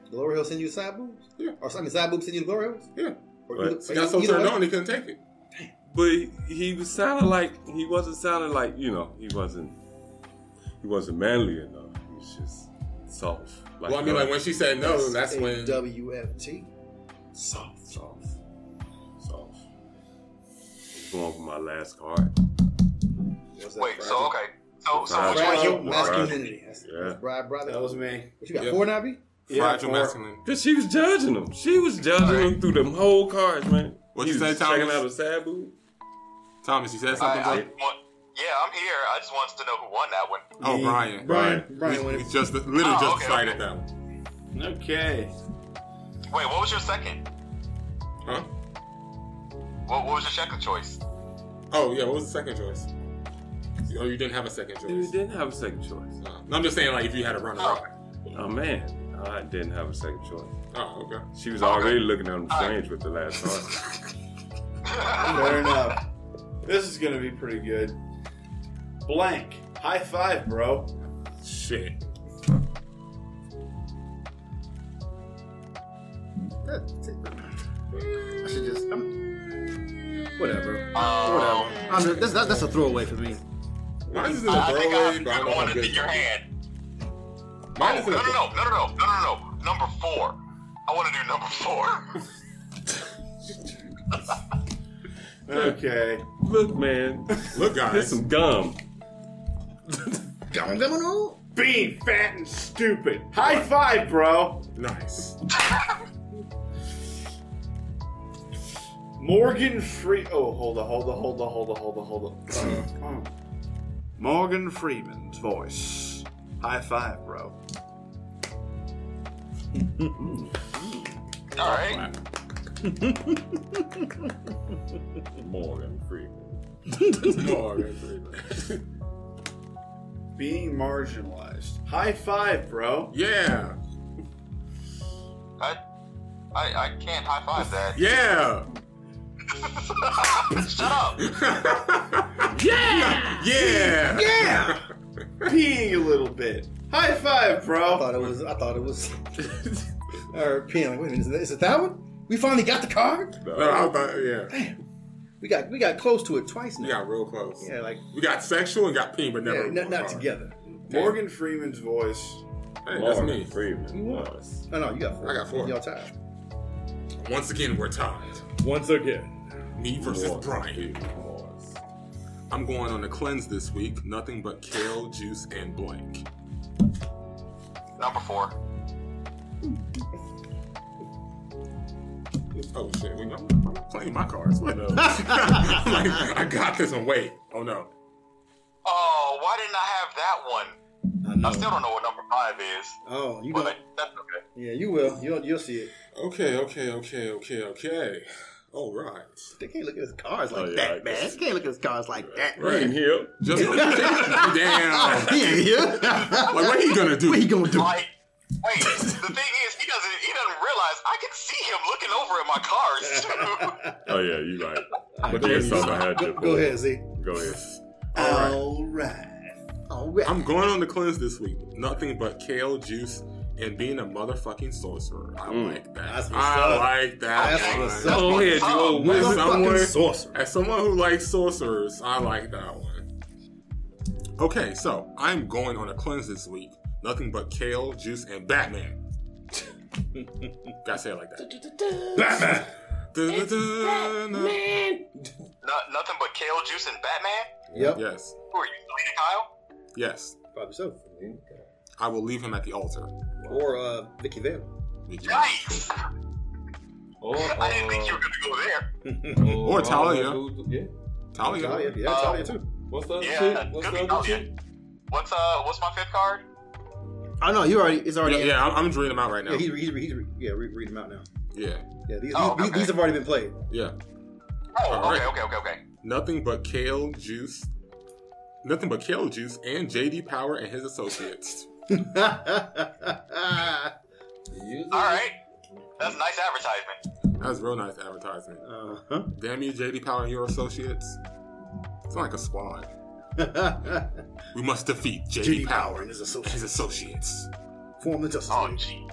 Glory Hill send you side boobs? Yeah. Or I mean, side boobs send you to Glory Hills? Yeah. Or Right. either- He got so either turned way. on he couldn't take it. But he, he was sounding like he wasn't sounding like you know he wasn't he wasn't manly enough. He was just soft. Like, well, I mean, uh, like when she said no, that's, a when. WFT. soft, soft, soft. Going for my last card. What's that, Wait, Brad? so okay. So, so Right. which one Fragile you. masculinity. That's, Yeah. that's Brad, brother. That was me. What you got Yeah. four now, B? Fragile for- masculine. Cause she was judging him. She was judging him through them whole cards, man. What'd he you was say, checking Thomas? out a sad boob. Thomas, you said I, something. I bro? want, yeah, I'm here. I just wanted to know who won that one. oh, Brian. Brian. Brian, We, when we it, just literally Oh, just okay, decided okay. that one. Okay. Wait, what was your second? Huh? What, what was your second choice? Oh yeah. What was the second choice? Oh, you didn't have a second Dude choice. didn't have a second choice. Uh, no, I'm just saying, like, if you had a runner-up. Oh man, I didn't have a second choice. Oh, okay. She was already looking at him strange with the last card. Fair enough. This is gonna be pretty good. Blank. High five, bro. Shit. that's it. I should just. I'm, whatever. Um, I'm just, that's, that's, that's a throwaway for me. Mine is in a I think throwaway, I have but I the don't know one how that's good. in your hand. Oh, Mine no, is no, in a no, no, no, no, no, no, no. Number four. I want to do number four. Okay. Look, man, Look, here's guys. some gum. Gum, gum, and all. Being fat and stupid. High five, bro. Nice. Morgan Free. Oh, hold on, hold on, hold on, hold on, hold on, hold on. Morgan Freeman's voice. High five, bro. All right. Morgan Freeman. Morgan Freeman. Being marginalized. High five, bro. yeah. I, I, I can't high five that. Yeah. Shut up. Yeah. Yeah. Peeing a little bit. High five, I bro. thought it was. I thought it was. or peeing. Like, wait a minute. Is it, is it that one? We finally got the card. No, Uh, I thought, yeah. We got we got close to it twice We now. got real close. Yeah, like We got sexual and got peen, but yeah, never. not, not Alright. together. Morgan Freeman's voice. Hey, that's Morgan me. Freeman. Oh, No, no, you got four. I got four. Y'all tied. Once again, we're tied. Once again. Me versus Morgan Brian. Morris. I'm going on a cleanse this week. Nothing but kale, juice, and blank. Number four. Oh shit! We, I'm, I'm playing my cards. What? I'm like, I got this one. Wait. Oh no. Oh, why didn't I have that one? I I still don't know what number five is, Oh, you got. but that's okay. Yeah, you will. You'll you'll see it. Okay. Okay. Okay. Okay. Okay. All right. They can't look at his cars like Oh, yeah, I that, guess. man. They can't look at his cars like that. Right in here. Just damn. He ain't here. Like, what he gonna do? what he gonna do? Like, wait. the thing is, he doesn't. He doesn't realize I can see him looking over at my cars too. Oh yeah, you right. But go, there's something I ahead, had go, to go ahead, Z. Go ahead. All right. All right. I'm going on the cleanse this week. Nothing but kale juice and being a motherfucking sorcerer. I Mm. like that. That's what's I up. like that. That's what's one. up. Go ahead, you old As wizard. someone, sorcerer. as someone who likes sorcerers, I like that one. Okay, so I'm going on a cleanse this week. Nothing but kale juice and Batman. Gotta say it like that. Batman. Batman. No, nothing but kale juice and Batman. Yep. Yes. Who are you, Selena Kyle? Yes. Probably so. I will leave him at the altar. Or uh, Vicky Vale. Yikes! Or, I didn't think you were gonna go there. oh, Or Talia. Yeah. Talia. Talia. Yeah, Uh, Talia too. What's the other Yeah, shit? What's could the be other Talia. shit? What's uh? What's my fifth card? Oh no, you already. It's already. Yeah, yeah, I'm, I'm drawing him out right now. Yeah, he's, he's, he's, yeah read, read them out now. Yeah, Yeah, these, Oh, these, okay. these have already been played. yeah. Oh, All okay, right. okay, okay, okay. Nothing but kale juice. Nothing but kale juice and JD Power and his associates. uh, All right. That's nice advertisement. That's real nice advertisement. huh. Damn you, JD Power and your associates. It's like a squad. We must defeat JD, Judy Power Power and his and his associates associates. form the Justice Oh, League. gee.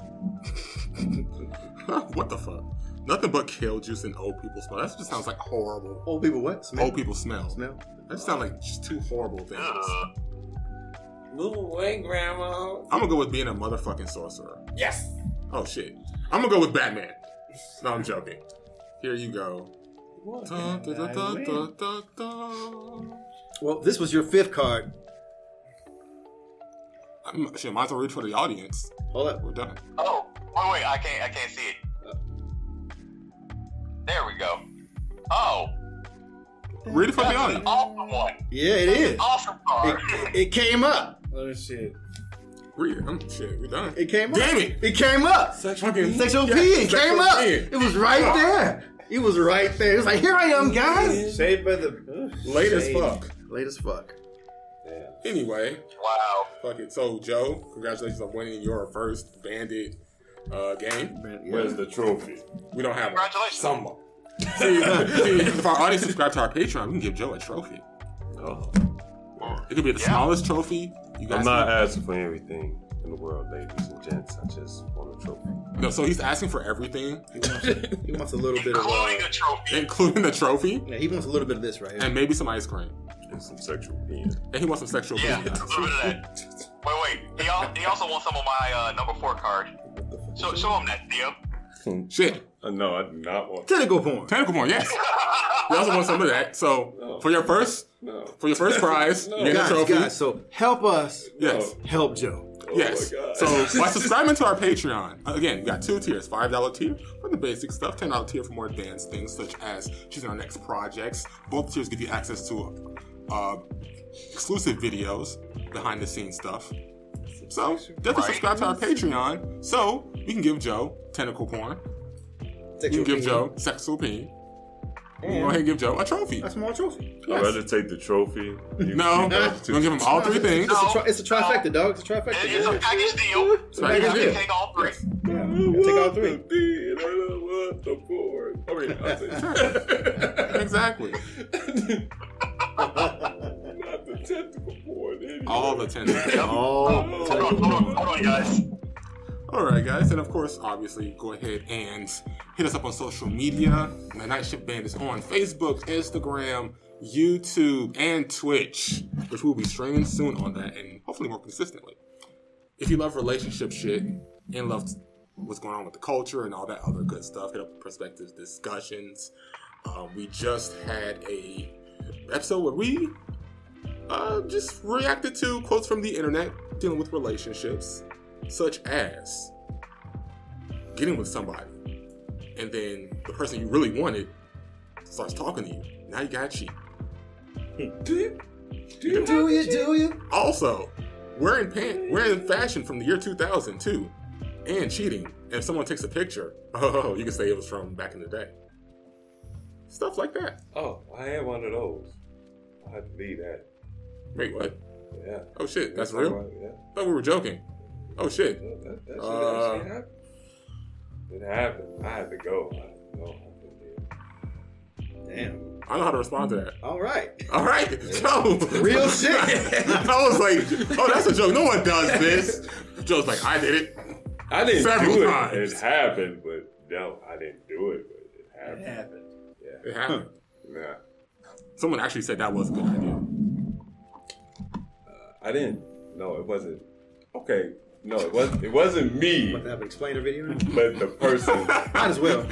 what the fuck? Nothing but kale juice and old people smell. That just sounds like horrible. Old people what? Smell? Old people smell. Smell? That just sounds like just two horrible things. Ah. Move away, Grandma. I'm gonna go with being a motherfucking sorcerer. Yes. Oh shit. I'm gonna go with Batman. No, I'm joking. Here you go. Dun, dun, dun, dun, dun, dun, dun. Well, this was your fifth card. I'm, shit, might as well reach for the audience. Hold up. We're done. Oh, wait, wait, I can't, I can't see it. There we go. Oh, Read it for the that's an audience. awesome one. Yeah, it is. Oh. Awesome card. It, it came up. Let me see it. Read it. I'm, shit, we're done. It came up. Damn it. It came up. Sexual P. Oh. Section P. It came up. P. It was right there. It was right there. It was like, here I am, guys. Saved by the. Late as fuck. Late as fuck. Anyway, Wow. fuck it. So, Joe, congratulations on winning your first bandit uh, game. Where's the trophy? We don't have one. Congratulations. Someone. see, see, if our audience subscribes to our Patreon, we can give Joe a trophy. Oh, It could be the Yeah. smallest trophy. You guys I'm not asking for everything in the world, ladies and gents. I just want a trophy. can- no, so he's asking for everything, He wants a little bit of. Uh, Including a trophy. including the trophy yeah, he wants a little bit of this right here. and maybe some ice cream. And some sexual penis. And he wants some sexual Yeah, a penis. little bit of that. Wait, wait. He, al- he also wants some of my uh, number four card. So, show him that, Theo. Shit. Uh, no, I do not want Tentacle porn. Tentacle porn, yes. We also want some of that. So for your first No. for your first prize, you get a Guys, trophy. guys, so help us Yes. help Joe. Yes. Oh so by subscribing to our Patreon, again, we got two tiers: five dollar tier for the basic stuff, ten dollar tier for more advanced things such as choosing our next projects. Both tiers give you access to uh, exclusive videos, behind the scenes stuff. So definitely Right. subscribe to our Patreon so we can give Joe tentacle porn. You Sexual can give P. Joe sexual peen. We can Go ahead and give Joe a trophy. a small trophy. I'd rather take the trophy. You No, keep we're those two. gonna give him all three things. It's a, tri- it's a trifecta, dog. It's a trifecta. It- It's a package deal. Right You have here. to take all three. Take all three. What the board? I mean, I'll say not Exactly. the tentacle board. Anyway. All the tentacles. Oh, Hold on, hold on, hold on, guys. All right, guys, and of course, obviously, go ahead and hit us up on social media. The Night Shift Band is on Facebook, Instagram, YouTube, and Twitch, which we'll be streaming soon on that, and hopefully more consistently. If you love relationship shit and love what's going on with the culture and all that other good stuff, hit up perspectives, discussions. Um, we just had a episode where we uh, just reacted to quotes from the internet dealing with relationships such as getting with somebody and then the person you really wanted starts talking to you. Now you gotta cheat. Do you? Do do you? Do you? Also, wearing pant wearing fashion from the year 2002 and cheating. And if someone takes a picture, oh, you can say it was from back in the day. Stuff like that. Oh, I had one of those. I had to leave that. Wait, what? Yeah. Oh shit, that's not real? right, Yeah. thought we were joking. Oh shit. That, that, that Uh, shit actually happened. It happened. I had to go. I had to go. I couldn't do it. Damn. I know how to respond to that. All right. All right, Joe. Real shit. I was like, oh, that's a joke. No one does this. Joe's like, I did it. I didn't Several do it. times. It happened, but no, I didn't do it. But it happened. It happened. Yeah. It happened. Nah. Someone actually said that was a good idea. I didn't. No, it wasn't. Okay. No, it was. It wasn't me, About to have an explainer video. Might but the person. as well.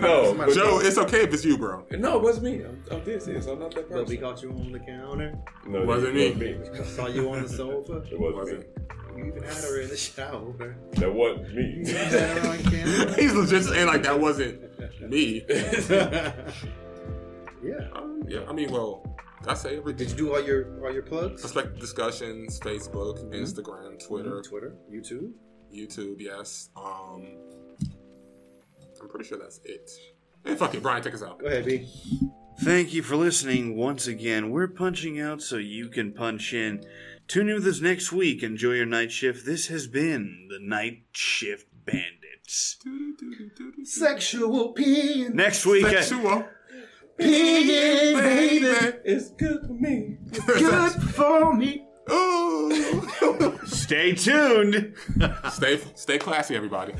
No, Somebody- Joe, it's okay if it's you, bro. no, it wasn't me. I'm, I'm dead serious. I'm not that But we person. caught you on the counter. No, it Wasn't wasn't me. me. I saw you on the sofa. It wasn't, Wasn't. You even had her in the shower. me. That wasn't me. You had her on camera. He's legit saying like that wasn't me. Yeah. Um, yeah, I mean, well, did I say Did you everything. do all your all your plugs? Respect discussions, Facebook, Mm-hmm. Instagram, Twitter, Twitter, YouTube. YouTube. Yes. Um, I'm pretty sure that's it. And fuck it, Brian, take us out. Go ahead, B. Thank you for listening once again. We're punching out so you can punch in. Tune in with us next week. Enjoy your night shift. This has been the Night Shift Bandits. Sexual peeing, Next week, I- Sexual, peeing, baby, baby. It's good for me. good for me. Ooh. Stay tuned. stay, stay classy, everybody.